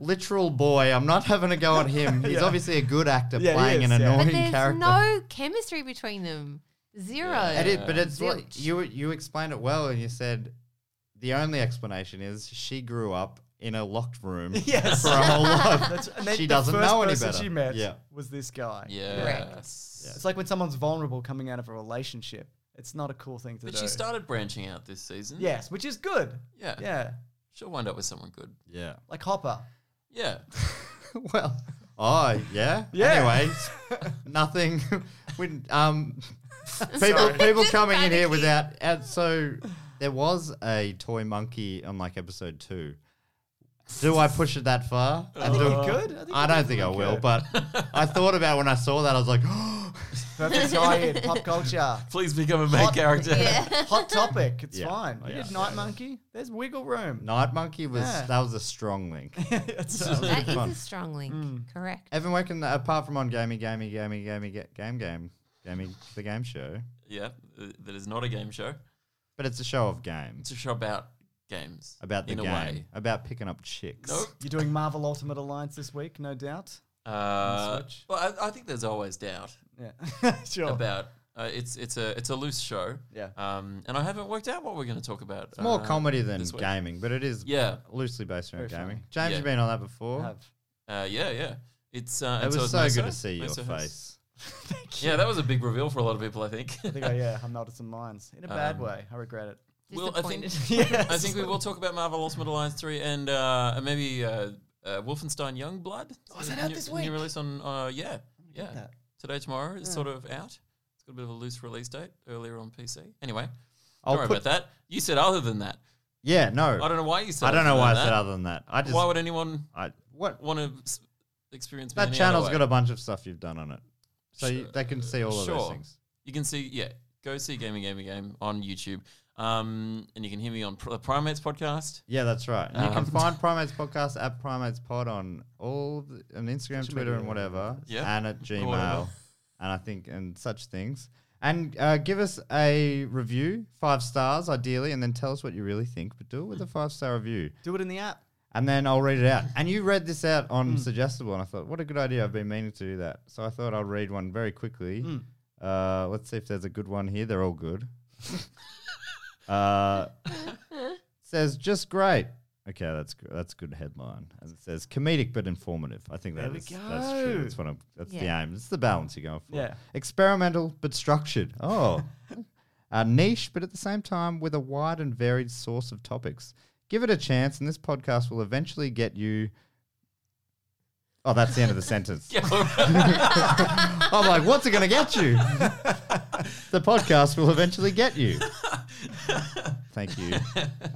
[SPEAKER 1] literal boy. I'm not having a go at him. He's
[SPEAKER 4] Yeah.
[SPEAKER 1] obviously a good actor
[SPEAKER 4] Yeah, he
[SPEAKER 1] playing
[SPEAKER 4] is,
[SPEAKER 1] an
[SPEAKER 4] yeah.
[SPEAKER 1] annoying
[SPEAKER 7] but there's
[SPEAKER 1] character.
[SPEAKER 7] no chemistry between them. Zero.
[SPEAKER 1] It is- but it's
[SPEAKER 7] Zilch.
[SPEAKER 1] like you you explained it well, and you said the only explanation is she grew up in a locked room
[SPEAKER 4] Yes.
[SPEAKER 1] for a whole life.
[SPEAKER 4] That's, and they,
[SPEAKER 1] She
[SPEAKER 4] the
[SPEAKER 1] doesn't
[SPEAKER 4] first
[SPEAKER 1] know any
[SPEAKER 4] person
[SPEAKER 1] better.
[SPEAKER 4] She met
[SPEAKER 1] Yeah.
[SPEAKER 4] was this guy.
[SPEAKER 6] Yes.
[SPEAKER 4] It's like when someone's vulnerable coming out of a relationship. It's not a cool thing to
[SPEAKER 6] But
[SPEAKER 4] do.
[SPEAKER 6] she started branching out this season.
[SPEAKER 4] Yes, which is good.
[SPEAKER 6] Yeah.
[SPEAKER 4] Yeah.
[SPEAKER 6] She'll wind up with someone good.
[SPEAKER 1] Yeah.
[SPEAKER 4] Like Hopper.
[SPEAKER 6] Yeah.
[SPEAKER 1] Well, oh yeah.
[SPEAKER 4] Yeah.
[SPEAKER 1] Anyways, nothing. we, um, people people
[SPEAKER 7] Just
[SPEAKER 1] coming in here
[SPEAKER 7] panicking.
[SPEAKER 1] without. And so there was a toy monkey on like episode two. Do I push it that far? I
[SPEAKER 4] think Oh. you could.
[SPEAKER 1] I
[SPEAKER 4] I think you
[SPEAKER 1] don't think I
[SPEAKER 4] definitely
[SPEAKER 1] will,
[SPEAKER 4] could.
[SPEAKER 1] but I thought about it when I saw that. I was like,
[SPEAKER 4] Perfect tie in pop culture.
[SPEAKER 6] Please become a main character.
[SPEAKER 4] Hot topic. It's
[SPEAKER 1] Yeah.
[SPEAKER 4] fine. You
[SPEAKER 1] Yeah.
[SPEAKER 4] did Night Monkey. There's wiggle room.
[SPEAKER 1] Night Monkey was
[SPEAKER 4] Yeah.
[SPEAKER 1] that was a strong link.
[SPEAKER 4] It's, uh,
[SPEAKER 7] That is
[SPEAKER 1] Fun.
[SPEAKER 7] a strong link.
[SPEAKER 4] Mm.
[SPEAKER 7] Correct.
[SPEAKER 1] Evan Waken, apart from on Gamey, Gamey, Gamey, Gamey, Ga- Game, Game, Gamey, the game show,
[SPEAKER 6] Yeah. th- That is not a game show.
[SPEAKER 1] but it's a show of
[SPEAKER 6] It's
[SPEAKER 1] games
[SPEAKER 6] a show about games.
[SPEAKER 1] about the
[SPEAKER 6] in
[SPEAKER 1] game,
[SPEAKER 6] a way.
[SPEAKER 1] about picking up chicks.
[SPEAKER 6] Nope.
[SPEAKER 4] You're doing Marvel Ultimate Alliance this week, no doubt.
[SPEAKER 6] Uh,
[SPEAKER 4] Switch.
[SPEAKER 6] well, I, I think there's always doubt
[SPEAKER 4] Yeah. sure.
[SPEAKER 6] about uh, it's it's a it's a loose show.
[SPEAKER 4] Yeah.
[SPEAKER 6] Um, and I haven't worked out what we're going to talk about.
[SPEAKER 1] It's more
[SPEAKER 6] uh,
[SPEAKER 1] comedy than
[SPEAKER 6] this week.
[SPEAKER 1] gaming, but it is
[SPEAKER 6] Yeah.
[SPEAKER 1] loosely based around
[SPEAKER 4] Very
[SPEAKER 1] gaming.
[SPEAKER 4] funny.
[SPEAKER 1] James,
[SPEAKER 6] Yeah.
[SPEAKER 1] you've been on that before.
[SPEAKER 4] Have.
[SPEAKER 6] Uh, yeah, yeah. It's uh,
[SPEAKER 1] It
[SPEAKER 6] and
[SPEAKER 1] was
[SPEAKER 6] it's
[SPEAKER 1] so good
[SPEAKER 6] Mesa-
[SPEAKER 1] to see your
[SPEAKER 6] Mesa Hurst.
[SPEAKER 1] face.
[SPEAKER 6] Yeah, that was a big reveal for a lot of people. I think.
[SPEAKER 4] I think I, yeah, I'm noticing minds in a bad
[SPEAKER 6] Um,
[SPEAKER 4] way. I regret it.
[SPEAKER 6] Well, I think
[SPEAKER 7] Disappointed.
[SPEAKER 6] I think we will talk about Marvel Ultimate Alliance three and uh, and maybe uh, uh, Wolfenstein Youngblood. Oh, is that out this week? New release on uh, yeah yeah
[SPEAKER 4] that.
[SPEAKER 6] today tomorrow is sort of out. It's got a bit of a loose release date earlier on PC. Anyway,
[SPEAKER 1] I'll
[SPEAKER 6] don't worry
[SPEAKER 1] put-
[SPEAKER 6] about that. You said other than that.
[SPEAKER 1] Yeah, no,
[SPEAKER 6] I don't know why you said.
[SPEAKER 1] I don't know why I
[SPEAKER 6] than
[SPEAKER 1] said
[SPEAKER 6] that.
[SPEAKER 1] other than that. I just
[SPEAKER 6] Why would anyone
[SPEAKER 1] I, what
[SPEAKER 6] want to experience me
[SPEAKER 1] that
[SPEAKER 6] any other
[SPEAKER 1] channel's
[SPEAKER 6] way?
[SPEAKER 1] got a bunch of stuff you've done on it, so you, they can see all of those
[SPEAKER 6] Sure.
[SPEAKER 1] things.
[SPEAKER 6] You can see, yeah, go see Gaming Gaming Game on YouTube, um, and you can hear me on Pr- the Primates podcast.
[SPEAKER 1] Yeah, that's right. And you can
[SPEAKER 6] Um,
[SPEAKER 1] find Primates Podcast at Primates Pod on all the, on Instagram,
[SPEAKER 4] Should make
[SPEAKER 1] Twitter,
[SPEAKER 4] it
[SPEAKER 1] and
[SPEAKER 4] all
[SPEAKER 1] whatever,
[SPEAKER 6] Yeah.
[SPEAKER 1] and at Gmail,
[SPEAKER 6] whatever.
[SPEAKER 1] and I think and such things. And uh, give us a review, five stars ideally, and then tell us what you really think. But do it with a five star review,
[SPEAKER 4] Do it in the app.
[SPEAKER 1] and then I'll read it out. And you read this out on
[SPEAKER 4] Hmm.
[SPEAKER 1] Suggestible, and I thought, what a good idea! I've been meaning to do that, so I thought I'll read one very quickly.
[SPEAKER 4] Hmm.
[SPEAKER 1] Uh, let's see if there's a good one here. They're all good. uh, says just great. Okay, that's good. That's a good headline. And it says comedic but informative. I think
[SPEAKER 4] There
[SPEAKER 1] that
[SPEAKER 4] we
[SPEAKER 1] is that's true.
[SPEAKER 4] go.
[SPEAKER 1] That's one of that's
[SPEAKER 7] Yeah.
[SPEAKER 1] the aim. It's the balance you're going for.
[SPEAKER 4] Yeah.
[SPEAKER 1] Experimental but structured. Oh. uh, niche, but at the same time with a wide and varied source of topics. Give it a chance, and this podcast will eventually get you. Oh, that's the end of the sentence. I'm like, what's it going to get you? the podcast will eventually get you. Thank you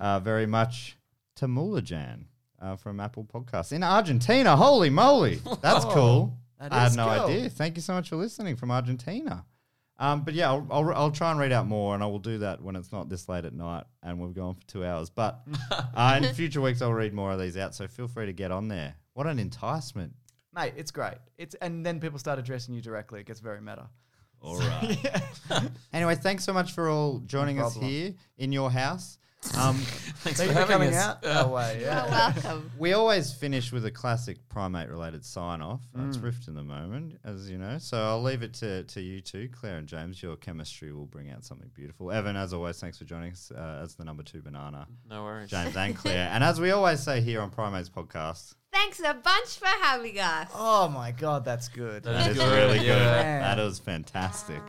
[SPEAKER 1] uh, very much, Tamulajan uh, from Apple Podcasts in Argentina. Holy moly, that's cool.
[SPEAKER 4] Oh, that
[SPEAKER 1] I had
[SPEAKER 4] is
[SPEAKER 1] no
[SPEAKER 4] cool.
[SPEAKER 1] idea. Thank you so much for listening from Argentina. Um, but yeah, I'll, I'll, I'll try and read out more, and I will do that when it's not this late at night and we've gone for two hours. But uh, in future weeks, I'll read more of these out, so feel free to get on there. What an enticement.
[SPEAKER 4] Mate, it's great. It's and then people start addressing you directly. It gets very meta.
[SPEAKER 1] All right. Anyway, thanks so much for all joining us
[SPEAKER 4] problem.
[SPEAKER 1] here in your house. Um,
[SPEAKER 6] Thanks
[SPEAKER 4] Thanks
[SPEAKER 6] for
[SPEAKER 4] for
[SPEAKER 6] having uh,
[SPEAKER 4] coming
[SPEAKER 6] us.
[SPEAKER 4] out. Oh, wait,
[SPEAKER 7] You're
[SPEAKER 4] yeah.
[SPEAKER 7] welcome.
[SPEAKER 1] we always finish with a classic primate related sign off. That's Rift in the moment, as you know. So I'll leave it to, to you two, Claire and James. Your chemistry will bring out something beautiful. Evan, as always, thanks for joining us uh, as the number two banana,
[SPEAKER 6] No worries.
[SPEAKER 1] James and Claire. and as we always say here on Primates Podcast,
[SPEAKER 7] Thanks a bunch for having us.
[SPEAKER 4] Oh my god, that's good.
[SPEAKER 6] That
[SPEAKER 1] that is
[SPEAKER 6] good.
[SPEAKER 1] really good.
[SPEAKER 6] Yeah.
[SPEAKER 1] That is fantastic.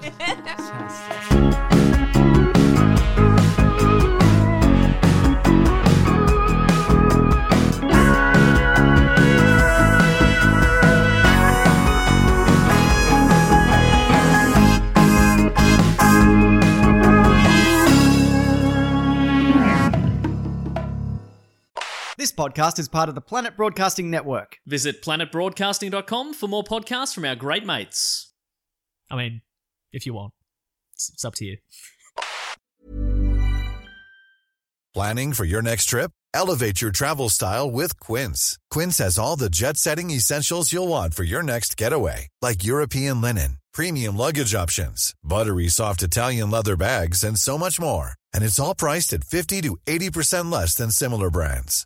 [SPEAKER 4] This podcast is part of the Planet Broadcasting Network.
[SPEAKER 5] Visit planetbroadcasting.com for more podcasts from our great mates.
[SPEAKER 9] I mean, if you want, it's, it's up to you.
[SPEAKER 10] Planning for your next trip? Elevate your travel style with Quince. Quince has all the jet setting essentials you'll want for your next getaway, like European linen, premium luggage options, buttery soft Italian leather bags, and so much more. And it's all priced at 50 to 80% less than similar brands.